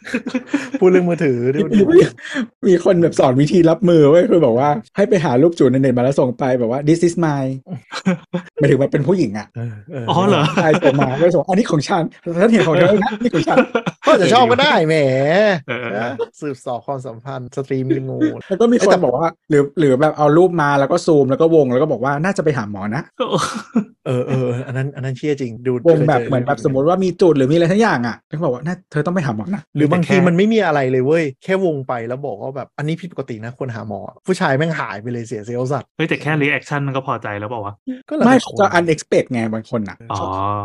พูดเรื่องมือถือดิวดิว
มีคนแบบสอนวิธีรับมือไว้ยคือบอกว่าให้ไปหารูปจู่ในเน็ตมาแล้วส่งไปแบบว่า this is my หมายถึงว่าเป็นผู้หญิงอ่ะ
เออเออ
อ๋อเหรอ
ชายส่งมาไม่ส่งอันนี้ของฉันฉันเห็นของเธอนะนี่ของฉัน
ก็อาจจะชอบก็ได้แหม
เออเออเออ
นะสืบสอบความสัมพันธ์สตรีมมีงู
แล้วก็มีคนบอกว่า หรือหรือแบบเอารูปมาแล้วก็ซูมแล้วก็วงแล้วก็บอกว่าน่าจะไปหาหมอนะ
เออเอออันนั้นอันนั้นเชี่ยจริงดู
วงแบบ
คยจ
เหมือนแบบสมมติว่ามีจุดหรือมีอะไรทั้งอย่างอ่ะแล้วก็บอกว่าน่าเธอต้องไปหาหมอนะ
หรือบางที
แต่แค่
มันไม่มีอะไรเลยเว้ยแค่วงไปแล้วบอกว่าแบบอันนี้ผิดปกตินะควรหาหมอ ผู้ชายแม่งหายไปเลยเสียเซลล์สัตว์
เฮ้ยแต่แค่รีแอคชั่นมันก็พอใจแล้วเปล่าวะ
ก็แล้ว
ไม่
แต่ค
เขา
น
จะ unexpect ไงบางคนอ่ะ
อ๋อ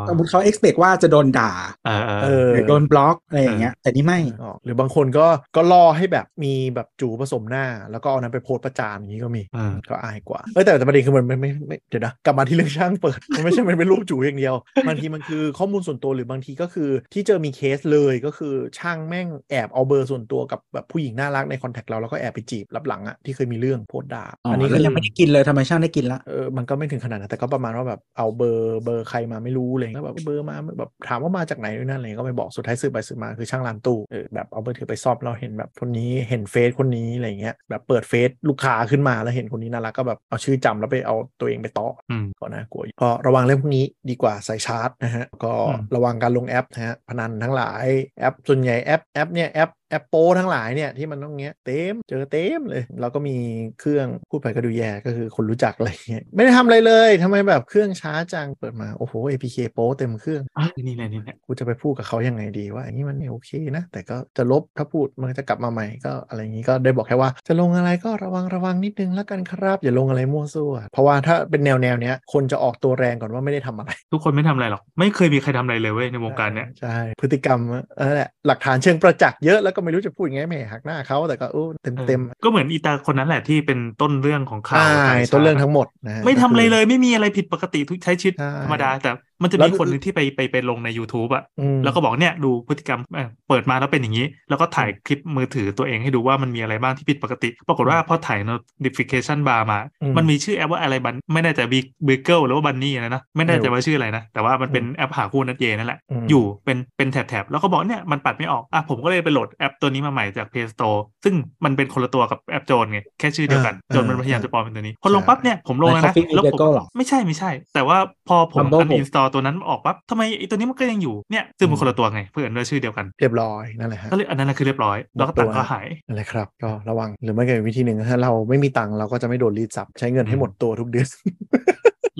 สมมติเขา expect ว่าจะโดนด่า
เออเออ
เอ
เออ
อ
หรือโดนบล็อกอะไรอย่างเงี้ยแต่นี่ไม่
ออกหรือบางคนก็ก็ล่อให้แบบมีแบบจูผสมหน้า แล้วก็เอานั้นไปโพสต์ประจานอย่างนี้ก็มี
อืม
ก็อายกว่าเออแต่แต่ประเด็นคือมันไม่ไม่ไม่เดี๋ยวนะกลับมาที่เรื่องช่างเปิด มันไม่ใช่มันเป็นรูปจูอย่างเดียวบางทีมันคือข้อมูลส่วนตัวหรือบางทีก็คือที่เจอมีเคสเลยก็คือช่างแม่งแอบเอาเบอร์ส่วนตัวกับแบบผู้หญิงน่ารักในคอนแทคเราแล้วก็แอบไปจีบรับหลังอะที่เคยมีเรื่องโพสต์ด่า
อ๋อ
อั
อั
น
น
นี้คื
นี้ก็
อ
ยังไม่ได้กินเลยทำไมช่างได้กินละ
เออ มันก็ไม่ถึงขนาดนั้นแต่ก็ประมาณว่าแบบเอาเบอร์เบอร์ใครมาไม่รู้อะไรเงี้ยแล้วแบบเบอร์มาแบบถามว่ามาจากไหนนู่นนั่นอะไรเงี้ยก็ไม่บอกสุดท้ายสืบไปสืบมาคือช่างร้านตู้เออแบบเอาเบอร์ถือไปซ่อมเราเห็นแบบคนนี้เห็นเฟซคนนี้อะไรเงี้ยแบบเปิดเฟซลูกค้าขึ้นมาแล้วเห็นคนนี้น่ารักก็แบบเอาชื่อจำแล้วไปเอาตัวเองไปต่อ
อืม
ก็น่ากลัวอยู่ก็ระวังเรื่องพวกนี้ดีกว่าสายชาร์จนะฮะก็
อืม
ระวังการลงแอปนะฮะพนันทั้งหลายแอปส่วนใหญ่แอปแอปเนี่ยแอปแอปโปทั้งหลายเนี่ยที่มันต้องเงี้ยเต็มเจอเต็มเลย เราก็มีเครื่องพูดไปก็ดูแย่ก็คือคนรู้จักอะไรเงี้ยไม่ได้ทำอะไรเลยทำไมแบบเครื่องช้าจังเปิดมาโอ้โห APK โปเต็มเครื่อง
อ่ะนี่แหละนี่แหละ
กูจะไปพูดกับเขายังไงดีว่าอันนี้มันไม่โอเคนะ แต่ก็จะลบถ้าพูดมันก็จะกลับมาใหม่ก็อะไรอย่างนี้ก็ได้บอกแค่ว่า จะลงอะไรก็ระวังระวังนิดนึงแล้วกันครับอย่าลงอะไรมั่วซั่วเพราะว่าถ้าเป็นแนวแนวๆเนี้ยคนจะออกตัวแรงก่อนว่าไม่ได้ทำอะไร
ทุกคนไม่ทำอะไรหรอก ไม่เคยมีใครทำอะไรเลยเว้ยในวงการเนี้ย
ใช่พฤติกรรมอะนั่นแหละหลักฐานเชิงประจักษ์เยอะแล้วก็ไม่รู้จะพูดยังไงไม่ให้หักหน้าเขาแต่ก็โอ้เต็มเต็ม
ก็เหมือนอีตาคนนั้นแหละที่เป็นต้นเรื่องของข่าว
ใช่
สายชา
ต้นเรื่องทั้งหมดนะฮะ
ไม่ทำอะไร
ก็คื
เลยไม่มีอะไรผิดปกติทุกใช้ชีวิต
ใช่
ธรรมดา แต่มันจะ
แล้
มี
ว
คนหนึงที่ไปไปไปลงใน YouTube อะ
อืม
แล้วก็บอกเนี่ยดูพฤติกรรมเอ่อเปิดมาแล้วเป็นอย่างนี้ แล้วก็ถ่ายคลิปมือถือตัวเองให้ดูว่ามันมีอะไรบ้างที่ผิดปกติ ปรากฏว่าพอถ่าย notification bar มา
อืม
มันมีชื่อแอปว่าอะไรบันไม่แน่ใจบีบีเกิลหรือว่าบันนี่นะนะไม่แน่ใจว่าชื่ออะไรนะแต่ว่ามันเป็นแอปหาคู่นัดเยนั่นแหละ
อืม
อยู่ อยู่เป็นเป็นแถบๆ แล้วก็บอกเนี่ยมันปัดไม่ออก อ่ะผมก็เลยไปโหลดแอปตัวนี้มาใหม่จาก Play Store ซึ่งมันเป็นคนละตัวกับแอปโจรไง แค่ชื่อเดียวกัน
อ่า
โจรมัน
อ่า
พยายามจะปลอมเป็นตัวนี้ พอ
ใช่
ลงปั๊บเนี่ยผมลงแล้วนะ
Coffee
แล้วผม
Bagel หรอ
ไม่ใช่ไม่ใช่ แต่ว่าพอผม
Bumble
อันอินสตอลตัวนั้นออกปั๊บทำไมไอ้ตัวนี้มันก็ยังอยู่เนี่ยซึ่งมันคนละตัวไงเพื่อนด้วยชื่อเดียวกัน
เรียบร้อยนั่นแหละฮะ
ก็เลยอันนั้นนะคือเรียบร้อยแล้วก็ตังค์ก็หาย
นั่นแหละครับ ก็ระวังหรือไม่ก็อีกวิธีหนึ่งถ้าเราไม่มีตังค์เราก็จะไม่โดนรีดซับใช้เงินให้หมดตัวทุกเดือน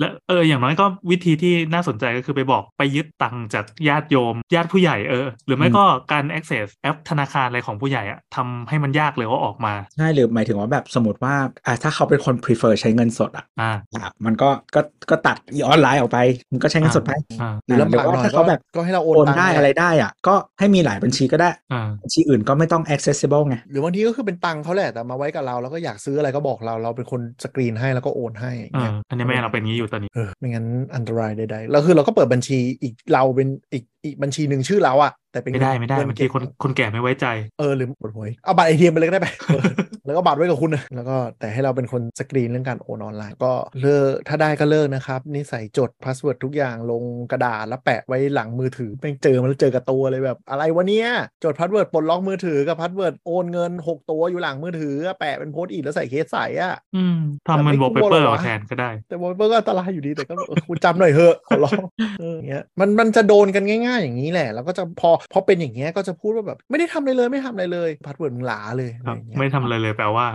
และเอออย่างน้อยก็วิธีที่น่าสนใจก็คือไปบอกไปยึดตังค์จากญาติโยม ญาติผู้ใหญ่เออ หรือไม่ก็การ access แอปธนาคารอะไรของผู้ใหญ่อะทำให้มันยากเลยว่าออกมา
ใช่หรือหมายถึงว่าแบบสมมติว่าอ่ะถ้าเขาเป็นคน prefer ใช้เงินสดอ่ะ
อ่า
อ่ะมันก็ก็ก็ตัดอีออนไลน์ออกไป มันก็ใช้เงินสดไป
อ่า
หรือลำบากหน่อย
ถ้า
ก็
เขาแบบ
ก็ให้เราโอ
โอน น
ตังค์
ได้
เนี่ย
อะไรได้อ่ะก็ให้มีหลายบัญชีก็ได้
อ่า
บัญชีอื่นก็ไม่ต้อง accessible ไง
หรือบางทีก็คือเป็นตังค์เขาแหละแต่มาไว้กับเราแล้วก็อยากซื้ออะไรก็บอกเราเราเป็นคนสกรีนให้แล้วก็โอนให้อย่าง
อ่า
เงี้ย
อันนี้แม่เราเป็นอย่างนี้อยู่ตอนนี้
เออไม่งั้นอันตรายใดๆแล้วคือเราก็เปิดบัญชีอีกเราเป็นอีกอีกบัญชีหนึ่งชื่อเราอะแต่เป็น
ไม่ได้ไม่ได้
เงิ
บางทีคน
เก็บ
คนแก่ไม่ไว้ใจ
เออหรือปวดหัวเอาบัตรไอเทียมไปเลยก็ได้ไป เออแล้วก็บัตรไว้กับคุณนะแล้วก็แต่ให้เราเป็นคนสกรีนเรื่องการโอนออนไลน์ก็เลิกถ้าได้ก็เลิกนะครับนิสัยจดพาสเวิร์ดทุกอย่างลงกระดาษแล้วแปะไว้หลังมือถือไม่งเจอมันแล้วเจอกับตัวเลยแบบ อะไรวะเนี่ยจดพาสเวิร์ดปลดล็อกมือถือกับพาสเวิร์ดโอนเงินหกตัวอยู่หลังมือถืออะแปะเป็นโพสต์อีกแล้วใส่เคสใส่อะ
อืมทำมัน
แต่ไม่
วอลเปเป
คว
อ
ร
ร์
หรอวะ
แทนก็ได้
แต่วอลเปอร์ก็อันตรายอยู่ดีแต่ก็เออคุณจำหน่อยเถอะขอร้องเอออย่างเงี้ยมันมันจะโดนกันง่าย ๆ อย่างนี้แหละ แล้วก็จะพอพอเป็นอย่างเงี้ยก็จะพูดว่าแบบ ไม่ได้ทำอะไรเลยไม่ทำอะไรเลยพาสเวิร์ดมึงหลาเลย
ครั
อะ
บ
ไรอย่างเงี้ย
ไม่ทำอะไรเลยแปลว่า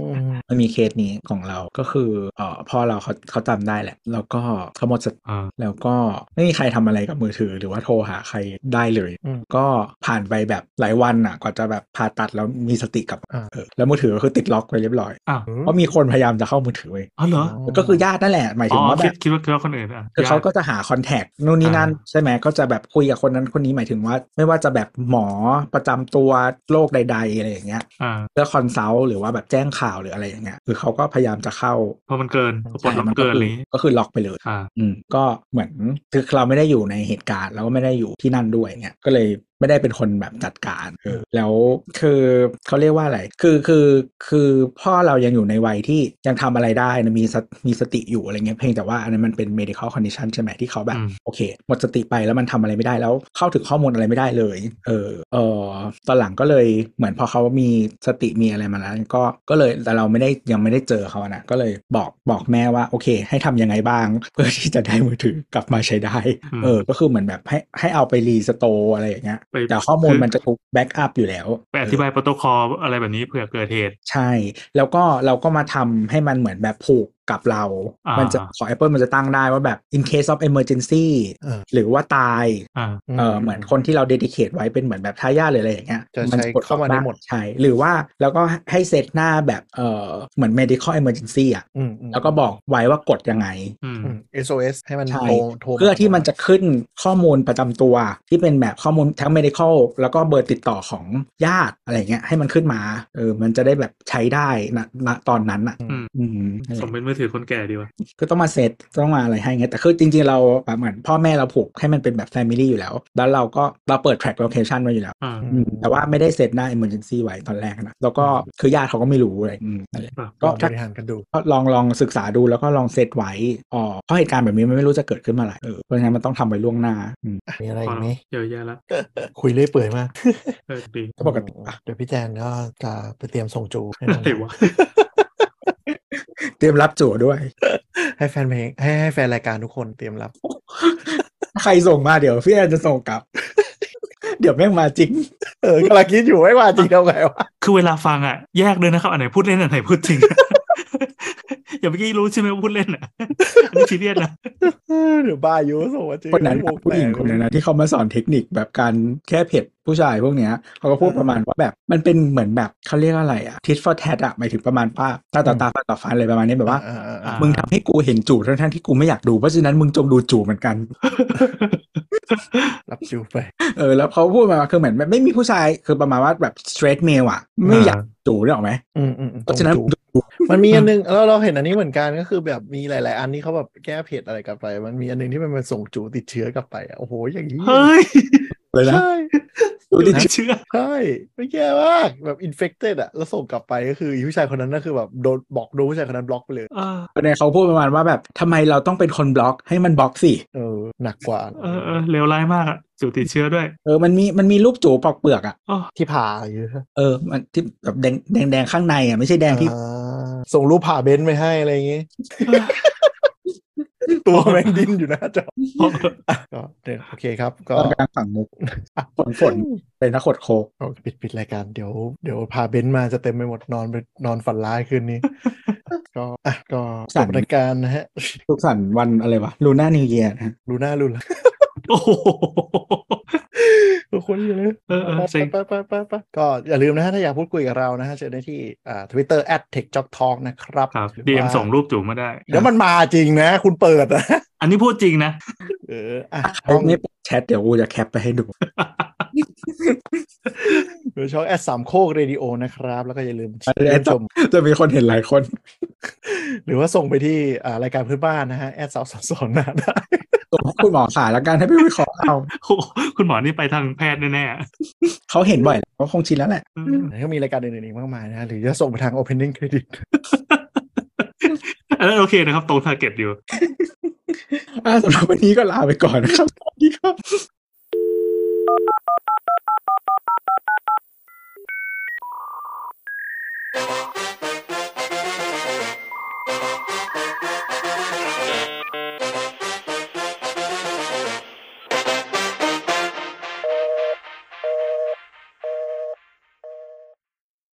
อืม
มันมีเคสนี้ของเราก็คือเอ่อพ่อเราเขาเขาจำได้แหละ แล้วก็เขาหมดสติ
อ่า
แล้วก็ไม่มีใครทำอะไรกับมือถือหรือว่าโทรหาใครได้เลย
อืม
ก็ผ่านไปแบบหลายวันอ่ะกว่าจะแบบผ่าตัดแล้วมีสติกลับมา
อ่า
เออแล้วมือถือก็คือติดล็อกไปเรียบร้อย
อ้าว
เพราะมีคนพยายามจะเข้ามือถือเว้ย
อ๋อเหรอ
แล้วก็คือญาตินั่นแหละหมาย
อ๋
ถึง
อ
ว่าแบ
คิด
บ
คิดว่าคิดว่าคนอื่นอ่ะ
คือเขาก็จะหาคอนแทคนู่นนี่นั่น ใช่ไหมก็จะแบบคุยกับคนนั้นคนนี้หมายถึงว่า ไม่ว่าจะแบบหมอประจำตัวโรคใด ๆ อะไรอย่างเงี้ย
อ่า
เพื่อคอนซัลท์หรือว่าแบบแจ้งข่าวหรืออะไรอย่างเงี้ยคือเขาก็พยายามจะเข้า
เพราะมันเกินปรากฏ
ใช่
ว่า
มั
มัน น
ก็
เกิน
คือ
เลยางงี้
ก็คือล็อกไปเลย
อ่า
อืมก็เหมือนคือเราไม่ได้อยู่ในเหตุการณ์แล้วก็ไม่ได้อยู่ที่นั่นด้วยเงี้ยก็เลยไม่ได้เป็นคนแบบจัดการเออแล้วคือเขาเรียกว่าอะไรคือคือคือพ่อเรายังอยู่ในวัยที่ยังทำอะไรได้นะมีสติมีสติอยู่อะไรเงี้ยเพียงแต่ว่าอันนั้นมันเป็น medical condition ใช่ไหมที่เขาแบบ
อืม
โอเค หมดสติไปแล้วมันทำอะไรไม่ได้แล้วเข้าถึงข้อมูลอะไรไม่ได้เลย เออเออตอนหลังก็เลยเหมือนพอเขามีสติมีอะไรมาแล้วก็ก็เลยแต่เราไม่ได้ยังไม่ได้เจอเขาอะนะก็เลยบอกบอกแม่ว่าโอเค ให้ทำยังไงบ้าง เพื่อที่จะได้มือถือกลับมาใช้ได้
อืม
เออ ก็คือเหมือนแบบให้ให้เอาไปรีสโตร์อะไรอย่างเงี้ย
ไป
แต่ข้อมูล
คือ
มันจะถูกแบ็กอัพอยู่แล้ว
ไปอ
เออ
ธิบายโปรโตคอลอะไรแบบนี้เผื่อเกิดเหตุ
ใช่ แล้วก็เราก็มาทำให้มันเหมือนแบบผูกกับเรา
อ่ามั
มันจะของ Apple มันจะตั้งได้ว่าแบบ in case of emergency
เออ
หรือว่าตาย
อ่า
เออเหมือนคนที่เราเดดิเคทไว้เป็นเหมือนแบบทายาทหรืออะไรอย่างเงี้ย
จะใช้
กออก
เข้ามาได้หมด
ใช่ หรือว่าแล้วก็ให้เซตหน้าแบบเออเหมือน medical emergency อ่ะ
อืมอืม
แล้วก็บอกไว้ว่ากดยังไง
อืม
อืม SOS ให้มัน
ใช่
โทรโทร
เพื่อที่มันจะขึ้นข้อมูลประจำตัวที่เป็นแบบข้อมูลทั้ง medical แล้วก็เบอร์ติดต่อของญาติอะไรเงี้ยให้มันขึ้นมาเออมันจะได้แบบใช้ได้ณณตอนนั้นอ่ะ
อืม
อืมนั่นแห
ส
ละ
มเป็นมือถือคนแก่ดีวะ
ก็ต้องมาเซตต้องมาอะไรให้เงี้ยแต่คือจริงๆเราแบบเหมือนพ่อแม่เราผูกให้มันเป็นแบบ Family อยู่แล้ว แล้วเราก็เราเปิด track location ไว้อยู่แล้ว
อ่า
อืมแต่ว่าไม่ได้เซตหน้า emergency ไว้ตอนแรกนะ แล้วก็คือญาติเขาก็ไม่รู้อะไรอืมนั่นแหละ
ครับ
ก็
ก็บ
ถ้า
ริหารกันดู
ก็ลองลองศึกษาดูแล้วก็ลองเซตไว้อ๋อเพราะเหตุการณ์แบบนี้มันไม่รู้จะเกิดขึ้นเมื่อไหร่เออเพราะฉะนั้นมันต้องทำไว้ล่วงหน้าอืม
มีอะไร
พ
อีก
อแล้
ไหม
วเยอะแยะละ
คุยเรื่อยเปื่อยมาก
เออดี
ก็ปกติปะ
เดี๋ยวพี่แจนก็จะไปเตรียมส่งจูให้น้อง
อะไรวะ
เตรียมรับจู่ด้วย
ให้แฟนเพลงให้ให้แฟนรายการทุกคนเตรียมรับ
ใครส่งมาเดี๋ยวพี่แอนจะส่งกลับ เดี๋ยวแม่งมาจริง
เออกำลังคิดอยู่ไม่ว่าจริงเท่าไงวะ
คือเวลาฟังอ่ะ แยกด้วยนะครับ อันไหนพูดเล่นอันไหนพูดจริง อย่าไปกี้รู้ใช่ไหมว่าพูดเล่นอ่ะ อันนี้ซีเรียสนะ
เออเดี๋ยวบ้าอยุส่งมาจริง
คนนั้นอะผู้หญิงคนนั้นนะที่เขามาสอนเทคนิคแบบการแค่เผ็ดผู้ชายพวกเนี้ยเขาก็พูดประมาณว่าแบบมันเป็นเหมือนแบบเขาเรียกอะไรอะทิสฟอร์แทอะหมายถึงประมาณป้าตาต่อตาฟันต่อฟันอะไรประมาณนี้แบบว่า
อ่อ่อ่
อ่า
มึงทำให้กูเห็นจู่ทั้งทที่กูไม่อยากดูเพราะฉะนั้นมึงจงดูจู่เหมือนกัน
รับจูไป
เออแล้วเขาพูดมาคือเหมือนแบบไม่มีผู้ชายคือประมาณว่าแบบ straight male อะไม่อยากจู่หรออกไหม
อืมอืมอืม
เพราะฉะนั้น
ส่งจูมันมีอันนึงเราเราเห็นอันนี้เหมือนกันก็คือแบบมีหลาย ๆ อันที่เขาแบบแก้เผ็ดอะไรกลับไป มันมีอันนึงที่มันมาส่งจูติดเชื้อกลับไปอะโอ้โหอย่างนี้
เฮ้ย
เลยนะ
ใช่
ดูดิ
น่าเชื่อ
ใช่ไม่แย่มากแบบอินเฟคเต็ดอะแล้วส่งกลับไปก็คือผู้ชายคนนั้นก็คือแบบโดนบอกโดนผู้ชายคนนั้นบล็อกไปเลย
เออ
ประเด็นเขาพูดประมาณว่าแบบทำไมเราต้องเป็นคนบล็อกให้มันบล็อกสิ
เออหนักกว่า
เออเออเลวร้ายมากอ่ะจุติดเชื้อด้วย
เออมันมีมันมีรูปจู่ปอกเปลือกอะ
อ๋อ
ที่ผ่าอยู่างงี้
เออ มันที่แบบแดงแดงแดงข้างในอ่ะไม่ใช่แดงที่
อ่าส่งรูปผ่าเบนซ์ไปให้อะไรอย่างงี้
เออ
ตัวแมงดินอยู่หน้าจออ่ะก็เนี่ยโอเคครับ ก็
ตอนกลางฝั่งมุก ฝนฝนเป็นนักขดโคก
โอเคปิดปิดรายการเดี๋ยวเดี๋ยวพาเบนซ์มาจะเต็มไปหมดนอนไปนอนฝันร้ายคืนนี้ ก็อ่ะก็จบรายการนะฮะ
ทุกสันวันอะไรวะลูน่านิวเยียนะ
รู้หน้ารู้หลัง
โอ้โห
ทุกคนอย่าลืม
เออเออ
ไป
เซ็ง
ไปไปไปไปก็อย่าลืมนะฮะถ้าอยากพูดคุยกับเรานะฮะเจอได้ที่อ่าทวิตเตอร์แอดเทคจ็อกทองนะครับ
ครับ
หรือ
ดีเอ็ม
ว่า
ส่งรูปจู่มาได้
เดี๋ยวมันมาจริงนะ คุณเปิดนะ
อันนี้พูดจริงนะ
เอออ่ะ
ใคร
ช่อง
ไม่เปิดแชทเดี๋ยวกูจะแคปไปให้ดู
หรือช่องแอดสามโคกเรดิโอนะครับ แล้วก็อย่าลืม
อันนี้
เยี่ยมชม
จะมีคนเห็นหลายคน
หรือว่าส่งไปที่อ่ารายการพื้นบ้านนะฮะแอดสาวสอนนะได้
ส่งให้คุณหมอขาแล้วกันให้ไปวิเคราะห์เอา
โอ้โหคุณหมอนี่ไปทางแพทย์แน่
เขาเห็นบ่อยแล้วเขาคงชินแล้วแหละ
ๆอืม
ก็มีรายการอื่นๆอีกมากมายนะฮะหรือจะส่งไปทาง opening credit
อันนั้นโอเคนะครับ ตรงทาร์เก็ตอยู่
อ่าสำหรับวันนี้ก็ลาไปก่อนนะครับสวัสดีครับ